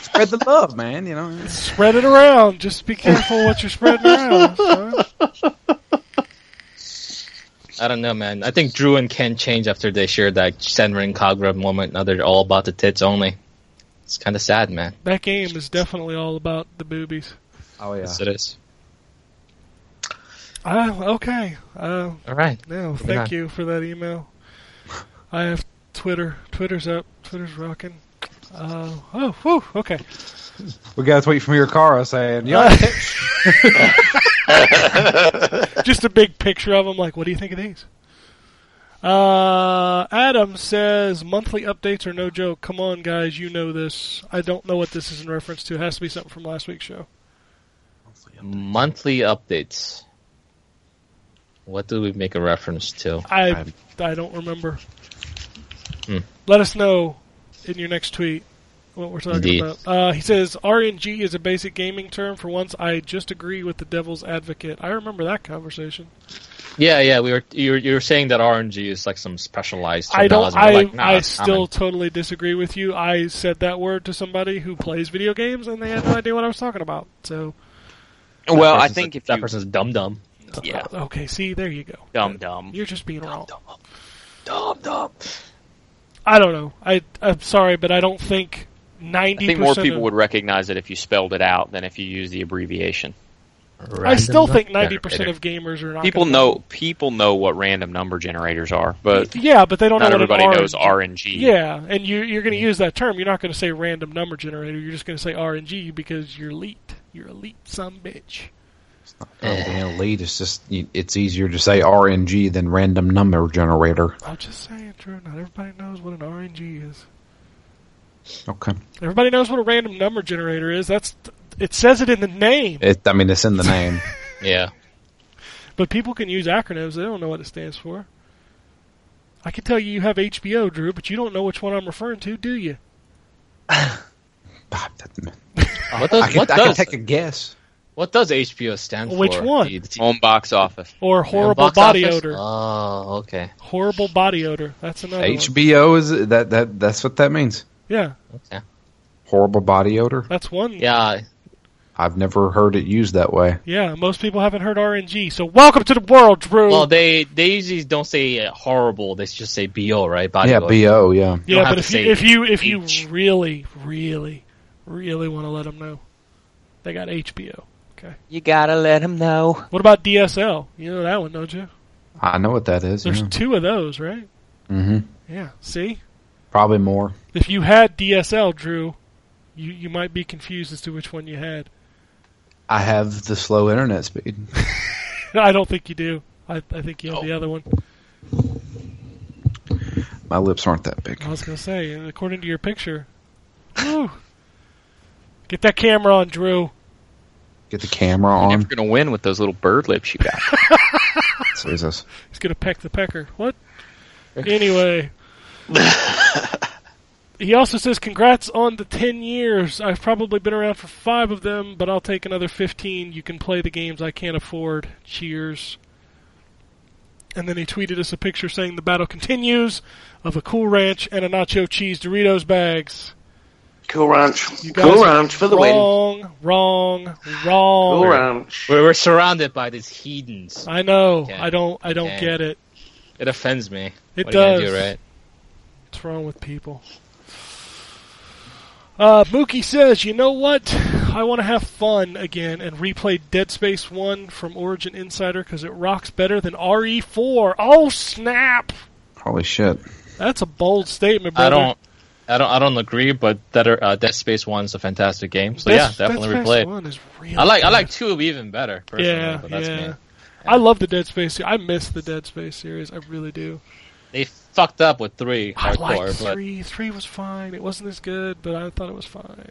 G: Spread the love, man. You know.
C: Spread it around. Just be careful what you're spreading around. son.
H: I don't know, man. I think Drew and Ken change after they shared that Senran and Kagura moment. Now they're all about the tits only. It's kind of sad, man.
C: That game is definitely all about the boobies.
G: Oh yeah.
H: Yes, it is.
C: Uh, okay. Uh,
H: All right.
C: no,
H: Moving
C: thank
H: on.
C: you for that email. I have Twitter. Twitter's up. Twitter's rocking. Uh, oh, whew, okay.
G: We got a tweet from your Kara saying,
C: Uh,
G: (laughs) "Yeah,
C: Just a big picture of them. Like, what do you think of these? Uh, Adam says monthly updates are no joke. Come on, guys, you know this. I don't know what this is in reference to. It has to be something from last week's show.
H: Monthly updates. What do we make a reference to?
C: I I don't remember.
H: Hmm.
C: Let us know in your next tweet what we're talking
H: Indeed.
C: about. Uh, he says RNG is a basic gaming term. For once, I just agree with the devil's advocate. I remember that conversation.
H: Yeah, yeah. We were you were, you were saying that RNG is like some specialized.
C: I don't.
H: terminology. We're
C: I
H: like, nah,
C: I
H: it's
C: still
H: common.
C: totally disagree with you. I said that word to somebody who plays video games, and they had no idea what I was talking about. So
E: Well,
H: That
E: I
H: person's
E: think
H: a-
E: if
H: that
E: you
H: person's dumb dumb.
E: yeah,
C: okay, see, there you go.
E: dumb dumb.
C: You're just being wrong.
H: Dumb dumb.
C: I don't know. I I'm sorry, but I don't think
E: I
C: ninety.
E: think more
C: percent
E: people
C: of,
E: would recognize it if you spelled it out than if you use the abbreviation.
C: I still think ninety percent of gamers are not.
E: People
C: gonna-
E: know people know what random number generators are, but
C: Yeah, but they don't
E: not
C: know what an RNG
E: everybody knows RNG.
C: Yeah, and you, you're
E: Mm-hmm.
C: going to use that term. You're not going to say random number generator. You're just going to say RNG because you're elite. You're elite, some bitch.
G: Oh, damn, lead. It's just you- it's easier to say RNG than random number generator.
C: I'm just saying, Drew. Not everybody knows what an RNG is.
G: Okay.
C: Everybody knows what a random number generator is. That's it says it in the name.
G: It, I mean, it's in the name.
H: Yeah.
C: But people can use acronyms. They don't know what it stands for. I can tell you you have HBO, Drew, but you don't know which one I'm referring to, do you?
G: Ah, that-
C: Uh-huh.
H: What does
G: I can,
H: what
G: I can
H: does
G: take a guess.
H: what does HBO stand
C: Which
H: for?
C: one?
H: The- the-
E: Home box office.
C: Or
H: the
C: horrible
H: box
C: body
H: office?
C: odor.
H: Oh, okay.
C: Horrible body odor. That's another one.
G: HBO is that that that's what that means.
C: Yeah,
G: Horrible body odor.
C: that's one.
H: Yeah.
G: I've never heard it used that way.
C: Yeah, most people haven't heard RNG, so welcome to the world, Drew.
H: Well, they they usually don't say uh, horrible. They just say bo, right? Body
G: yeah,
H: odor.
G: bo. Oh, Yeah.
H: you
C: yeah,
H: don't
C: but
H: have to
C: if you,
H: say
C: if you if you
H: H.
C: really really really want to let them know, they got HBO.
E: You gotta let him know.
C: What about DSL? You know that one, don't you?
G: I know what that is.
C: There's
G: yeah.
C: two of those, right?
G: hmm
C: Yeah. See,
G: Probably more.
C: if you had DSL, Drew, you you might be confused as to which one you had. (laughs)
G: I have the slow internet speed.
C: I don't think you do. I I think you have
H: Oh.
C: the other one.
G: My lips aren't that big.
C: I was gonna say, and according to your picture, whew. get that camera on, Drew.
G: Get the camera
E: You're never
G: on.
E: gonna win with those little bird lips you got.
G: Jesus.
C: He's gonna peck the pecker. What? Anyway. he also says, Congrats on the 10 years. I've probably been around for five of them, but I'll take another 15. You can play the games I can't afford. Cheers. And then he tweeted us a picture saying the battle continues of a Cool Ranch and a Nacho Cheese Doritos bags.
D: Cool Ranch.
C: You guys
D: Cool
C: are
D: Ranch for the win.
C: wrong, wrong, wrong.
D: Cool
H: (laughs)
D: Ranch.
H: (laughs) We're, we're surrounded by these heathens.
C: I know.
H: Okay.
C: I don't. I don't
H: Okay.
C: get it.
H: It offends me.
C: It
H: What are you
C: does.
H: gonna do, right?
C: What's wrong with people? Uh, Mookie says, you know what? I want to have fun again and replay Dead Space 1 from Origin Insider because it rocks better than RE4. Oh, E snap!
G: Holy shit.
C: That's a bold statement, brother.
H: I don't. I don't. I don't agree, but that are, uh, Dead Space One's a fantastic game. So
C: That's-
H: yeah, definitely
C: Dead Space
H: replay. it.
C: One is real
H: I like. I
C: good.
H: like two even better. Personally,
C: Yeah,
H: but that's
C: yeah.
H: me.
C: I love the Dead Space. se- I miss the Dead Space series. I really do.
H: They fucked up with three
C: I
H: hardcore,
C: liked
H: but
C: three. Three was fine. It wasn't as good, but I thought it was fine.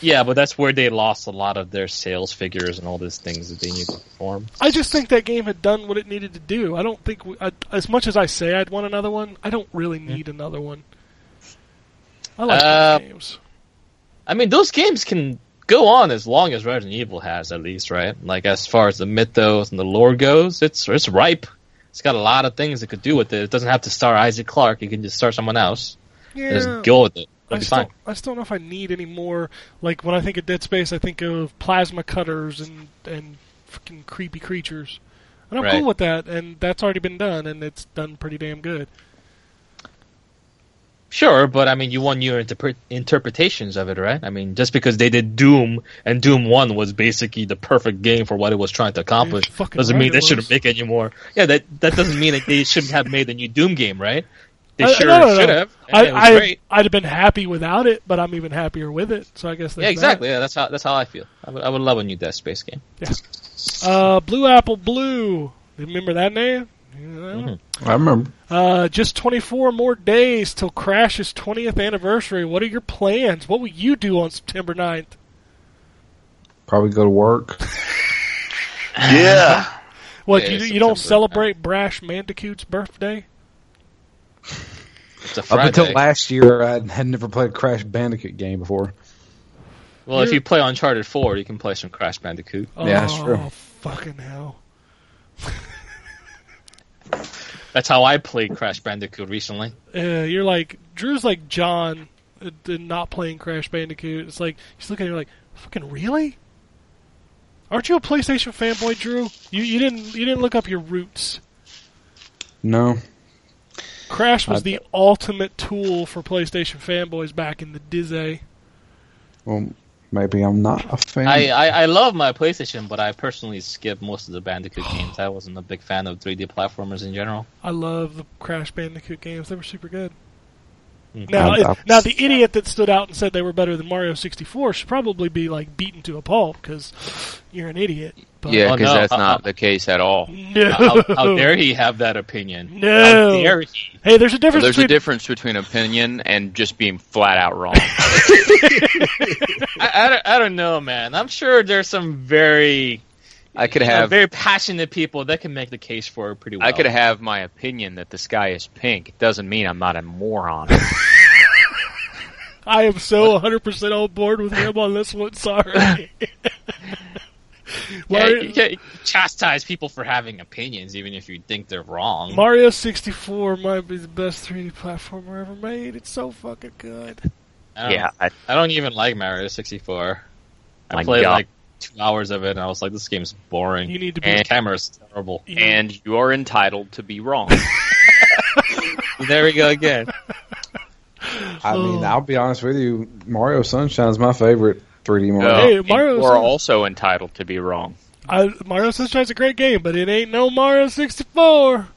H: yeah, but that's where they lost a lot of their sales figures and all these things that they need to perform.
C: I just think that game had done what it needed to do. I don't think, we, I, as much as I say I'd want another one, I don't really need another one. I like
H: Uh,
C: those games.
H: I mean, those games can go on as long as Resident Evil has, at least, right? Like as far as the mythos and the lore goes, it's it's ripe. It's got a lot of things it could do with it. It doesn't have to star Isaac Clarke. You can just star someone else. And
C: Yeah.
H: just go with it.
C: I
H: It'll be
C: still,
H: fine.
C: I still don't know if I need any more. Like when I think of Dead Space, I think of plasma cutters and and freaking creepy creatures, and I'm
H: Right.
C: cool with that. And that's already been done, and it's done pretty damn good.
H: Sure, but I mean, you want your interpre- interpretations of it, right? I mean, just because they did Doom and Doom One was basically the perfect game for what it was trying to accomplish
C: You're fucking
H: doesn't
C: right
H: mean they
C: it
H: shouldn't
C: was.
H: make any more. Yeah, that that doesn't mean that they shouldn't have made a new Doom game, right? They
C: I-
H: sure
C: Uh, no, no, no.
H: should have. and
C: I,
H: it was
C: I
H: great.
C: I'd have been happy without it, but I'm even happier with it. So I guess there's
H: Yeah,
C: that.
H: exactly. Yeah, that's how that's how I feel. I would, I would love a new Dead Space game.
C: Uh, Blue Apple Blue. Remember that name? You know?
H: Mm-hmm.
G: I remember.
C: Uh, just 24 more days till Crash's 20th anniversary. What are your plans? What will you do on September 9th?
G: Probably go to work.
F: Yeah.
C: What
H: Yeah,
C: you,
H: it's
C: you don't
H: September.
C: celebrate Brash Mandicoot's birthday?
H: It's a
G: Up
H: Friday.
G: until last year, I had never played a Crash Bandicoot game before.
H: well, if you play Uncharted Four, you can play some Crash Bandicoot.
C: Oh,
G: Yeah, that's true.
C: fucking hell!
H: That's how I played Crash Bandicoot recently.
C: Uh, you're like Drew's like John, uh, did not playing Crash Bandicoot. It's like he's looking at you like fucking really. Aren't you a PlayStation fanboy, Drew? You you didn't you didn't look up your roots.
G: No,
C: Crash was
G: I-
C: the ultimate tool for PlayStation fanboys back in the dizzy.
G: well, maybe I'm not a fan.
H: I, I, I love my PlayStation, but I personally skip most of the Bandicoot games. I wasn't a big fan of 3D platformers in general.
C: I love the Crash Bandicoot games. They were super good.
E: Mm-hmm.
H: Mhm.
C: Now,
G: Um,
C: if-
G: uh,
C: now the idiot that stood out and said they were better than Mario 64 should probably be like beaten to a pulp because you're an idiot. But
E: Yeah,
H: Oh,
E: because
H: no,
E: that's
H: uh,
E: not
H: (laughs) uh.
E: the case at all.
C: No.
H: How, how dare he have
E: (laughs)
H: that opinion?
C: No.
H: How dare he?
C: Hey, there's a difference
E: There's
C: between
E: a difference between opinion and just being flat out wrong.
H: I, I, don't, I don't know, man. I'm sure there's some very
E: I could
H: you know,
E: have
H: very passionate people that can make the case for it pretty well.
E: I could have my opinion that the sky is pink. It doesn't mean I'm not a moron.
C: I am so 100% on board with him on this one.
E: (laughs)
C: Sorry. (laughs)
H: Yeah,
C: Mario,
H: you can't chastise people for having opinions, even if you think they're wrong.
C: Mario 64 might be the best 3D platformer ever made. It's so fucking good.
H: I don't,
E: yeah, I,
H: I don't even like Mario 64. I
E: My
H: played
E: God.
H: like two hours of it, and I was like, this game's boring.
C: You need to be.
H: The camera's terrible.
C: you-
E: and you are entitled to be wrong.
H: (laughs) There we go again.
G: I mean, I'll be honest with you. Mario Sunshine is my favorite 3D Mario.
C: Hey,
E: Uh, and
C: Mario's
E: you are
C: in-
E: also entitled to be wrong.
C: I, Mario Sunshine's a great game, but it ain't no Mario 64.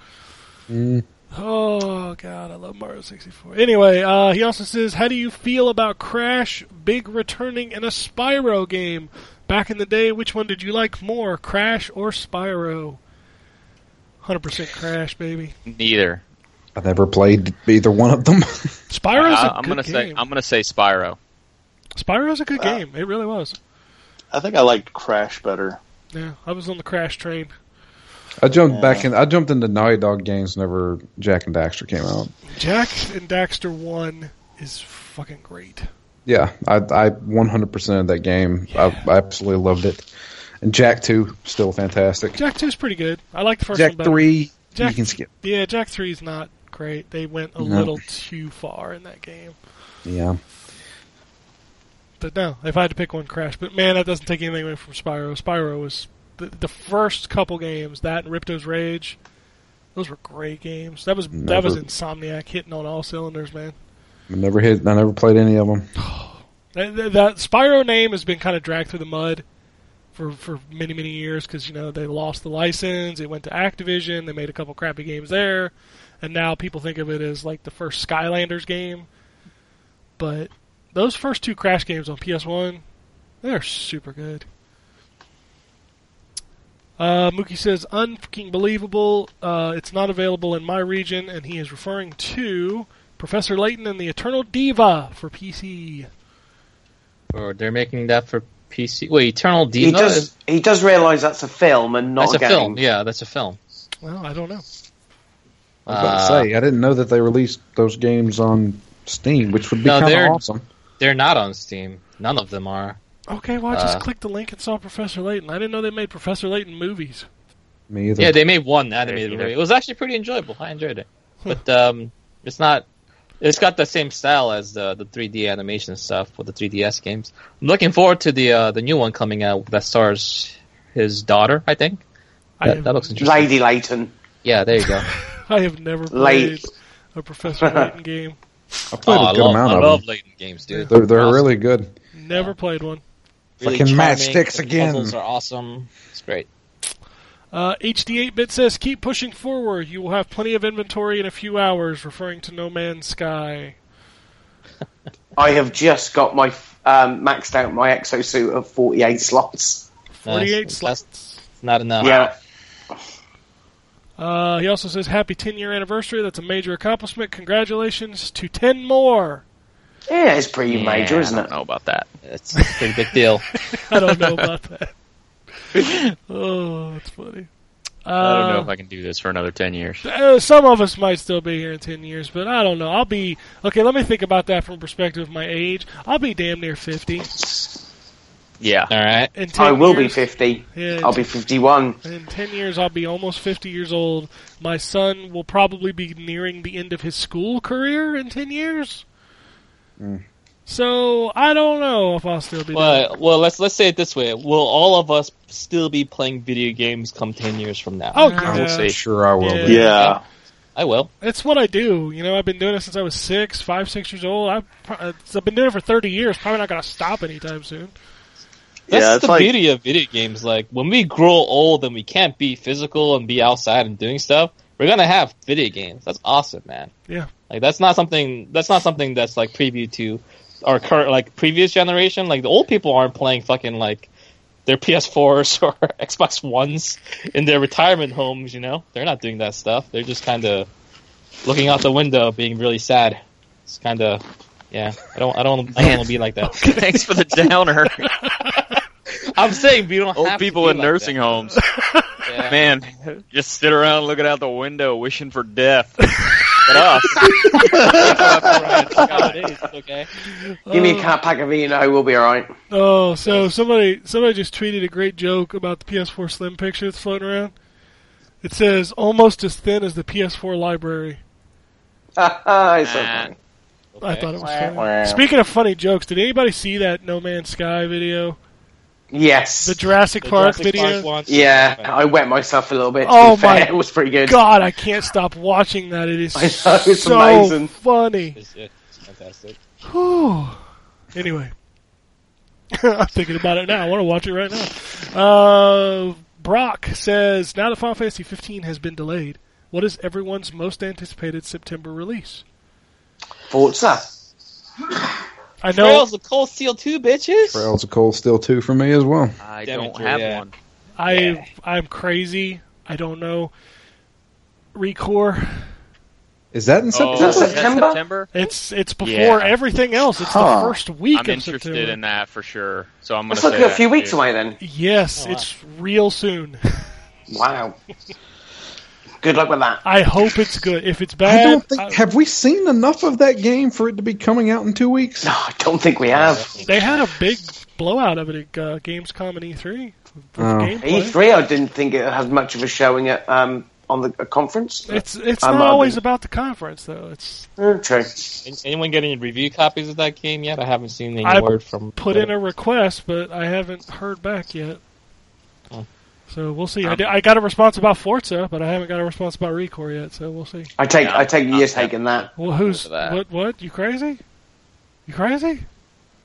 G: Mm.
C: Oh god, I love Mario 64. Anyway, uh, he also says, "How do you feel about Crash, Big returning, and a Spyro game? Back in the day, which one did you like more, Crash or Spyro?" 100% Crash, baby.
E: Neither.
G: I never played either one of them. (laughs)
C: Spyro's
E: I,
C: a
E: am
C: good
E: gonna
C: game.
E: say Uh, I'm Uh, gonna say Spyro.
C: Spyro's a good game. It really was.
F: I think I liked Crash better.
C: Yeah, I was on the Crash train.
G: I jumped
F: Yeah.
G: back in. I jumped into Naughty Dog games whenever Jack and Daxter came out.
C: Jack and Daxter 1 is fucking great.
G: Yeah, I, I 100% of that game. I, I absolutely loved it. And Jack 2, still fantastic.
C: Jack 2's pretty good. I like the first
G: Jack
C: one better.
G: 3,
C: Jack-
G: you can skip.
C: Yeah, Jack Three's not great. They went a
G: No.
C: little too far in that game.
G: Yeah.
C: But no, if I had to pick one, Crash. But man, that doesn't take anything away from Spyro. Spyro was the, the first couple games. That and Ripto's Rage, those were great games. That was that was
G: Never-
C: Insomniac hitting on all cylinders, man.
G: I never hit. I never played any of them.
C: That, that, that Spyro name has been kind of dragged through the mud for for many many years because you know they lost the license. It went to Activision. They made a couple crappy games there, and now people think of it as like the first Skylanders game. But those first two Crash games on PS1, they're super good. Uh, Mookie says, unfucking believable. Uh, it's not available in my region, and he is referring to Professor Layton and the Eternal Diva for PC.
H: Or Oh, they're making that for PC. Wait, Eternal Diva?
D: He does. He does realise that's a film and not
H: that's a
D: a game.
H: film. Yeah, that's a film.
C: Well, I don't know.
G: I was
H: Uh,
G: about to say, I didn't know that they released those games on Steam, which would be
H: No,
G: kind
H: they're-
G: of awesome.
H: They're not on Steam. None of them are.
C: Okay, well, I just
H: Uh.
C: clicked the link and saw Professor Layton. I didn't know they made Professor Layton movies.
G: Me either.
H: Yeah, they made one animated
E: either.
H: movie. It was actually pretty enjoyable. I enjoyed it, but um, it's not. It's got the same style as the the 3D animation stuff for the 3DS games. I'm looking forward to the uh, the new one coming out that stars his daughter. I think
C: I
H: that,
C: have,
H: that looks interesting.
D: Lady Leighton.
H: Yeah, there you go.
C: I have never
D: Late.
C: played a Professor Layton game.
G: I played
H: Oh,
G: a
H: I
G: good
H: love,
G: amount
H: I
G: of
H: love
G: them.
H: Layton games, dude.
G: They're, they're
H: Awesome.
G: really good.
C: Never played one.
G: Fucking
H: charming.
G: matchsticks
H: The
G: again.
H: Puzzles are awesome. It's great.
C: Uh, HD8-bit says, "Keep pushing forward. You will have plenty of inventory in a few hours." Referring to No Man's Sky.
D: I have just got my um, maxed out my exosuit of forty eight slots.
C: Forty-eight
H: Nice.
C: slots.
H: It's not enough.
D: yeah,
C: Uh, he also says, "Happy 10-year anniversary. That's a major accomplishment. Congratulations to 10 more."
D: yeah, it's pretty
E: Yeah,
D: major, isn't
E: I don't
D: it?
E: know about that.
H: It's a pretty big deal.
C: I don't
H: (laughs)
C: know about that. (laughs) oh, that's funny. Uh,
E: I don't know if I can do this for another ten years.
C: Uh, some of us might still be here in 10 years, but I don't know. I'll be. Okay, let me think about that from the perspective of my age. I'll be damn near 50.
E: (laughs) Yeah,
H: All right.
C: In 10
D: I will be
C: years-
D: fifty.
C: Yeah,
D: I'll be fifty one.
C: In 10 years, I'll be almost 50 years old. My son will probably be nearing the end of his school career in 10 years. So, I don't know if I'll still be doing
H: Well, well, let's let's say it this way: Will all of us still be playing video games come ten years from now?
C: Oh,
G: I
C: yeah.
G: would say sure I will.
C: Yeah.
G: be.
F: Yeah.
H: I will.
C: It's what I do. You know, I've been doing it since I was six, five, six years old. I've, pro- uh, I've been doing it for 30 years. Probably not going to stop anytime soon.
H: That's
F: Yeah, it's
H: the
F: like-
H: beauty of video games. Like when we grow old and we can't be physical and be outside and doing stuff, we're gonna have video games. That's awesome, man.
C: Yeah.
H: Like that's not something that's not something that's like preview to our current like previous generation. Like the old people aren't playing fucking like their PS4s (laughs) or Xbox Ones in their retirement homes. You know, they're not doing that stuff. They're just kind of looking out the window, being really sad. It's kind of yeah. I don't I don't I don't
E: Man.
H: want to be
F: (laughs)
H: like that.
E: Thanks for the downer.
H: I'm saying we don't
E: Old (laughs)
H: have to
E: people
H: be
E: in
H: like
E: nursing (laughs)
H: that.
E: homes.
H: Yeah.
E: Man, just sit around looking out the window wishing for death. (laughs) but us,
H: (laughs) Nowadays, it's okay.
D: Give me a
C: Uh,
D: cat pack of vino, we'll be all (laughs) right.
C: Oh, so somebody somebody just tweeted a great joke about the PS4 Slim picture that's floating around. It says almost as thin as the PS4 library.
D: it's
E: Nah.
D: okay.
C: I thought it was funny.
D: Wow.
C: Speaking of funny jokes, did anybody see that No Man's Sky video?
D: Yes.
C: The Jurassic
H: The
C: Park
H: Jurassic
C: video?
H: Park launch-
D: yeah, I wet myself a little bit. to be
C: Oh
D: fair.
C: my
D: (laughs) It was pretty good.
C: God, I can't stop watching that. It is
D: I know, (laughs) it's
C: so
D: amazing.
C: funny.
H: It's, it's fantastic.
C: Whew. (sighs) Anyway, (laughs) I'm thinking about it now. I want to watch it right now. Uh, Brock says now that Final Fantasy 15 has been delayed, what is everyone's most anticipated September release?
D: Forza.
C: I know.
H: Trails of Cold Steel 2, bitches.
G: Trails of Cold Steel 2 for me as well.
E: (laughs) I
H: Damn it,
E: don't have
H: yeah.
E: one.
C: I
H: Yeah.
C: I'm crazy. I don't know. Recore.
G: Is that in
E: Oh,
G: September?
E: is that
D: September?
E: September?
C: It's it's before
E: Yeah.
C: everything else. It's
D: Huh.
C: the first week
E: I'm
C: of
E: interested
C: September.
E: in that for sure. So I'm going
D: That's
E: to
D: looking a few weeks away then.
C: Yes,
H: Oh, wow.
C: it's real soon. (laughs)
D: Wow. good luck with that.
C: I hope it's good. If it's
G: I
C: bad,
G: don't think.
C: I-
G: have we seen enough of that game for it to be coming out in two weeks?
D: No, I don't think we have.
C: they had a big blowout of it at uh, Gamescom and E3. for
G: Oh.
C: gameplay.
D: E3, E I didn't think it had much of a showing at um, on the a conference.
C: It's it's
D: I'm
C: not
D: not
C: always
D: big.
C: about the conference though. It's
D: Mm, true.
H: An- Anyone get any review copies of that game yet? I haven't seen any
C: I
H: word from.
C: put in a request, but I haven't heard back yet.
H: Oh.
C: So we'll see. I, did, I got a response about Forza, but I haven't got a response about Recore yet. So we'll see.
D: I take
E: Yeah,
D: I take
E: I'm
D: you're
E: not-
D: taking
C: (laughs)
D: that.
C: Well, who's
E: for that.
C: what? What? You crazy? You crazy?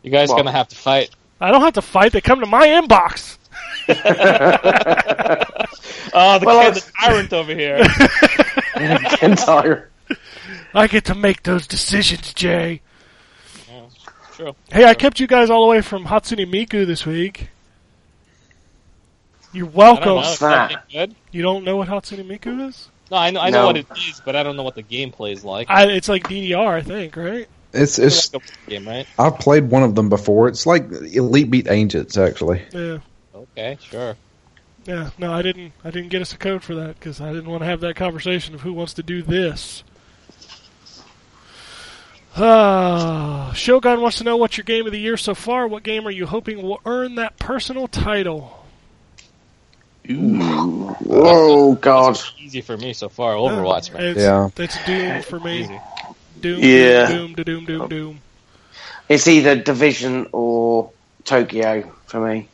H: You guys
D: Well-
H: gonna have to fight.
C: I don't have to fight. They come to my inbox.
H: Oh, the
C: Well,
H: kid,
C: that's-
H: the tyrant
C: (laughs)
H: over here.
D: (laughs)
C: I get to make those decisions, Jay.
H: Yeah, true.
C: Hey, I kept you guys all the way from Hatsune Miku this week. You're welcome.
H: What's that? Good?
C: You don't know what Hatsune Miku is?
H: No, I know, I know
C: No.
H: what it is, but I don't know what the gameplay is like.
C: I, it's like DDR, I think, right?
G: It's it's.
H: Like a game, right?
G: I've played one of them before. It's like Elite Beat Agents, actually.
C: Yeah,
H: Okay, sure.
C: yeah. No, I didn't. I didn't get us a code for that because I didn't want to have that conversation of who wants to do this. Ah, Shogun wants to know what's your game of the year so far. What game are you hoping will earn that personal title?
D: Oh God!
H: Easy for me so far. Overwatch, man.
C: It's, It's Doom for me. Doom.
D: Yeah.
C: Doom. Doom. Doom. Doom. Doom.
D: It's either Division or Tokyo for me.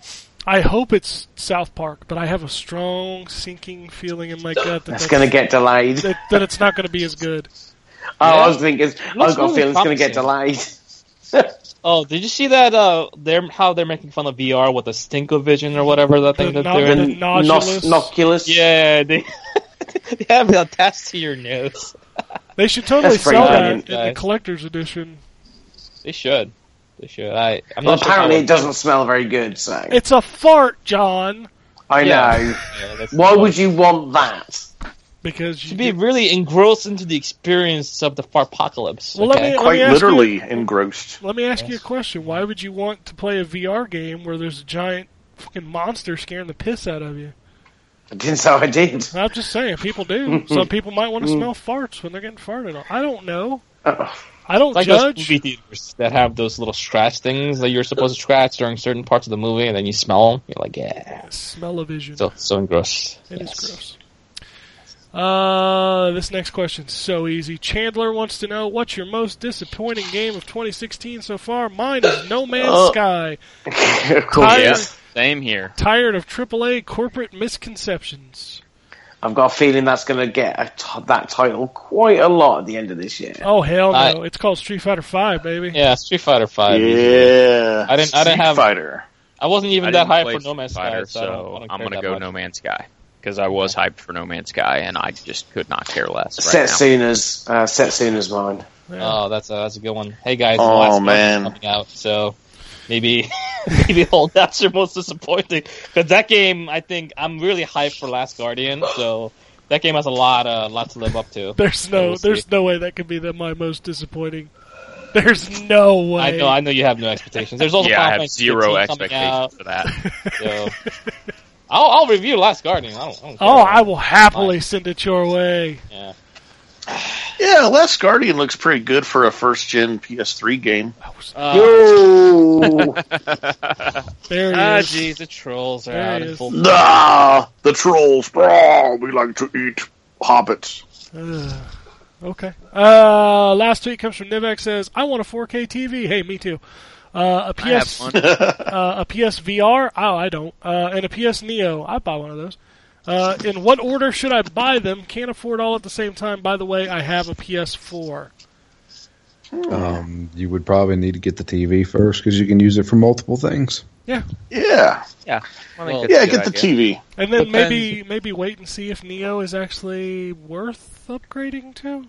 C: I hope it's South Park, but I have a strong sinking feeling in my gut that
D: That's going to get delayed.
C: that, that it's not going to be as good.
D: Oh, I was thinking. I've got a
H: really
D: feeling it's going to get delayed.
H: promising. Oh, did you see that? Uh, they're how they're making fun of VR with the Stinko Vision or whatever that thing that
C: no-
H: they're
C: the
D: (laughs)
C: nodulus. Nos-
H: Yeah, they (laughs) they have it attached to your nose.
C: They should totally
H: That's pretty
C: sell
H: brilliant,
C: that in the
H: guys.
C: collector's edition.
H: They should. They should. I. I'm
D: Well,
H: not sure
D: apparently
H: how-
D: it doesn't smell very good. So
C: It's a fart, John,
D: I
H: Yeah. Yeah,
D: know.
H: that's
D: Why
H: the
D: would you want that?
C: because you
H: to be really engrossed into the experience of the farpocalypse.
C: Well, let
H: okay?
C: me-
L: Quite
C: ask
L: literally engrossed.
C: Let me ask you a question. Why would you want to play a VR game where there's a giant fucking monster scaring the piss out of you?
D: (laughs) I didn't say I did. (laughs)
C: I'm just saying, people do. Some people might want to smell farts when they're getting farted on. I don't know. I don't
H: It's like
C: judge.
H: those movie theaters that have those little scratch things that you're supposed to scratch during certain parts of the movie, and then you smell them. You're like, yeah,
C: Smell-o-vision.
H: so so engrossed.
C: It is gross. Uh, this next question's so easy. Chandler wants to know what's your most disappointing game of 2016 so far. Mine is No Man's
H: Uh,
E: Oh.
C: Sky.
E: Yeah,
C: tired,
E: same here.
C: tired of AAA corporate misconceptions.
D: I've got a feeling that's going to get a t- that title quite a lot at the end of this year.
C: Oh hell no!
D: I-
C: it's called Street Fighter Five, baby.
H: Yeah, Street Fighter Five.
L: Yeah,
H: I didn't. I didn't
L: Street
H: have.
L: Fighter.
H: I wasn't even
E: I
H: that
E: didn't
H: high
E: play
H: for No Man's
E: Street Fighter,
H: Sky, so, I don't- I don't
E: I'm
H: care
E: gonna
H: that
E: go
H: much.
E: No Man's Sky because I was hyped for No Man's Sky, and I just could not care less. Right now.
D: Setsuna's uh, Setsuna's mine.
H: Oh, that's a that's a good one. Hey guys,
D: Oh,
H: the last
D: man.
H: man. coming out, so maybe (laughs) maybe hold that's your most disappointing because that game. I think I'm really hyped for Last Guardian, so that game has a lot uh, lot to live up to.
C: There's
H: So
C: no,
H: we'll see.
C: there's no way that could be the, my most disappointing. There's no way.
H: I know, I know you have no expectations. There's also
E: Yeah, I
H: Final
E: have
H: Fantasy
E: zero
H: 15
E: expectations for
H: coming out, so. I'll, I'll review Last Guardian. I don't, I don't care.
C: Oh, I will happily send it your way.
H: Yeah.
L: Yeah, Last Guardian looks pretty good for a first gen PS3 game.
H: Uh,
C: There he
H: ah,
C: is.
H: jeez, the trolls are
C: There
H: out
C: he
H: in
C: is.
H: full.
L: Nah, the trolls. Oh, we like to eat hobbits.
C: Ugh. okay. Uh, last tweet comes from Nivek says, "I want a 4K TV." Hey, me too. Uh, a
E: I have
C: PS,
E: one.
C: (laughs) uh, a PS VR. Oh, I don't. Uh, and a PS Neo. I buy one of those. Uh, in what order should I buy them? Can't afford all at the same time. By the way, I have a PS4.
G: Um, you would probably need to get the TV first because you can use it for multiple things.
C: Yeah,
L: Yeah,
E: yeah.
H: Well,
L: yeah. Get the TV.
C: and then
H: But then-
C: maybe maybe wait and see if Neo is actually worth upgrading to.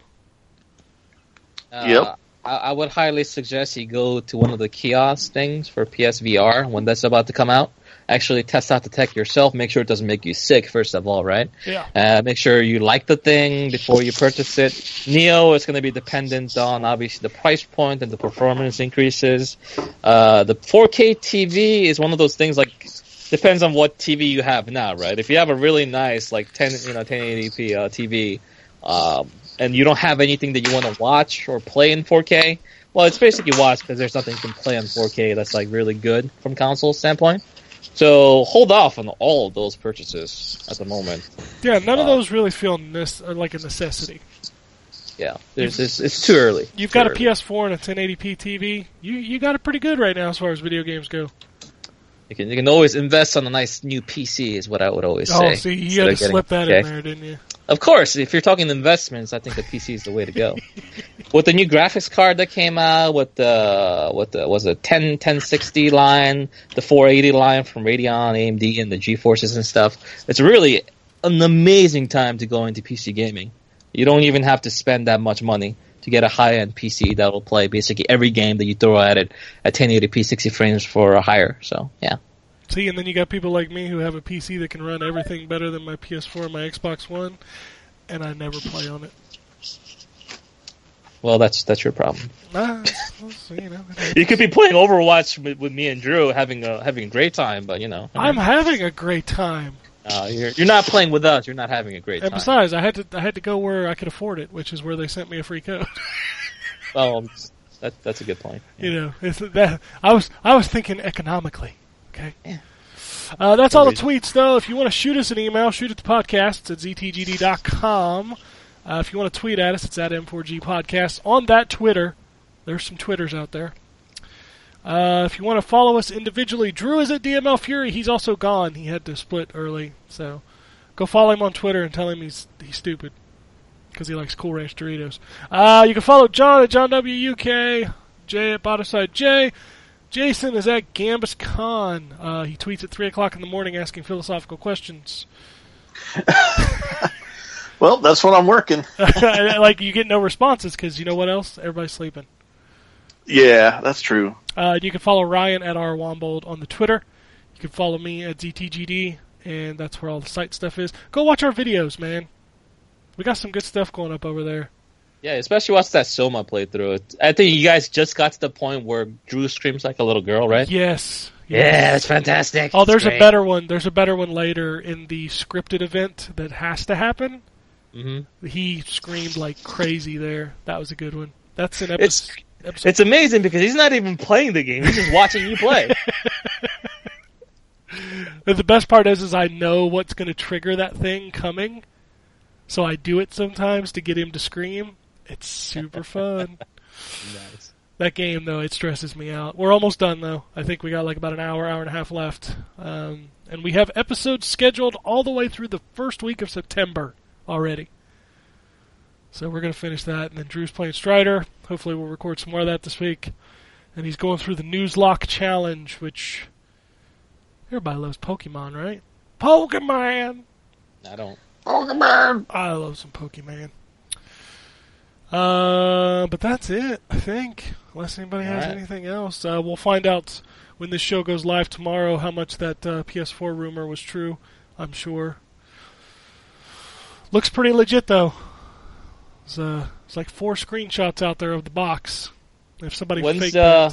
H: Uh,
L: Yep.
H: I, I would highly suggest you go to one of the kiosk things for PSVR when that's about to come out. Actually, test out the tech yourself. Make sure it doesn't make you sick. First of all, right?
C: Yeah.
H: Uh, make sure you like the thing before you purchase it. Neo is going to be dependent on obviously the price point and the performance increases. Uh, the 4K TV is one of those things like depends on what TV you have now, right? If you have a really nice like 10 you know 1080p uh, TV, um, and you don't have anything that you want to watch or play in 4K, well, it's basically watch because there's nothing you can play on 4K that's like really good from console standpoint. So hold off on all of those purchases at the moment.
C: Yeah, none of
H: Uh,
C: those really feel nes- like a necessity.
H: Yeah, there's it's, it's too early.
C: You've
H: Too
C: got a
H: early.
C: PS4 and a 1080p TV. You you got it pretty good right now as far as video games go.
H: You can you can always invest on a nice new PC is what I would always say.
C: Oh, see, you had
H: instead
C: to
H: of getting-
C: slip that in
H: okay.
C: there, didn't you?
H: Of course, if you're talking investments, I think the PC is the way to go. with the new graphics card that came out, with the what the was it 10 1060 line, the 480 line from Radeon, AMD, and the GeForces and stuff, it's really an amazing time to go into PC gaming. You don't even have to spend that much money to get a high end PC that will play basically every game that you throw at it at 1080p 60 frames for a higher. So yeah,
C: See, and then you got people like me who have a PC that can run everything better than my PS4 and my Xbox One, and I never play on it.
H: well that's that's your problem.
C: Nah, well, so, you know,
H: You could be playing Overwatch with, with me and Drew, having a having a great time, but you know,
C: I'm having a great time.
H: uh, you're you're not playing with us. You're not having a great
C: And
H: time.
C: besides, I had to I had to go where I could afford it, which is where they sent me a free code.
H: Oh, um, that, that's a good point.
C: you know, it's that I was I was thinking economically. Okay. Uh, that's all the tweets, though. If you want to shoot us an email, shoot at the podcast. It's at ztgd.com. Uh, if you want to tweet at us, it's at M4G Podcast. On that Twitter, there's some Twitters out there. Uh, if you want to follow us individually, Drew is at DML Fury. He's also gone. He had to split early. So go follow him on Twitter and tell him he's, he's stupid because he likes Cool Ranch Doritos. Uh, you can follow John at John W UK, Jay at Bottomside J. Jason is at Gambus Khan. Uh, he tweets at three o'clock in the morning asking philosophical questions. (laughs)
D: Well, that's what I'm working.
C: like you get no responses because you know what else? Everybody's sleeping.
D: Yeah, that's true.
C: Uh, you can follow Ryan at R Wombold on the Twitter. You can follow me at ZTGD, and that's where all the site stuff is. Go watch our videos, man. We got some good stuff going up over there.
H: Yeah, especially watch that Soma playthrough. It's- I think you guys just got to the point where Drew screams like a little girl, right?
C: Yes.
H: Yeah, it's fantastic.
C: Oh,
H: It's
C: there's a
H: great.
C: better one. There's a better one later in the scripted event that has to happen.
H: Mhm.
C: He screamed like crazy there. That was a good one. That's an
H: It's-
C: episode. episode.
H: It's amazing because he's not even playing the game; he's just watching
C: (laughs)
H: you play.
C: But the best part is, is I know what's going to trigger that thing coming, so I do it sometimes to get him to scream. It's super fun.
H: (laughs) nice.
C: That game though, it stresses me out. We're almost done though. I think we got like about an hour, hour and a half left, um, and we have episodes scheduled all the way through the first week of September already. So we're gonna finish that, and then Drew's playing Strider. Hopefully, we'll record some more of that this week. And he's going through the Newslock challenge, which everybody loves Pokemon, right? Pokemon.
H: I don't.
C: I love some Pokemon. Uh, but that's it, I think. Unless anybody has
H: Alright.
C: anything else, uh, we'll find out when this show goes live tomorrow how much that uh, PS4 rumor was true. I'm sure. Looks pretty legit though. It's, uh, it's like four screenshots out there of the box. If somebody
H: When's,
C: faked
H: uh,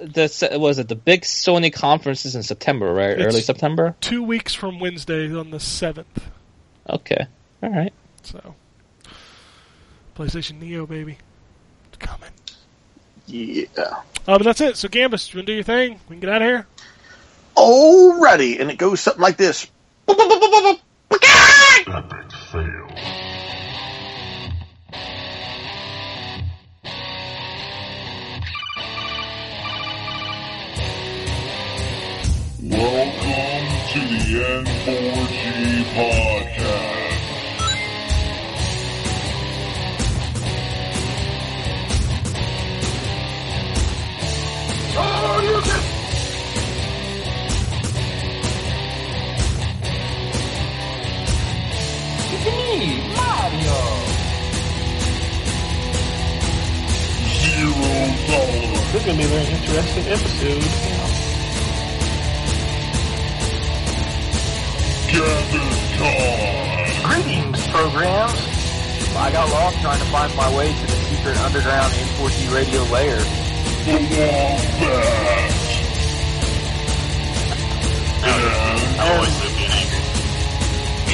C: it.
H: The se- was it the big Sony conference is in September, right?
C: It's-
H: Early September.
C: two weeks from Wednesday on the seventh.
H: Okay. All right.
C: So, PlayStation Neo, baby, it's coming.
D: Yeah.
C: Uh, but that's it. So Gambus, you wanna do your thing? We can get out of here.
D: Alrighty, and it goes something like (laughs) this.
A: Welcome to the N4G Podcast.
M: This is going to be a very interesting episode.
N: Greetings, programs. I got lost trying to find my way to the secret underground N4G radio layer. I always lived in anger.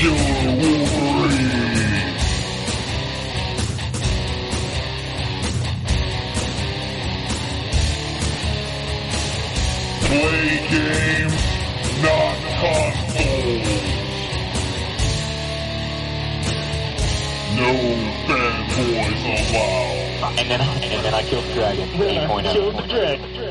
A: Play games, not consoles. No fanboys allowed.
N: And then, and then I killed the dragon. 8.0.
M: Kill the dragon.